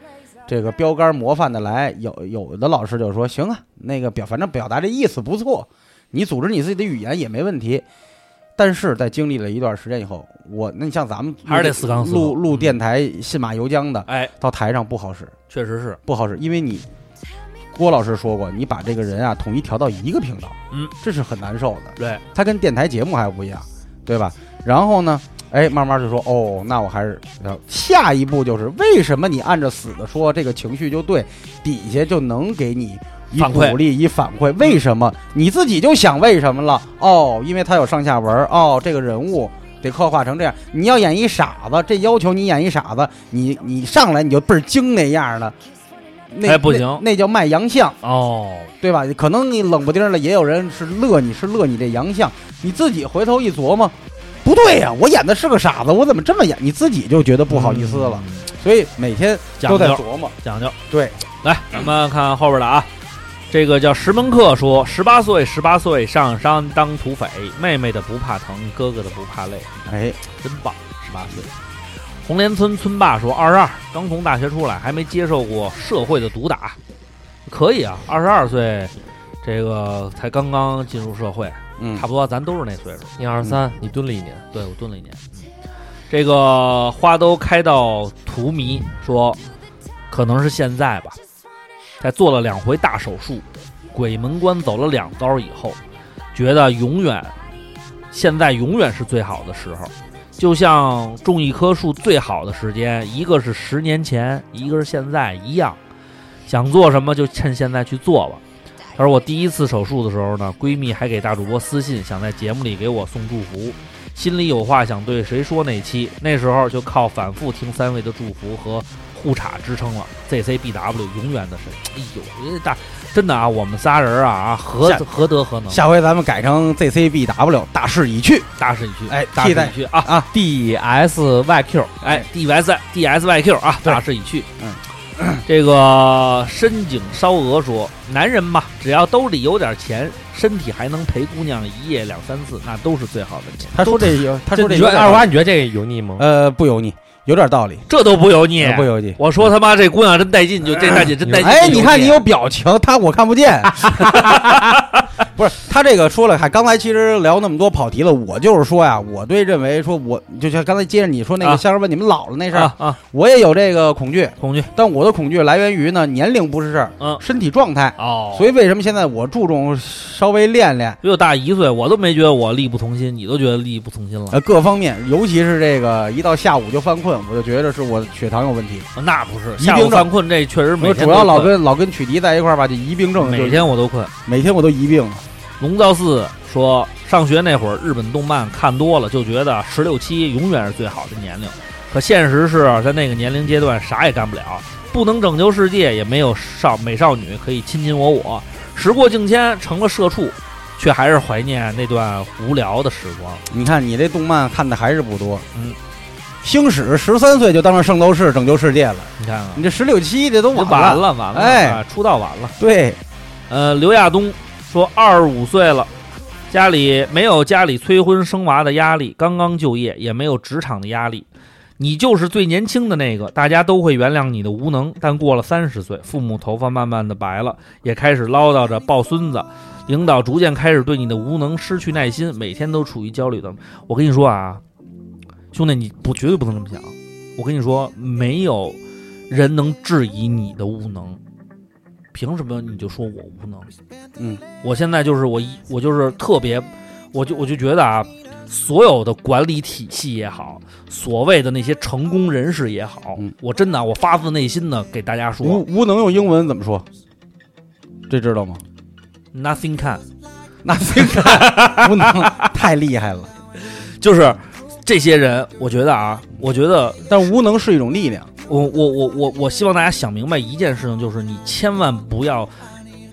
[SPEAKER 6] 这个标杆模范的来。有有的老师就说，行啊，那个表反正表达这意思不错，你组织你自己的语言也没问题。但是在经历了一段时间以后，我那你像咱们
[SPEAKER 4] 还是得死刚死口
[SPEAKER 6] 录录
[SPEAKER 4] 嗯
[SPEAKER 6] 电台信马由缰的，
[SPEAKER 4] 哎，
[SPEAKER 6] 到台上不好使，
[SPEAKER 4] 确实是，
[SPEAKER 6] 不好使，因为你郭老师说过，你把这个人啊统一调到一个频道，
[SPEAKER 4] 嗯，
[SPEAKER 6] 这是很难受的。
[SPEAKER 4] 对，
[SPEAKER 6] 他跟电台节目还不一样，对吧？然后呢，哎，慢慢就说哦，那我还是要下一步就是为什么你按着死的说这个情绪就对，底下就能给你。一
[SPEAKER 4] 反馈
[SPEAKER 6] 鼓励，一反馈，为什么你自己就想为什么了？哦，因为他有上下文儿哦，这个人物得刻画成这样。你要演一傻子，这要求你演一傻子，你你上来你就倍儿精那样的，那
[SPEAKER 4] 哎不行
[SPEAKER 6] 那，那叫卖洋相。
[SPEAKER 4] 哦，
[SPEAKER 6] 对吧？可能你冷不丁儿的，也有人是乐你是乐你这洋相，你自己回头一琢磨，不对呀、我演的是个傻子，我怎么这么演？你自己就觉得不好意思了，所以每天都在
[SPEAKER 4] 嗯讲究
[SPEAKER 6] 琢磨。
[SPEAKER 4] 讲究。
[SPEAKER 6] 对，
[SPEAKER 4] 来，咱们看后边的啊。这个叫石门客说：“十八岁，十八岁上山当土匪，妹妹的不怕疼，哥哥的不怕累，
[SPEAKER 6] 哎，
[SPEAKER 4] 真棒！十八岁。”红莲村村霸说：“二十二，刚从大学出来，还没接受过社会的毒打，可以啊，二十二岁，这个才刚刚进入社会，
[SPEAKER 6] 嗯
[SPEAKER 4] 差，不多咱都是那岁数。
[SPEAKER 5] 你二十三，你蹲了一年，
[SPEAKER 4] 对我蹲了一年。这个花都开到荼蘼，说可能是现在吧，在做了两回大手术，鬼门关走了两遭以后，觉得永远现在永远是最好的时候。就像种一棵树最好的时间，一个是十年前，一个是现在一样。想做什么就趁现在去做吧。他说我第一次手术的时候呢，闺蜜还给大主播私信，想在节目里给我送祝福。心里有话想对谁说那期，那时候就靠反复听三位的祝福和互查支撑了。ZCBW 永远的神，哎呦，我觉得大真的啊，我们仨人啊啊，何
[SPEAKER 6] 下
[SPEAKER 4] 何德何能，啊
[SPEAKER 6] 下回咱们改成 ZCBW，大势已去
[SPEAKER 4] 大势已去，
[SPEAKER 6] 哎
[SPEAKER 4] 大势
[SPEAKER 6] 替代
[SPEAKER 4] 已去啊！
[SPEAKER 6] 啊！
[SPEAKER 5] D S Y Q，
[SPEAKER 4] 哎，DS DSYQ 啊，大势已去。
[SPEAKER 6] 嗯，
[SPEAKER 4] 这个深井烧鹅说，男人嘛，只要兜里有点钱，身体还能陪姑娘一夜两三次，那都是最好的年。
[SPEAKER 6] 他说这有，他说这
[SPEAKER 5] 你
[SPEAKER 6] 有
[SPEAKER 5] 觉得
[SPEAKER 6] 点
[SPEAKER 5] 二瓜，你觉得这个油腻吗？
[SPEAKER 6] 呃，不油腻，有点道理，
[SPEAKER 4] 这都不油腻，
[SPEAKER 6] 不油腻。
[SPEAKER 4] 我说他妈这姑娘 真带劲，就这大姐真带劲。
[SPEAKER 6] 哎，你看你
[SPEAKER 4] 油腻
[SPEAKER 6] 有表情，他我看不 见。不是他这个说了，还刚才其实聊那么多跑题了，我就是说呀，我对认为说我就像刚才接着你说那
[SPEAKER 4] 啊
[SPEAKER 6] 个香儿问你们老了那事儿，
[SPEAKER 4] 啊啊，
[SPEAKER 6] 我也有这个恐惧，
[SPEAKER 4] 恐惧
[SPEAKER 6] 但我的恐惧来源于呢年龄不是事儿，
[SPEAKER 4] 嗯
[SPEAKER 6] 身体状态。
[SPEAKER 4] 哦。
[SPEAKER 6] 所以为什么现在我注重稍微练练，
[SPEAKER 4] 比我大一岁，我都没觉得我力不从心，你都觉得力不从心了？
[SPEAKER 6] 呃，各方面，尤其是这个一到下午就犯困，我就觉得是我血糖有问题。
[SPEAKER 4] 那不是，
[SPEAKER 6] 呃一
[SPEAKER 4] 下午
[SPEAKER 6] 定的
[SPEAKER 4] 犯困这确实每
[SPEAKER 6] 我
[SPEAKER 4] 天
[SPEAKER 6] 主要
[SPEAKER 4] 都
[SPEAKER 6] 老
[SPEAKER 4] 困
[SPEAKER 6] 跟老跟曲迪在一块儿吧，这疑病症就
[SPEAKER 4] 每天我都困。
[SPEAKER 6] 每天我都疑病了。
[SPEAKER 4] 龙造寺说，上学那会儿日本动漫看多了，就觉得十六七永远是最好的年龄。可现实是在那个年龄阶段啥也干不了，不能拯救世界，也没有少美少女可以亲亲我我。时过境迁，成了社畜，却还是怀念那段无聊的时光。
[SPEAKER 6] 你看你这动漫看的还是不多，
[SPEAKER 4] 嗯。
[SPEAKER 6] 星矢十三岁就当上圣斗士拯救世界了，
[SPEAKER 4] 你看看
[SPEAKER 6] 你，这十六七这都
[SPEAKER 4] 完
[SPEAKER 6] 晚了。
[SPEAKER 4] 了完了，
[SPEAKER 6] 哎
[SPEAKER 4] 啊，出道晚了。
[SPEAKER 6] 对，
[SPEAKER 4] 呃，刘亚东说，二十五岁了，家里没有家里催婚生娃的压力，刚刚就业，也没有职场的压力，你就是最年轻的那个，大家都会原谅你的无能。但过了三十岁，父母头发慢慢的白了，也开始唠叨着抱孙子，领导逐渐开始对你的无能失去耐心，每天都处于焦虑当中。我跟你说啊，兄弟，你不绝对不能这么想。我跟你说，没有人能质疑你的无能，凭什么你就说我无能？
[SPEAKER 6] 嗯，
[SPEAKER 4] 我现在就是我一我就是特别，我就我就觉得啊，所有的管理体系也好，所谓的那些成功人士也好，
[SPEAKER 6] 嗯
[SPEAKER 4] 我真的啊我发自内心的给大家说
[SPEAKER 6] 无无能用英文怎么说？这知道 吗？嗯
[SPEAKER 4] ，nothing can，
[SPEAKER 6] 那最看无能太厉害了，
[SPEAKER 4] 就是这些人，我觉得啊，我觉得
[SPEAKER 6] 但无能是一种力量。
[SPEAKER 4] 我我我我我希望大家想明白一件事情，就是你千万不要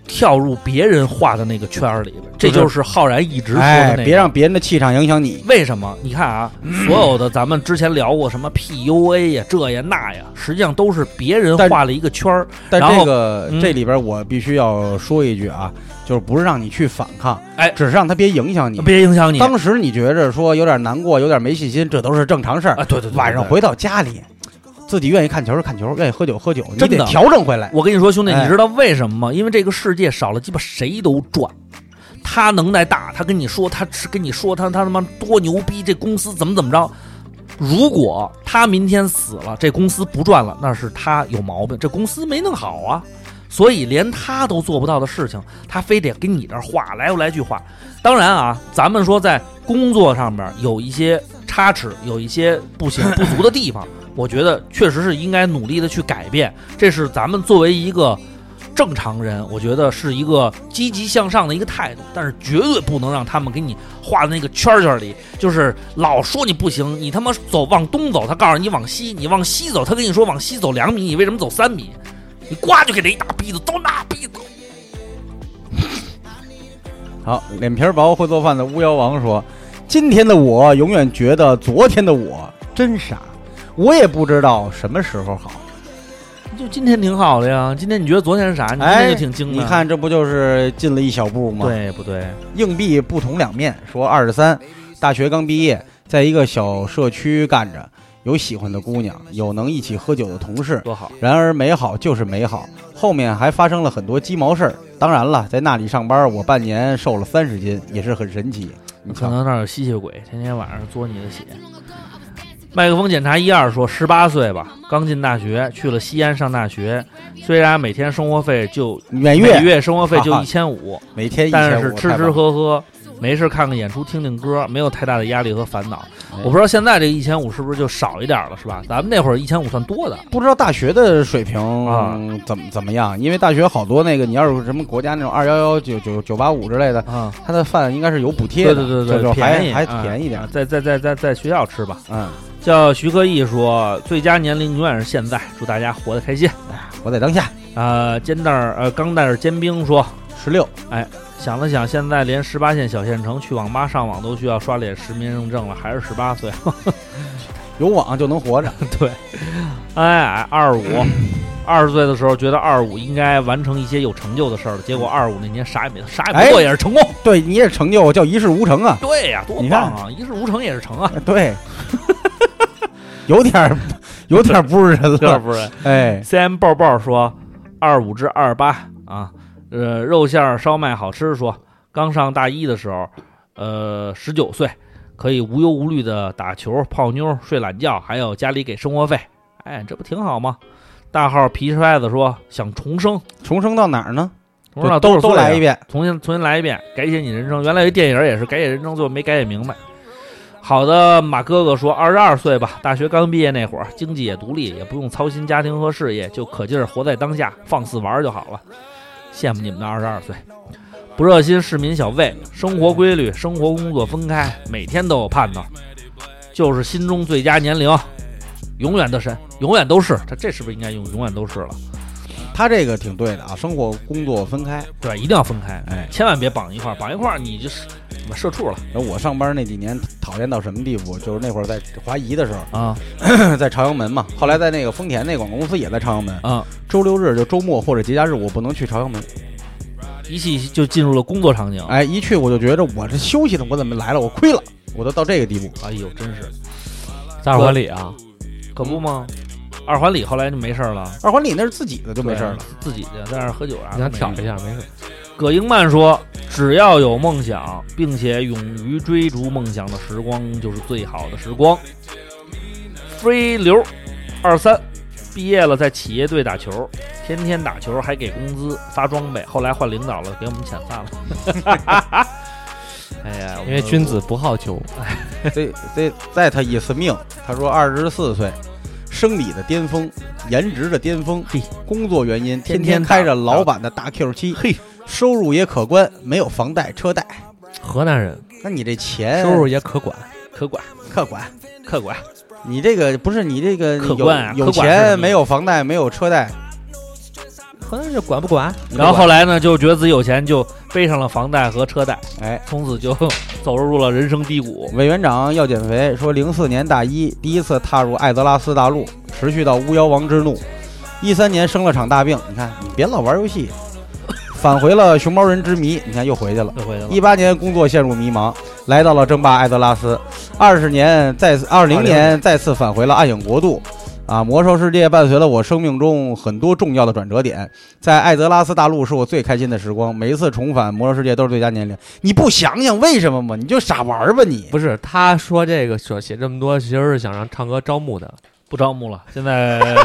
[SPEAKER 4] 跳入别人画的那个圈儿里边，这就是浩然一直说
[SPEAKER 6] 哎
[SPEAKER 4] 的那，个。
[SPEAKER 6] 别让别人的气场影响你。
[SPEAKER 4] 为什么？你看啊，所有的咱们之前聊过什么 PUA 呀、这呀那呀，实际上都是别人
[SPEAKER 6] 但
[SPEAKER 4] 画了一个圈儿。
[SPEAKER 6] 但
[SPEAKER 4] 然后
[SPEAKER 6] 这个
[SPEAKER 4] 嗯
[SPEAKER 6] 这里边我必须要说一句啊，就是不是让你去反抗，
[SPEAKER 4] 哎
[SPEAKER 6] 只是让他别影响你。
[SPEAKER 4] 别影响你。
[SPEAKER 6] 当时你觉着说有点难过，有点没信心，这都是正常事儿。
[SPEAKER 4] 啊，对对对，
[SPEAKER 6] 晚上
[SPEAKER 4] 对，
[SPEAKER 6] 回到家里，自己愿意看球就看球，愿意喝酒喝酒，你
[SPEAKER 4] 真的
[SPEAKER 6] 得调整回来。
[SPEAKER 4] 我跟你说，兄弟，
[SPEAKER 6] 哎
[SPEAKER 4] 你知道为什么吗？因为这个世界少了鸡巴谁都赚。他能耐大，他跟你说，他是跟你说他他他妈多牛逼，这公司怎么怎么着。如果他明天死了，这公司不赚了，那是他有毛病，这公司没弄好啊。所以连他都做不到的事情，他非得跟你这儿画来回来去画。当然啊，咱们说在工作上面有一些差池，有一些 不行不足的地方，我觉得确实是应该努力的去改变。这是咱们作为一个正常人，我觉得是一个积极向上的一个态度，但是绝对不能让他们给你画的那个圈儿圈儿里，就是老说你不行，你他妈走往东走，他告诉你往西，你往西走，他跟你说往西走两米，你为什么走三米？你呱就给他一大逼子，都那逼子。
[SPEAKER 6] 好，脸皮儿薄会做饭的巫妖王说：“今天的我永远觉得昨天的我真傻，我也不知道什么时候好。
[SPEAKER 4] 就今天挺好的呀，今天你觉得昨天是啥？你今
[SPEAKER 6] 哎
[SPEAKER 4] 天就挺精的。
[SPEAKER 6] 你，看，这不就是进了一小步吗？，
[SPEAKER 4] 对不对？
[SPEAKER 6] 硬币不同两面。说二十三，大学刚毕业，在一个小社区干着，有喜欢的姑娘，有能一起喝酒的同事，
[SPEAKER 4] 多好！
[SPEAKER 6] 然而美好就是美好，后面还发生了很多鸡毛事儿。当然了，在那里上班，我半年瘦了三十斤，也是很神奇。你
[SPEAKER 4] 可
[SPEAKER 6] 瞧，
[SPEAKER 4] 能那儿有吸血鬼，天天晚上嘬你的血。麦克风检查一二说，十八岁吧，刚进大学，去了西安上大学。虽然每天生活费就
[SPEAKER 6] 每
[SPEAKER 4] 每
[SPEAKER 6] 月
[SPEAKER 4] 月生活费就
[SPEAKER 6] 哈哈
[SPEAKER 4] 一千五，
[SPEAKER 6] 每天一
[SPEAKER 4] 但
[SPEAKER 6] 千
[SPEAKER 4] 是
[SPEAKER 6] 五，
[SPEAKER 4] 吃
[SPEAKER 6] 太棒
[SPEAKER 4] 吃
[SPEAKER 6] 了，
[SPEAKER 4] 喝喝，没事看看演出，听听歌，没有太大的压力和烦恼。
[SPEAKER 6] 哎
[SPEAKER 4] 我不知道现在这一千五是不是就少一点儿了，是吧？咱们那会儿一千五算多的，
[SPEAKER 6] 不知道大学的水平
[SPEAKER 4] 啊
[SPEAKER 6] 怎么怎么样？因为大学好多那个，你要是什么国家那种二幺幺九九九八五之类的，
[SPEAKER 4] 啊，
[SPEAKER 6] 他的饭应该是有补贴
[SPEAKER 4] 对
[SPEAKER 6] 的，
[SPEAKER 4] 对对对，
[SPEAKER 6] 就就还
[SPEAKER 4] 便宜
[SPEAKER 6] 还
[SPEAKER 4] 啊
[SPEAKER 6] 便宜点儿。
[SPEAKER 4] 啊在在在在在学校吃吧。
[SPEAKER 6] 嗯，
[SPEAKER 4] 叫徐克义说，最佳年龄永远是现在，祝大家活得开心。
[SPEAKER 6] 我在当下
[SPEAKER 4] 呃，煎蛋儿呃，钢蛋儿煎饼说，
[SPEAKER 6] 十六，
[SPEAKER 4] 想了想，现在连十八线小县城去网吧上网都需要刷脸实名认证了，还是十八岁。
[SPEAKER 6] 有网就能活 着。
[SPEAKER 4] 对，哎，二 五，二十岁的时候觉得二五应该完成一些有成就的事儿了，结果二五那年啥也没，啥也
[SPEAKER 6] 哎
[SPEAKER 4] 不做，也是成功。
[SPEAKER 6] 对，你也成就叫一事无成啊。
[SPEAKER 4] 对呀、多
[SPEAKER 6] 你看
[SPEAKER 4] 棒啊！一事无成也是成啊，
[SPEAKER 6] 对，有点儿有点儿不是人
[SPEAKER 4] 这
[SPEAKER 6] 了。
[SPEAKER 4] 不是？
[SPEAKER 6] 哎，
[SPEAKER 4] C M 抱抱说，二五至二八啊，呃，肉馅儿烧麦好吃说，刚上大一的时候，呃，十九岁，可以无忧无虑的打球、泡妞、睡懒觉，还有家里给生活费，哎，这不挺好吗？大号皮揣子说想重生，
[SPEAKER 6] 重生到哪儿呢？
[SPEAKER 4] 重生到
[SPEAKER 6] 都
[SPEAKER 4] 多少岁
[SPEAKER 6] 都
[SPEAKER 4] 啊
[SPEAKER 6] 来一，遍。
[SPEAKER 4] 重新重新来一遍，改写你人生。原来有一电影也是改写人生，最后没改写明白。好的，马哥哥说，二十二岁吧，大学刚毕业那会儿，经济也独立，也不用操心家庭和事业，就可劲儿活在当下，放肆玩儿就好了。羡慕你们的二十二岁。不热心市民小魏，生活规律，生活工作分开，每天都有盼头，就是心中最佳年龄，永远的神，永远都是。他这是不是应该用永远都是了？
[SPEAKER 6] 他这个挺对的啊，生活工作分开。
[SPEAKER 4] 对，一定要分开，
[SPEAKER 6] 哎
[SPEAKER 4] 千万别绑一块儿，绑一块儿你就是你妈社畜了
[SPEAKER 6] 然后我上班那几年讨厌到什么地步？就是那会儿在华谊的时候，
[SPEAKER 4] 啊
[SPEAKER 6] 在朝阳门嘛，后来在那个丰田那广告公司也在朝阳门。
[SPEAKER 4] 啊！
[SPEAKER 6] 周六日就周末或者节假日，我不能去朝阳门。
[SPEAKER 4] 一气就进入了工作场景。
[SPEAKER 6] 哎，一去我就觉着我这休息呢，我怎么来了？我亏了，我都到这个地步。
[SPEAKER 4] 哎呦，真是
[SPEAKER 5] 在管理啊，
[SPEAKER 4] 可不吗？二环里后来就没事儿了，
[SPEAKER 6] 二环里那是自己的，就
[SPEAKER 4] 就
[SPEAKER 6] 没事儿了。，
[SPEAKER 4] 自己去在那儿喝酒啊。
[SPEAKER 5] 你想挑一下没事。
[SPEAKER 4] 葛英曼说：“只要有梦想，并且勇于追逐梦想的时光，就是最好的时光。” free 流二三毕业了，在企业队打球，天天打球还给工资发装备，后来换领导了，给我们遣散了。 哎呀，
[SPEAKER 5] 因为君子不好逑，
[SPEAKER 6] 这这在他一次命，他说二十四岁，生理的巅峰，颜值的巅峰，嘿，工作原因天天开着老板的大 Q 七，嘿，收入也可观，没有房贷车贷，
[SPEAKER 5] 河南人
[SPEAKER 6] 那你这钱
[SPEAKER 5] 收入也可管。
[SPEAKER 4] 客管
[SPEAKER 6] 客管，
[SPEAKER 4] 客管，
[SPEAKER 6] 你这个不是你这个
[SPEAKER 4] 客观啊
[SPEAKER 6] 有有
[SPEAKER 4] 客观是
[SPEAKER 6] 钱没有房贷没有车贷，
[SPEAKER 5] 管就管不管。
[SPEAKER 4] 然后后来呢，就觉得自己有钱，就背上了房贷和车贷，
[SPEAKER 6] 哎，
[SPEAKER 4] 从此就走入了人生低谷。
[SPEAKER 6] 委员长要减肥，说零四年大一第一次踏入艾泽拉斯大陆，持续到巫妖王之怒。一三年生了场大病，你看你别老玩游戏，返回了熊猫人之谜，你看又回去了。
[SPEAKER 4] 又回去了。
[SPEAKER 6] 一八年工作陷入迷茫，来到了争霸艾泽拉斯。二十年再次，二零年再次返回了暗影国度。啊，魔兽世界伴随了我生命中很多重要的转折点，在艾泽拉斯大陆是我最开心的时光。每一次重返魔兽世界都是最佳年龄。你不想想为什么吗？你就傻玩儿吧你。
[SPEAKER 5] 不是，他说这个说写这么多，其实是想让唱歌招募的。
[SPEAKER 4] 不招募了，现在，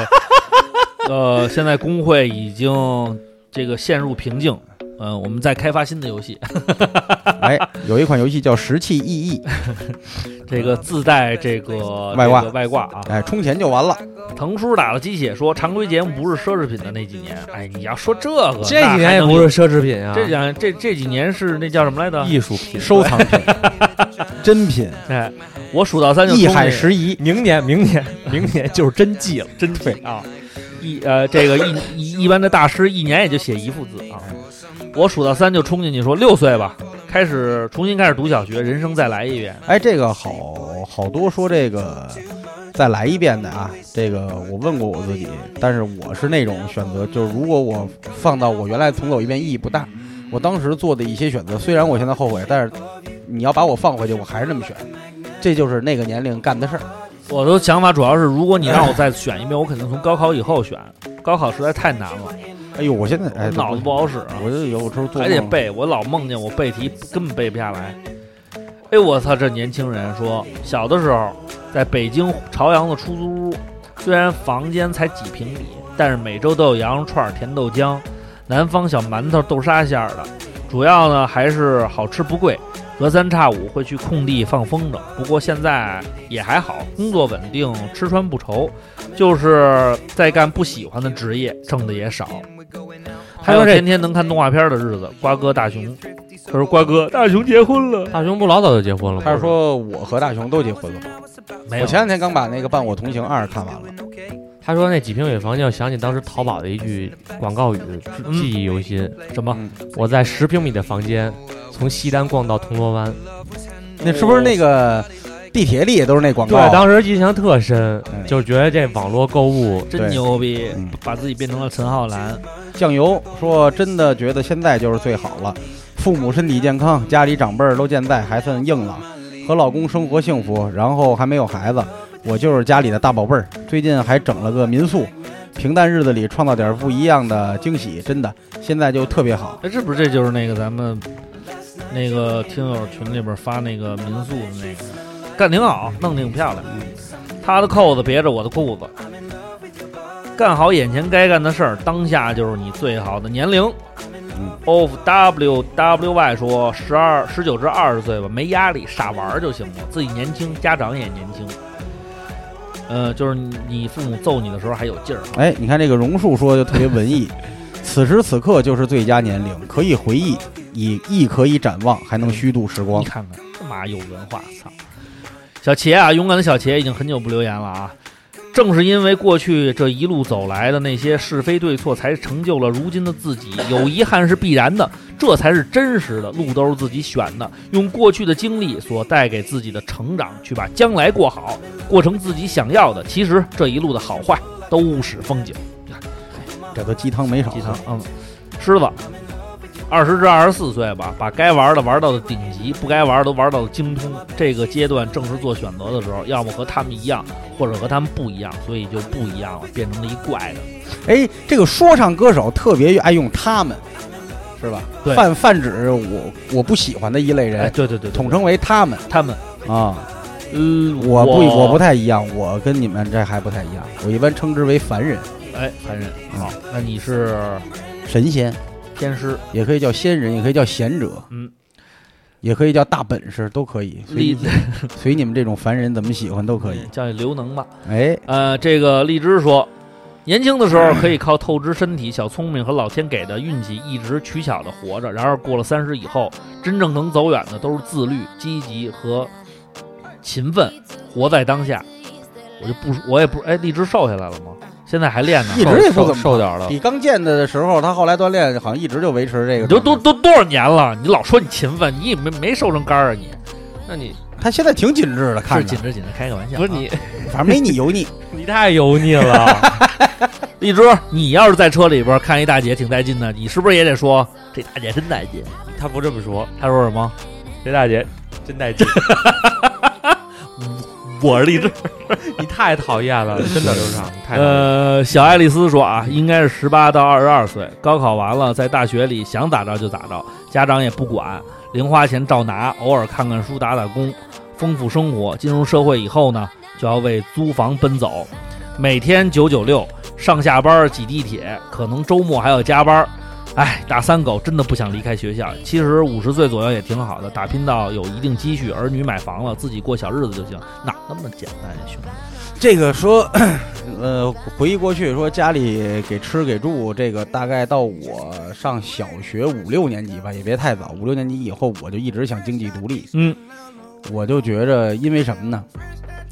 [SPEAKER 4] 呃，现在工会已经这个陷入瓶颈。呃，我们在开发新的游戏，
[SPEAKER 6] 哎，有一款游戏叫《石器意义》，
[SPEAKER 4] 这个自带这个
[SPEAKER 6] 外挂
[SPEAKER 4] 这个外挂啊。
[SPEAKER 6] 哎，充钱就完了。
[SPEAKER 4] 腾叔打了鸡血说，常规节目不是奢侈品的那几年。哎，你要说这个，
[SPEAKER 5] 这几年也不是奢侈品啊，
[SPEAKER 4] 那还能有，这几年这这几年是那叫什么来着？
[SPEAKER 5] 艺术品。
[SPEAKER 6] 收藏 品、真品、
[SPEAKER 4] 哎，我数到三就
[SPEAKER 6] 一
[SPEAKER 4] 冲
[SPEAKER 6] 海
[SPEAKER 4] 你
[SPEAKER 6] 拾遗，
[SPEAKER 5] 明年，明年， 明年就是真迹了。
[SPEAKER 4] 真品啊！一呃，这个一一一般的大师一年也就写一幅字啊。我数到三就冲进去说六岁吧，开始重新开始读小学，人生再来一遍。
[SPEAKER 6] 哎，这个好好多说这个再来一遍的啊。这个我问过我自己，但是我是那种选择，就是如果我放到我原来重走一遍意义不大。我当时做的一些选择，虽然我现在后悔，但是你要把我放回去，我还是那么选。这就是那个年龄干的事儿。
[SPEAKER 4] 我的想法主要是，如果你让我再选一遍，我肯定从高考以后选。高考实在太难了，
[SPEAKER 6] 哎呦，我现在哎，
[SPEAKER 4] 脑子不好使啊，
[SPEAKER 6] 我就有时候做
[SPEAKER 4] 还得
[SPEAKER 6] 梦
[SPEAKER 4] 背。我老梦见我背题，根本背不下来。哎，我操！这年轻人说，小的时候在北京朝阳的出租屋，虽然房间才几平米，但是每周都有羊肉串、甜豆浆、南方小馒头、豆沙馅儿的。主要呢还是好吃不贵，隔三差五会去空地放风筝。不过现在也还好，工作稳定，吃穿不愁，就是在干不喜欢的职业，挣的也少。还
[SPEAKER 5] 还
[SPEAKER 4] 有
[SPEAKER 5] 有这
[SPEAKER 4] 天天能看动画片的日子，瓜哥大熊。他说：“瓜哥，大熊结婚了。
[SPEAKER 5] 大熊不老早就结婚了吗？
[SPEAKER 6] 他是说我和大雄都结婚了吗？”
[SPEAKER 4] 没
[SPEAKER 6] 我
[SPEAKER 4] 有，
[SPEAKER 6] 前两天刚把那个《伴我同行二》看完了。
[SPEAKER 5] 他说那几平米房间，我想起当时淘宝的一句广告语，
[SPEAKER 4] 嗯
[SPEAKER 5] 记忆犹新。
[SPEAKER 4] 什么？
[SPEAKER 6] 嗯
[SPEAKER 5] 我在十平米的房间，从西单逛到铜锣湾。
[SPEAKER 6] 那是不是那个地铁里也都是那广告
[SPEAKER 5] 对
[SPEAKER 6] 啊？，
[SPEAKER 5] 当时印象特深
[SPEAKER 6] 嗯，
[SPEAKER 5] 就觉得这网络购物
[SPEAKER 4] 真牛逼
[SPEAKER 6] 嗯，
[SPEAKER 4] 把自己变成了陈浩南。
[SPEAKER 6] 酱油说：“真的觉得现在就是最好了，父母身体健康，家里长辈儿都健在，还算硬朗，和老公生活幸福，然后还没有孩子，我就是家里的大宝贝儿。最近还整了个民宿，平淡日子里创造点不一样的惊喜，真的现在就特别好。
[SPEAKER 4] 哎，是不是这就是那个咱们那个听友群里边发那个民宿的那个，干挺好，弄挺漂亮。他的扣子别着我的裤子，干好眼前该干的事儿，当下就是你最好的年龄。of w w y 说十二十九至二十岁吧，没压力，傻玩儿就行了，自己年轻，家长也年轻。呃，就是你父母揍你的时候还有劲儿。
[SPEAKER 6] 哎，你看这个榕树说就特别文 艺，此时此刻就是最佳年龄，可以回忆，以亦可以展望，还能虚度时光
[SPEAKER 4] 你。看看，他妈有文化，操！小茄啊，勇敢的小茄已经很久不留言了啊。正是因为过去这一路走来的那些是非对错，才成就了如今的自己。有遗憾是必然的，这才是真实的。路都是自己选的，用过去的经历所带给自己的成长，去把将来过好，过成自己想要的。其实这一路的好坏都无视风景。
[SPEAKER 6] 这都鸡汤没少啊
[SPEAKER 4] 鸡
[SPEAKER 6] 喝
[SPEAKER 4] 汤。，嗯，狮子，二十至二十四岁吧，把该玩的玩到了顶级，不该玩的都玩到了精通。这个阶段正是做选择的时候，要么和他们一样，或者和他们不一样，所以就不一样了，变成了一怪人。
[SPEAKER 6] 哎，这个说唱歌手特别爱用他们，是吧？
[SPEAKER 4] 对
[SPEAKER 6] 泛泛指我我不喜欢的一类人，
[SPEAKER 4] 哎，对对对，对
[SPEAKER 6] 统称为他们
[SPEAKER 4] 他们。
[SPEAKER 6] 啊。
[SPEAKER 4] 嗯，
[SPEAKER 6] 我不
[SPEAKER 4] 我
[SPEAKER 6] 我不太一样，我跟你们这还不太一样，我一般称之为凡人、
[SPEAKER 4] 哎，凡人。好，那你是
[SPEAKER 6] 神仙，
[SPEAKER 4] 天师
[SPEAKER 6] 也可以叫仙人，也可以叫贤者，
[SPEAKER 4] 嗯，
[SPEAKER 6] 也可以叫大本事，都可以。随
[SPEAKER 4] 荔
[SPEAKER 6] 你随你们这种凡人怎么喜欢都可以。
[SPEAKER 4] 叫你刘能吧。
[SPEAKER 6] 哎，
[SPEAKER 4] 呃，这个荔枝说，年轻的时候可以靠透支身体、小聪明和老天给的运气一直取巧的活着，然而过了三十以后，真正能走远的都是自律、积极和勤奋，活在当下。我就不我也不哎，荔枝瘦下来了吗？现在还练呢，
[SPEAKER 6] 一直
[SPEAKER 5] 瘦
[SPEAKER 6] 也不
[SPEAKER 5] 瘦
[SPEAKER 6] 怎么
[SPEAKER 5] 瘦点儿了。
[SPEAKER 6] 比刚见的时候，他后来锻炼好像一直就维持这个。
[SPEAKER 4] 你都都都多少年了？你老说你勤奋，你也没没瘦成杆儿啊你？
[SPEAKER 5] 那你
[SPEAKER 6] 他现在挺紧致的，看
[SPEAKER 4] 是
[SPEAKER 6] 着
[SPEAKER 4] 紧，着紧着，开个玩笑啊。
[SPEAKER 5] 不是你，
[SPEAKER 6] 反正 没你油腻。
[SPEAKER 5] 你太油腻了。
[SPEAKER 4] 荔枝，你要是在车里边儿看一大姐挺带劲的，你是不是也得说这大姐真带劲？
[SPEAKER 5] 他不这么说，
[SPEAKER 4] 她说什么？
[SPEAKER 5] 这大姐真带劲，
[SPEAKER 4] 我是荔枝。
[SPEAKER 5] 你太讨厌了，真的刘畅，你太讨厌了
[SPEAKER 4] 呃，小爱丽丝说啊，应该是十八到二十二岁，高考完了，在大学里想咋着就咋着，家长也不管，零花钱照拿，偶尔看看书打打工，丰富生活。进入社会以后呢，就要为租房奔走，每天九九六，上下班挤地铁，可能周末还要加班。哎，大三狗真的不想离开学校。其实五十岁左右也挺好的，打拼到有一定积蓄，儿女买房了，自己过小日子就行，哪那么简单呀，兄弟？
[SPEAKER 6] 这个说， 呃，回忆过去说家里给吃给住，这个大概到我上小学五六年级吧，也别太早，五六年级以后我就一直想经济独立。
[SPEAKER 4] 嗯，
[SPEAKER 6] 我就觉着，因为什么呢？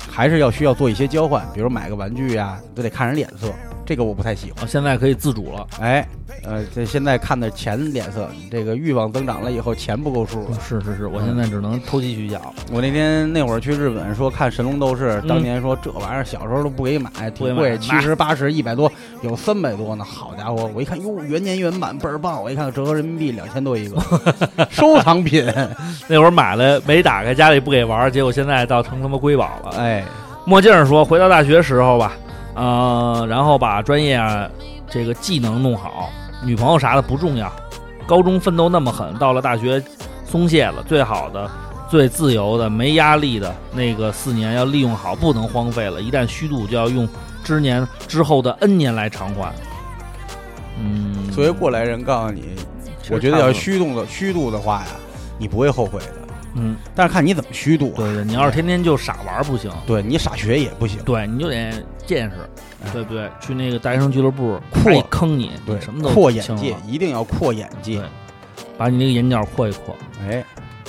[SPEAKER 6] 还是要需要做一些交换，比如买个玩具呀、都得看人脸色，这个我不太喜欢。
[SPEAKER 4] 我哦现在可以自主了。
[SPEAKER 6] 哎，呃，这现在看的钱脸色，这个欲望增长了以后，钱不够数了。
[SPEAKER 4] 哦是是是，我现在只能投机取巧，
[SPEAKER 6] 我那天那会儿去日本说看《神龙斗士》，当
[SPEAKER 4] 嗯
[SPEAKER 6] 年说这玩意儿小时候都不给买，挺
[SPEAKER 4] 不给买
[SPEAKER 6] 贵，七十八十一百多，有三百多呢。好家伙，我一看哟，原年原版倍儿棒，我一看折合人民币两千多一个， 收藏品。
[SPEAKER 4] 那会儿买了没打开，家里不给玩儿，结果现在倒成他妈瑰宝了。
[SPEAKER 6] 哎，
[SPEAKER 4] 墨镜儿说，回到大学时候吧，呃，然后把专业啊这个技能弄好，女朋友啥的不重要。高中奋斗那么狠，到了大学松懈了，最好的、最自由的、没压力的那个四年要利用好，不能荒废了。一旦虚度，就要用之年之后的 N 年来偿还。嗯，
[SPEAKER 6] 作为过来人告诉你，我觉得要虚度的虚度的话呀，你不会后悔的。
[SPEAKER 4] 嗯，
[SPEAKER 6] 但是看你怎么虚度、啊，
[SPEAKER 4] 对对，你要是天天就傻玩儿不行。
[SPEAKER 6] 对你傻学也不行。
[SPEAKER 4] 对，你就得见识
[SPEAKER 6] 哎，
[SPEAKER 4] 对不对？去那个大学生俱乐部，
[SPEAKER 6] 扩
[SPEAKER 4] 他一坑你，
[SPEAKER 6] 对，
[SPEAKER 4] 你什么都
[SPEAKER 6] 扩眼
[SPEAKER 4] 清
[SPEAKER 6] 界
[SPEAKER 4] 了，
[SPEAKER 6] 一定要扩眼界。
[SPEAKER 4] 把你那个眼角扩一扩。
[SPEAKER 6] 哎，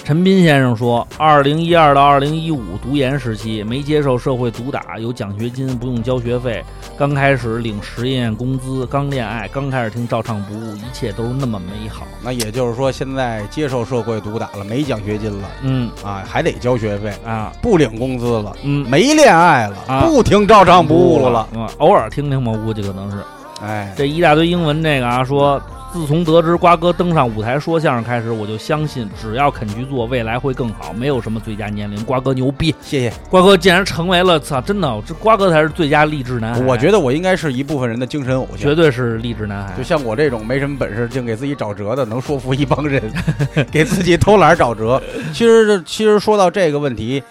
[SPEAKER 4] 陈斌先生说，二零一二到二零一五读研时期没接受社会毒打，有奖学金，不用交学费，刚开始领实验工资，刚恋爱，刚开始听照唱不误，一切都是那么美好。
[SPEAKER 6] 那也就是说，现在接受社会毒打了，没奖学金了
[SPEAKER 4] 嗯
[SPEAKER 6] 啊，还得交学费，
[SPEAKER 4] 啊
[SPEAKER 6] 不领工资了。
[SPEAKER 4] 嗯，
[SPEAKER 6] 没恋爱了，
[SPEAKER 4] 啊
[SPEAKER 6] 不听照唱不误了。，
[SPEAKER 4] 嗯，偶尔听听吧，估计可能是。
[SPEAKER 6] 哎，
[SPEAKER 4] 这一大堆英文这个啊，说自从得知瓜哥登上舞台说相声开始，我就相信只要肯去做，未来会更好，没有什么最佳年龄。瓜哥牛逼，
[SPEAKER 6] 谢谢。
[SPEAKER 4] 瓜哥竟然成为了操，真的，这瓜哥才是最佳励志男孩，
[SPEAKER 6] 我觉得我应该是一部分人的精神偶像
[SPEAKER 4] 绝。对是励志男孩
[SPEAKER 6] 就。像我这种没什么本事，净给自己找辙的，能说服一帮人， 给自己偷懒找辙。其实，其实说到这个问题，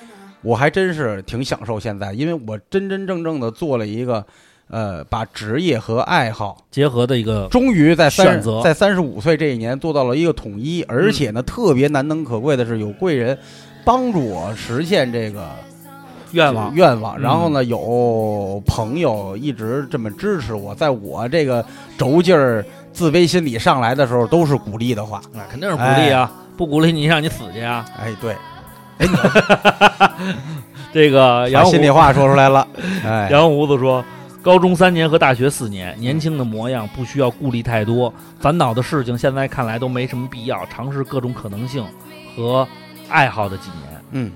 [SPEAKER 6] 我还真是挺享受现在，因为我真真正正的做了一个，呃，把职业和爱好
[SPEAKER 4] 结合的一个，
[SPEAKER 6] 终于在
[SPEAKER 4] 选
[SPEAKER 6] 三
[SPEAKER 4] 择嗯
[SPEAKER 6] 在三十五岁这一年做到了一个统一，而且呢，特别难能可贵的是有贵人帮助我实现这个呃
[SPEAKER 4] 愿望
[SPEAKER 6] 愿望。
[SPEAKER 4] 嗯
[SPEAKER 6] 然后呢，有朋友一直这么支持我，在我这个轴劲儿、自卑心理上来的时候，都是鼓励的话。
[SPEAKER 4] 那肯定是鼓励啊，不鼓励你让你死去啊。
[SPEAKER 6] 哎，对，
[SPEAKER 4] 这个
[SPEAKER 6] 把
[SPEAKER 4] 杨
[SPEAKER 6] 心里
[SPEAKER 4] 虎
[SPEAKER 6] 话说出来了。哎，
[SPEAKER 4] 杨胡子说。高中三年和大学四年，年轻的模样不需要顾虑太多，烦恼的事情现在看来都没什么必要，尝试各种可能性和爱好的几年。
[SPEAKER 6] 嗯，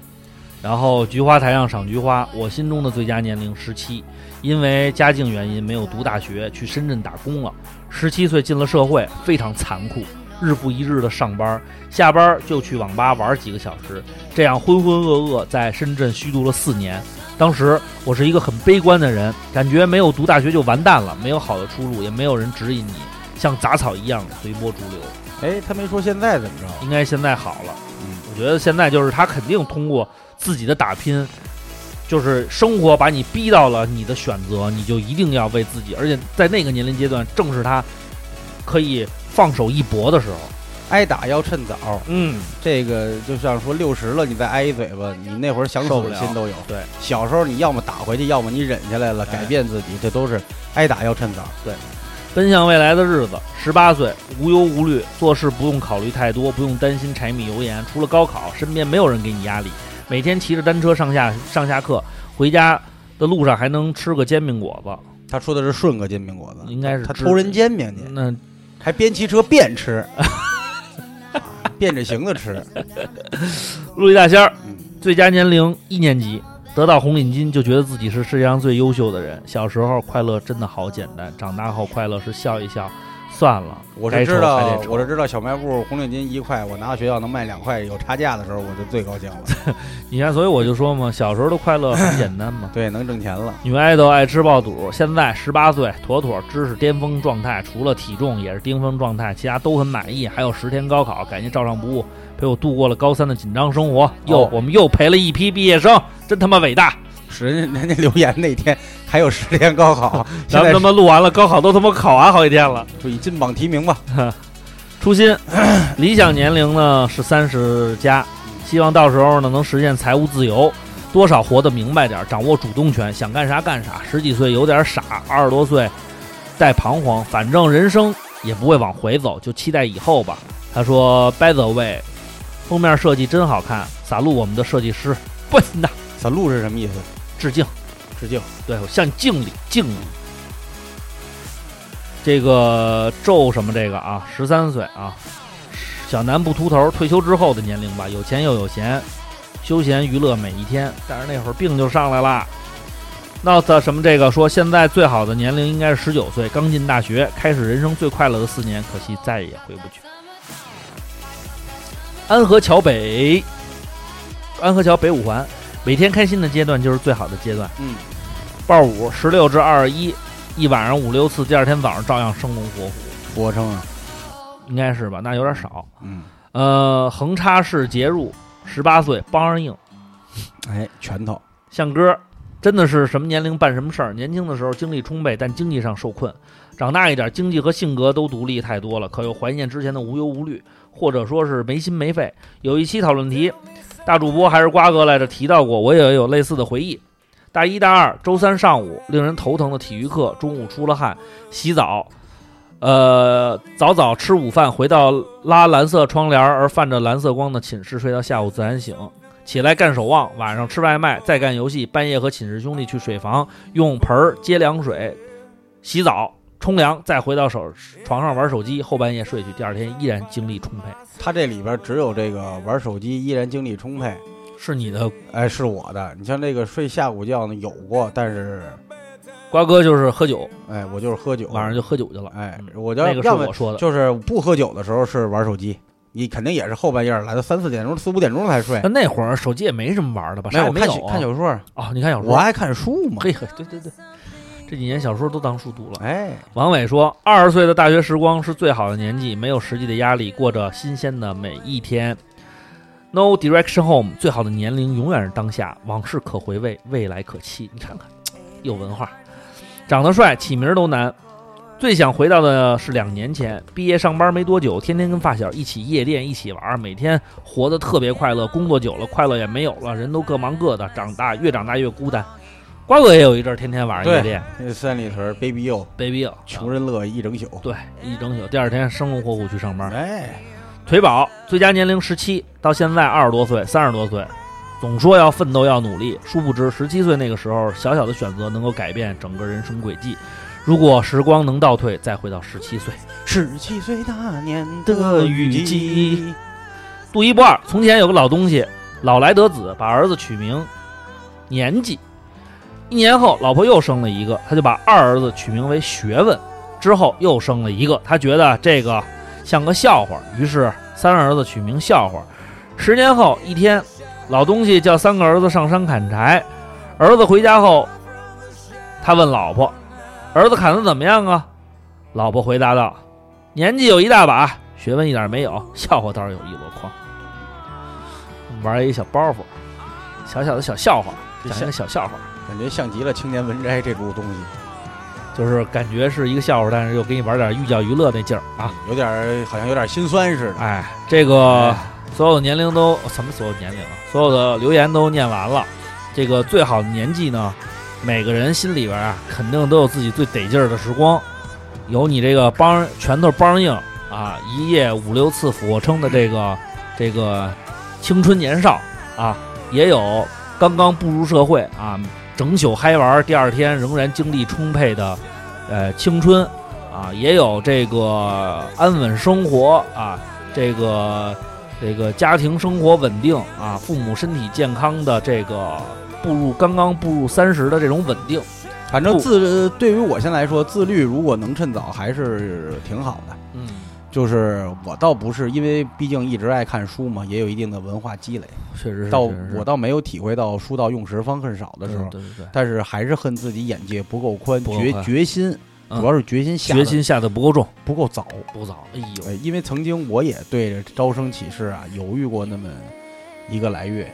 [SPEAKER 4] 然后菊花台上赏菊花，我心中的最佳年龄十七，因为家境原因没有读大学，去深圳打工了。十七岁进了社会，非常残酷，日复一日的上班，下班就去网吧玩几个小时，这样浑浑噩噩在深圳虚度了四年。当时我是一个很悲观的人，感觉没有读大学就完蛋了，没有好的出路，也没有人指引你，像杂草一样随波逐流。
[SPEAKER 6] 哎，他没说现在怎么着。
[SPEAKER 4] 应该现在好了。
[SPEAKER 6] 嗯，
[SPEAKER 4] 我觉得现在就是他肯定通过自己的打拼，就是生活把你逼到了你的选择，你就一定要为自己，而且在那个年龄阶段，正是他可以放手一搏的时候。
[SPEAKER 6] 挨打要趁早，
[SPEAKER 4] 嗯，
[SPEAKER 6] 这个就像说六十了，你再挨一嘴巴，你那会儿想死
[SPEAKER 4] 受不
[SPEAKER 6] 的
[SPEAKER 4] 了
[SPEAKER 6] 心都有。
[SPEAKER 4] 对，
[SPEAKER 6] 小时候你要么打回去，要么你忍下来了，
[SPEAKER 4] 哎
[SPEAKER 6] 改变自己，这都是挨打要趁早。
[SPEAKER 4] 奔向未来的日子，十八岁无忧无虑，做事不用考虑太多，不用担心柴米油盐。除了高考，身边没有人给你压力，每天骑着单车上下上下课，回家的路上还能吃个煎饼果子，
[SPEAKER 6] 他说的是顺个煎饼果子，
[SPEAKER 4] 应该是
[SPEAKER 6] 他
[SPEAKER 4] 知
[SPEAKER 6] 偷人煎饼去，
[SPEAKER 4] 那
[SPEAKER 6] 还边骑车边吃，啊变着形的 吃。
[SPEAKER 4] 陆地大仙儿
[SPEAKER 6] 嗯，
[SPEAKER 4] 最佳年龄一年级，得到红领巾就觉得自己是世界上最优秀的人。小时候快乐真的好简单，长大后快乐是笑一笑，算了，
[SPEAKER 6] 我
[SPEAKER 4] 该
[SPEAKER 6] 是
[SPEAKER 4] 愁
[SPEAKER 6] 知
[SPEAKER 4] 还
[SPEAKER 6] 道
[SPEAKER 4] 得，愁
[SPEAKER 6] 我是知道小卖部红领巾一块，我拿到学校能卖两块，有差价的时候我就最高兴 了。。
[SPEAKER 4] 你看，所以我就说嘛，小时候的快乐很简单嘛
[SPEAKER 6] 对，能挣钱了。
[SPEAKER 4] 女爱豆爱吃爆肚，现在十八岁，妥妥知识巅峰状态，除了体重也是巅峰状态，其他都很满意。还有十天高考，感谢照常不误，陪我度过了高三的紧张生活。又，
[SPEAKER 6] 哦
[SPEAKER 4] 我们又陪了一批毕业生，真他妈伟大！
[SPEAKER 6] 是人家人家留言那天还有十天高考，现
[SPEAKER 4] 咱
[SPEAKER 6] 在
[SPEAKER 4] 们他妈录完了，高考都他妈考完好几天了。
[SPEAKER 6] 注意金榜题名吧。
[SPEAKER 4] 初心， 理想年龄呢是三十加，希望到时候呢能实现财务自由，多少活得明白点儿，掌握主动权，想干啥干啥。十几岁有点傻，二十多岁带彷徨，反正人生也不会往回走，就期待以后吧。他说：“By the way，封面设计真好看，撒路我们的设计师 笨呐，
[SPEAKER 6] 散路是什么意思？
[SPEAKER 4] 致敬。”
[SPEAKER 6] 致敬。
[SPEAKER 4] 对，我向敬礼敬礼。这个咒什么这个啊，十三岁啊，小南不秃头，退休之后的年龄吧，有钱又有闲，休闲娱乐每一天。但是那会儿病就上来了。那他什么这个说，现在最好的年龄应该是十九岁，刚进大学，开始人生最快乐的四年，可惜再也回不去。安河桥北，安河桥北五环，每天开心的阶段就是最好的阶段。
[SPEAKER 6] 嗯，
[SPEAKER 4] 报五十六至二十一，一晚上五六次，第二天早上照样生龙活虎，
[SPEAKER 6] 俯卧撑啊。
[SPEAKER 4] 应该是吧？那有点少。
[SPEAKER 6] 嗯，
[SPEAKER 4] 呃，横插式节入，十八岁梆儿硬，
[SPEAKER 6] 哎，拳头。
[SPEAKER 4] 像哥儿真的是什么年龄办什么事儿。年轻的时候精力充沛，但经济上受困；长大一点，经济和性格都独立太多了，可又怀念之前的无忧无虑，或者说是没心没肺。有一期讨论题，大主播还是瓜哥来着提到过，我也有类似的回忆。大一、大二，周三上午令人头疼的体育课，中午出了汗，洗澡，呃，早早吃午饭，回到拉蓝色窗帘而泛着蓝色光的寝室，睡到下午自然醒。起来干守望，晚上吃外卖，再干游戏，半夜和寝室兄弟去水房用盆儿接凉水，洗澡、冲凉，再回到手床上玩手机，后半夜睡去，第二天依然精力充沛。
[SPEAKER 6] 他这里边只有这个玩手机依然精力充沛，
[SPEAKER 4] 是你的
[SPEAKER 6] 哎，是我的。你像这个睡下午觉呢，有过，但是
[SPEAKER 4] 瓜哥就是喝酒，
[SPEAKER 6] 哎，我就是喝酒，
[SPEAKER 4] 晚上就喝酒去了。
[SPEAKER 6] 哎
[SPEAKER 4] 嗯，
[SPEAKER 6] 我就
[SPEAKER 4] 那个是
[SPEAKER 6] 要么
[SPEAKER 4] 我说的。
[SPEAKER 6] 就是不喝酒的时候是玩手机，你肯定也是后半夜来到三四点钟、四五点钟才睡。
[SPEAKER 4] 但那会儿手机也没什么玩的吧？
[SPEAKER 6] 没
[SPEAKER 4] 啥也
[SPEAKER 6] 有
[SPEAKER 4] 没
[SPEAKER 6] 看
[SPEAKER 4] 有
[SPEAKER 6] 小
[SPEAKER 4] 啊
[SPEAKER 6] 看小说，
[SPEAKER 4] 哦，你看小
[SPEAKER 6] 我
[SPEAKER 4] 说，
[SPEAKER 6] 爱看书嘛。
[SPEAKER 4] 嘿嘿，对对对，这几年小说都当书读了。
[SPEAKER 6] 哎，
[SPEAKER 4] 王伟说：“二十岁的大学时光是最好的年纪，没有实际的压力，过着新鲜的每一天。No direction home，最好的年龄永远是当下，往事可回味，未来可期。你看看，有文化，长得帅，起名都难。最想回到的是两年前，毕业上班没多久，天天跟发小一起夜店，一起玩，每天活得特别快乐。工作久了，快乐也没有了，人都各忙各的。长大越长大越孤单。瓜哥也有一阵儿天天晚上夜
[SPEAKER 6] 对
[SPEAKER 4] 店
[SPEAKER 6] 那三里屯 Baby You，
[SPEAKER 4] ，baby，啊
[SPEAKER 6] 穷人乐一整宿。
[SPEAKER 4] 对，一整宿，第二天生龙活虎去上班。
[SPEAKER 6] 哎，
[SPEAKER 4] 腿宝最佳年龄十七，到现在二十多岁、三十多岁，总说要奋斗、要努力，殊不知十七岁那个时候，小小的选择能够改变整个人生轨迹。如果时光能倒退，再回到十七岁。
[SPEAKER 6] 十七岁那年的雨
[SPEAKER 4] 雨季，杜一不二，从前有个老东西，老来得子，把儿子取名年纪。一年后，老婆又生了一个，他就把二儿子取名为学问。之后又生了一个，他觉得这个像个笑话，于是三儿子取名笑话。十年后一天，老东西叫三个儿子上山砍柴，儿子回家后，他问老婆：“儿子砍的怎么样啊？”老婆回答道：“年纪有一大把，学问一点没有，笑话倒是有一箩筐。玩一小包袱，小小的小笑话，
[SPEAKER 6] 这
[SPEAKER 4] 讲一个小笑话，
[SPEAKER 6] 感觉像极了青年文摘这股东西，
[SPEAKER 4] 就是感觉是一个笑话，但是又给你玩点寓教于乐那劲儿啊。
[SPEAKER 6] 嗯有点儿好像有点心酸似的。
[SPEAKER 4] 哎，这个所有的年龄都什么所有年龄啊，所有的留言都念完了。这个最好的年纪呢，每个人心里边啊，肯定都有自己最得劲儿的时光，有你这个帮拳头帮硬啊，一夜五六次俯卧撑的这个这个青春年少啊，也有刚刚步入社会啊，整宿嗨玩儿，第二天仍然精力充沛的，呃，青春啊，也有这个安稳生活啊，这个这个家庭生活稳定啊，父母身体健康的这个步入刚刚步入三十的这种稳定。
[SPEAKER 6] 反正自呃对于我现在来说，自律如果能趁早，还是挺好的。
[SPEAKER 4] 嗯，
[SPEAKER 6] 就是我倒不是因为，毕竟一直爱看书嘛，也有一定的文化积累。
[SPEAKER 4] 确实是。
[SPEAKER 6] 到
[SPEAKER 4] 确实是嗯
[SPEAKER 6] 我倒没有体会到书到用时方恨少的时候，
[SPEAKER 4] 对对对对，
[SPEAKER 6] 但是还是恨自己眼界不够宽，
[SPEAKER 4] 不够
[SPEAKER 6] 决
[SPEAKER 4] 宽
[SPEAKER 6] 决心，
[SPEAKER 4] 嗯
[SPEAKER 6] 主要是决心下
[SPEAKER 4] 决心下的不够重，
[SPEAKER 6] 不够早。
[SPEAKER 4] 不早。哎呦，
[SPEAKER 6] 呃，因为曾经我也对招生启事啊犹豫过那么一个来月。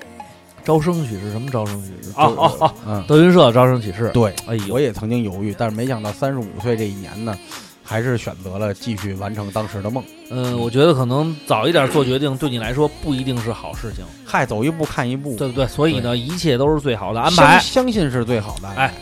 [SPEAKER 4] 招生启事什么招生启事？
[SPEAKER 6] 就
[SPEAKER 4] 哦哦哦，
[SPEAKER 6] 嗯，
[SPEAKER 4] 德云社招生启事。
[SPEAKER 6] 对，
[SPEAKER 4] 哎呦
[SPEAKER 6] 我，也曾经犹豫，但是没想到三十五岁这一年呢，还是选择了继续完成当时的梦。
[SPEAKER 4] 嗯，我觉得可能早一点做决定对你来说不一定是好事情，
[SPEAKER 6] 嗨，走一步看一步，
[SPEAKER 4] 对不对？所以呢，一切都是最好的安
[SPEAKER 6] 相
[SPEAKER 4] 排，
[SPEAKER 6] 相信是最好的。
[SPEAKER 4] 哎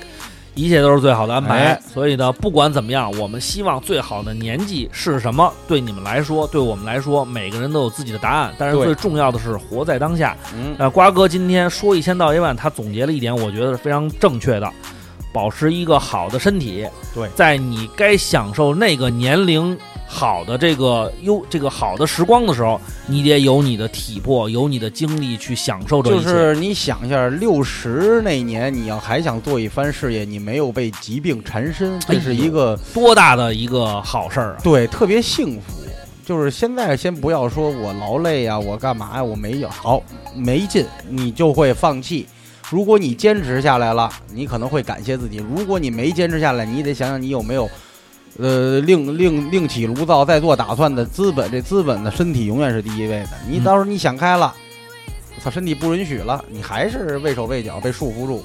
[SPEAKER 4] 一切都是最好的安排
[SPEAKER 6] 哎。
[SPEAKER 4] 所以呢，不管怎么样，我们希望最好的年纪是什么，对你们来说，对我们来说，每个人都有自己的答案。但是
[SPEAKER 6] 对
[SPEAKER 4] 最重要的是活在当下。
[SPEAKER 6] 嗯，
[SPEAKER 4] 呃，瓜哥今天说一千道一万，他总结了一点，我觉得是非常正确的，保持一个好的身体。
[SPEAKER 6] 对
[SPEAKER 4] 在你该享受那个年龄好的这个优这个好的时光的时候，你得有你的体魄，有你的精力去享受这一
[SPEAKER 6] 就
[SPEAKER 4] 切。
[SPEAKER 6] 是你想一下，六十那年你要还想做一番事业，你没有被疾病缠身，这是一个、
[SPEAKER 4] 多大的一个好事儿啊！
[SPEAKER 6] 对特别幸福。就是现在先不要说我劳累呀、我干嘛呀、我没有好没劲，你就会放弃。如果你坚持下来了，你可能会感谢自己；如果你没坚持下来，你得想想你有没有，呃，另另另起炉灶再做打算的资本。这资本的身体永远是第一位的。你
[SPEAKER 4] 嗯
[SPEAKER 6] 到时候你想开了，操，身体不允许了，你还是畏手畏脚被束缚住。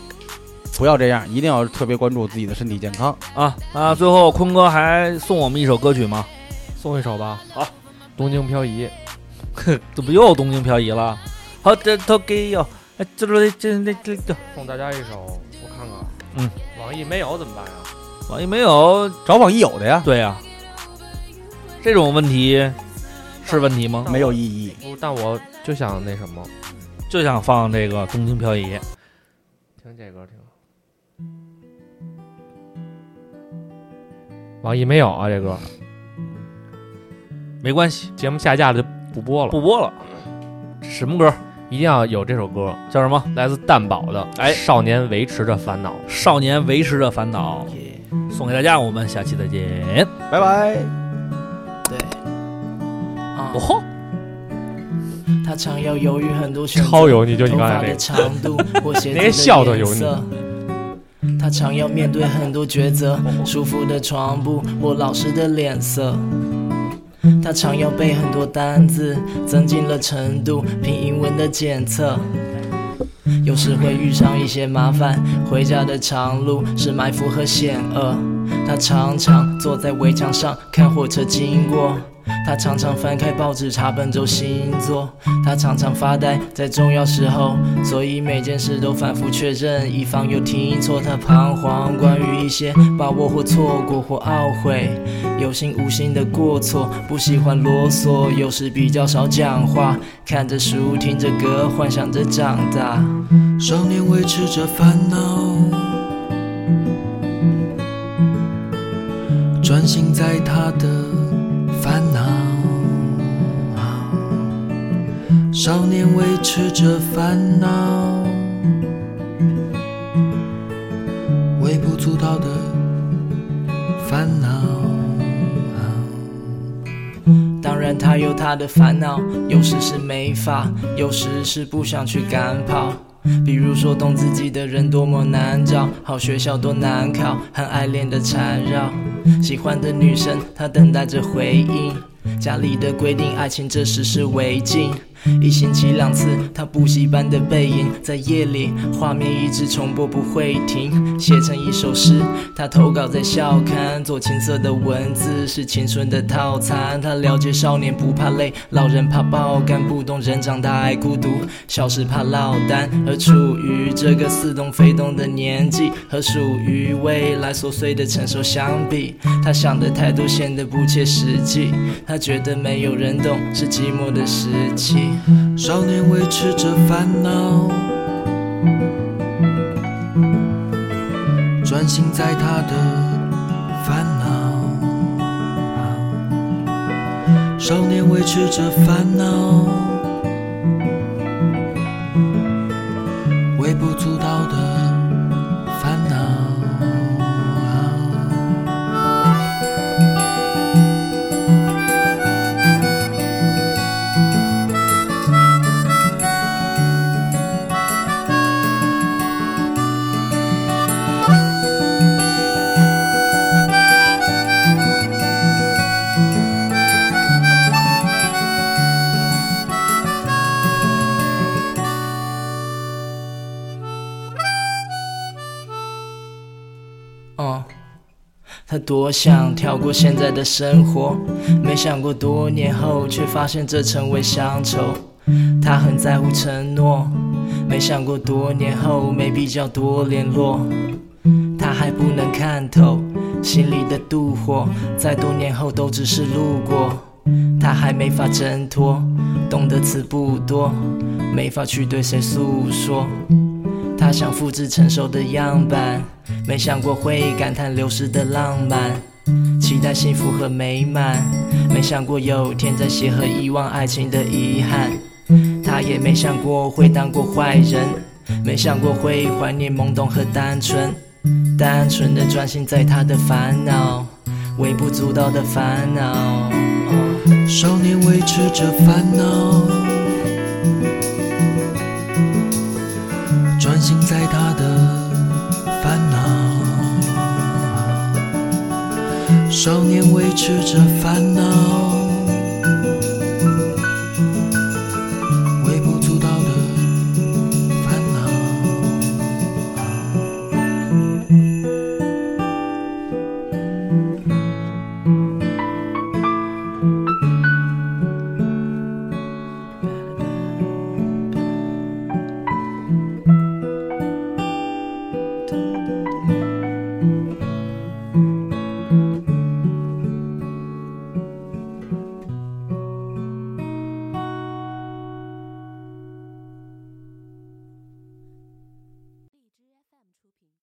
[SPEAKER 6] 不要这样，一定要特别关注自己的身体健康。
[SPEAKER 4] 啊啊！最后坤哥还送我们一首歌曲吗？
[SPEAKER 5] 送一首吧。
[SPEAKER 4] 好，
[SPEAKER 5] 东京漂移。
[SPEAKER 4] 怎么又东京漂移了？好，这都给哟，哎这这这这这这，
[SPEAKER 5] 送大家一首，我看看，
[SPEAKER 4] 嗯，
[SPEAKER 5] 网易没有怎么办呀？啊
[SPEAKER 4] 网易哎没有
[SPEAKER 6] 找网易有的呀，
[SPEAKER 4] 对呀、这种问题是问题吗？
[SPEAKER 6] 没有意义。
[SPEAKER 5] 不，但我就想那什么，
[SPEAKER 4] 就想放这个《东京漂移》。
[SPEAKER 5] 听这歌挺好。网易没有啊，这歌、
[SPEAKER 4] 没关系，
[SPEAKER 5] 节目下架了就不播了，
[SPEAKER 4] 不播了。什么歌？
[SPEAKER 5] 一定要有这首歌，
[SPEAKER 4] 叫什么？
[SPEAKER 5] 来自蛋宝的《
[SPEAKER 4] 哎
[SPEAKER 5] 少年维持着烦恼》。
[SPEAKER 4] 少年维持着烦恼，送给大家。我们下期再见。
[SPEAKER 6] 拜拜。
[SPEAKER 7] 啊
[SPEAKER 4] 哦，吼，
[SPEAKER 7] 他常要犹豫很多选择，
[SPEAKER 5] 超油腻，就你
[SPEAKER 7] 头
[SPEAKER 5] 刚才
[SPEAKER 7] 发
[SPEAKER 5] 那
[SPEAKER 7] 的
[SPEAKER 5] 个。
[SPEAKER 7] 长 度或鞋
[SPEAKER 5] 那些
[SPEAKER 7] 子
[SPEAKER 5] 笑都
[SPEAKER 7] 的颜
[SPEAKER 5] 油腻
[SPEAKER 7] 色。他常要面对很多抉
[SPEAKER 5] 哦
[SPEAKER 7] 择，舒服的床铺或老师的脸色。他常要背很多单字，增进了程度，拼英文的检测。有时会遇上一些麻烦，回家的长路是埋伏和险恶。他常常坐在围墙上看火车经过，他常常翻开报纸查本周星座，他常常发呆在重要时候，所以每件事都反复确认，以防有听错。他彷徨关于一些把握或错过或懊悔，有心无心的过错，不喜欢啰嗦，有时比较少讲话，看着书听着歌，幻想着长大。
[SPEAKER 8] 少年维持着烦恼，专心在他的烦恼。少年维持着烦恼，微不足道的烦恼。
[SPEAKER 7] 当然，他有他的烦恼，有时是没法，有时是不想去赶跑。比如说，懂自己的人多么难找，好学校多难考，和爱恋的缠绕，喜欢的女生，他等待着回应。家里的规定，爱情这时是违禁。一星期两次，他补习班的背影，在夜里画面一直重播不会停，写成一首诗。他投稿在校刊，做青涩的文字是青春的套餐。他了解少年不怕累，老人怕爆肝，不懂人长大爱孤独，小时怕落单。而处于这个似懂非懂的年纪，和属于未来琐碎的承受相比，他想的太多显得不切实际。他觉得没有人懂是寂寞的时期。
[SPEAKER 8] 少年维持着烦恼，专心在他的烦恼。少年维持着烦恼，微不足道的烦恼。
[SPEAKER 7] 嗯，他多想跳过现在的生活，没想过多年后却发现这成为乡愁。他很在乎承诺，没想过多年后没必要多联络。他还不能看透心里的妒火，在多年后都只是路过。他还没法挣脱，懂得词不多，没法去对谁诉说。他想复制成熟的样板，没想过会感叹流逝的浪漫，期待幸福和美满，没想过有天再写和遗忘爱情的遗憾。他也没想过会当过坏人，没想过会怀念懵懂和单纯，单纯的专心在他的烦恼，微不足道的烦恼。嗯
[SPEAKER 8] 少年维持着烦恼，专心在他的烦恼。少年维持着烦恼，微不足道的烦恼。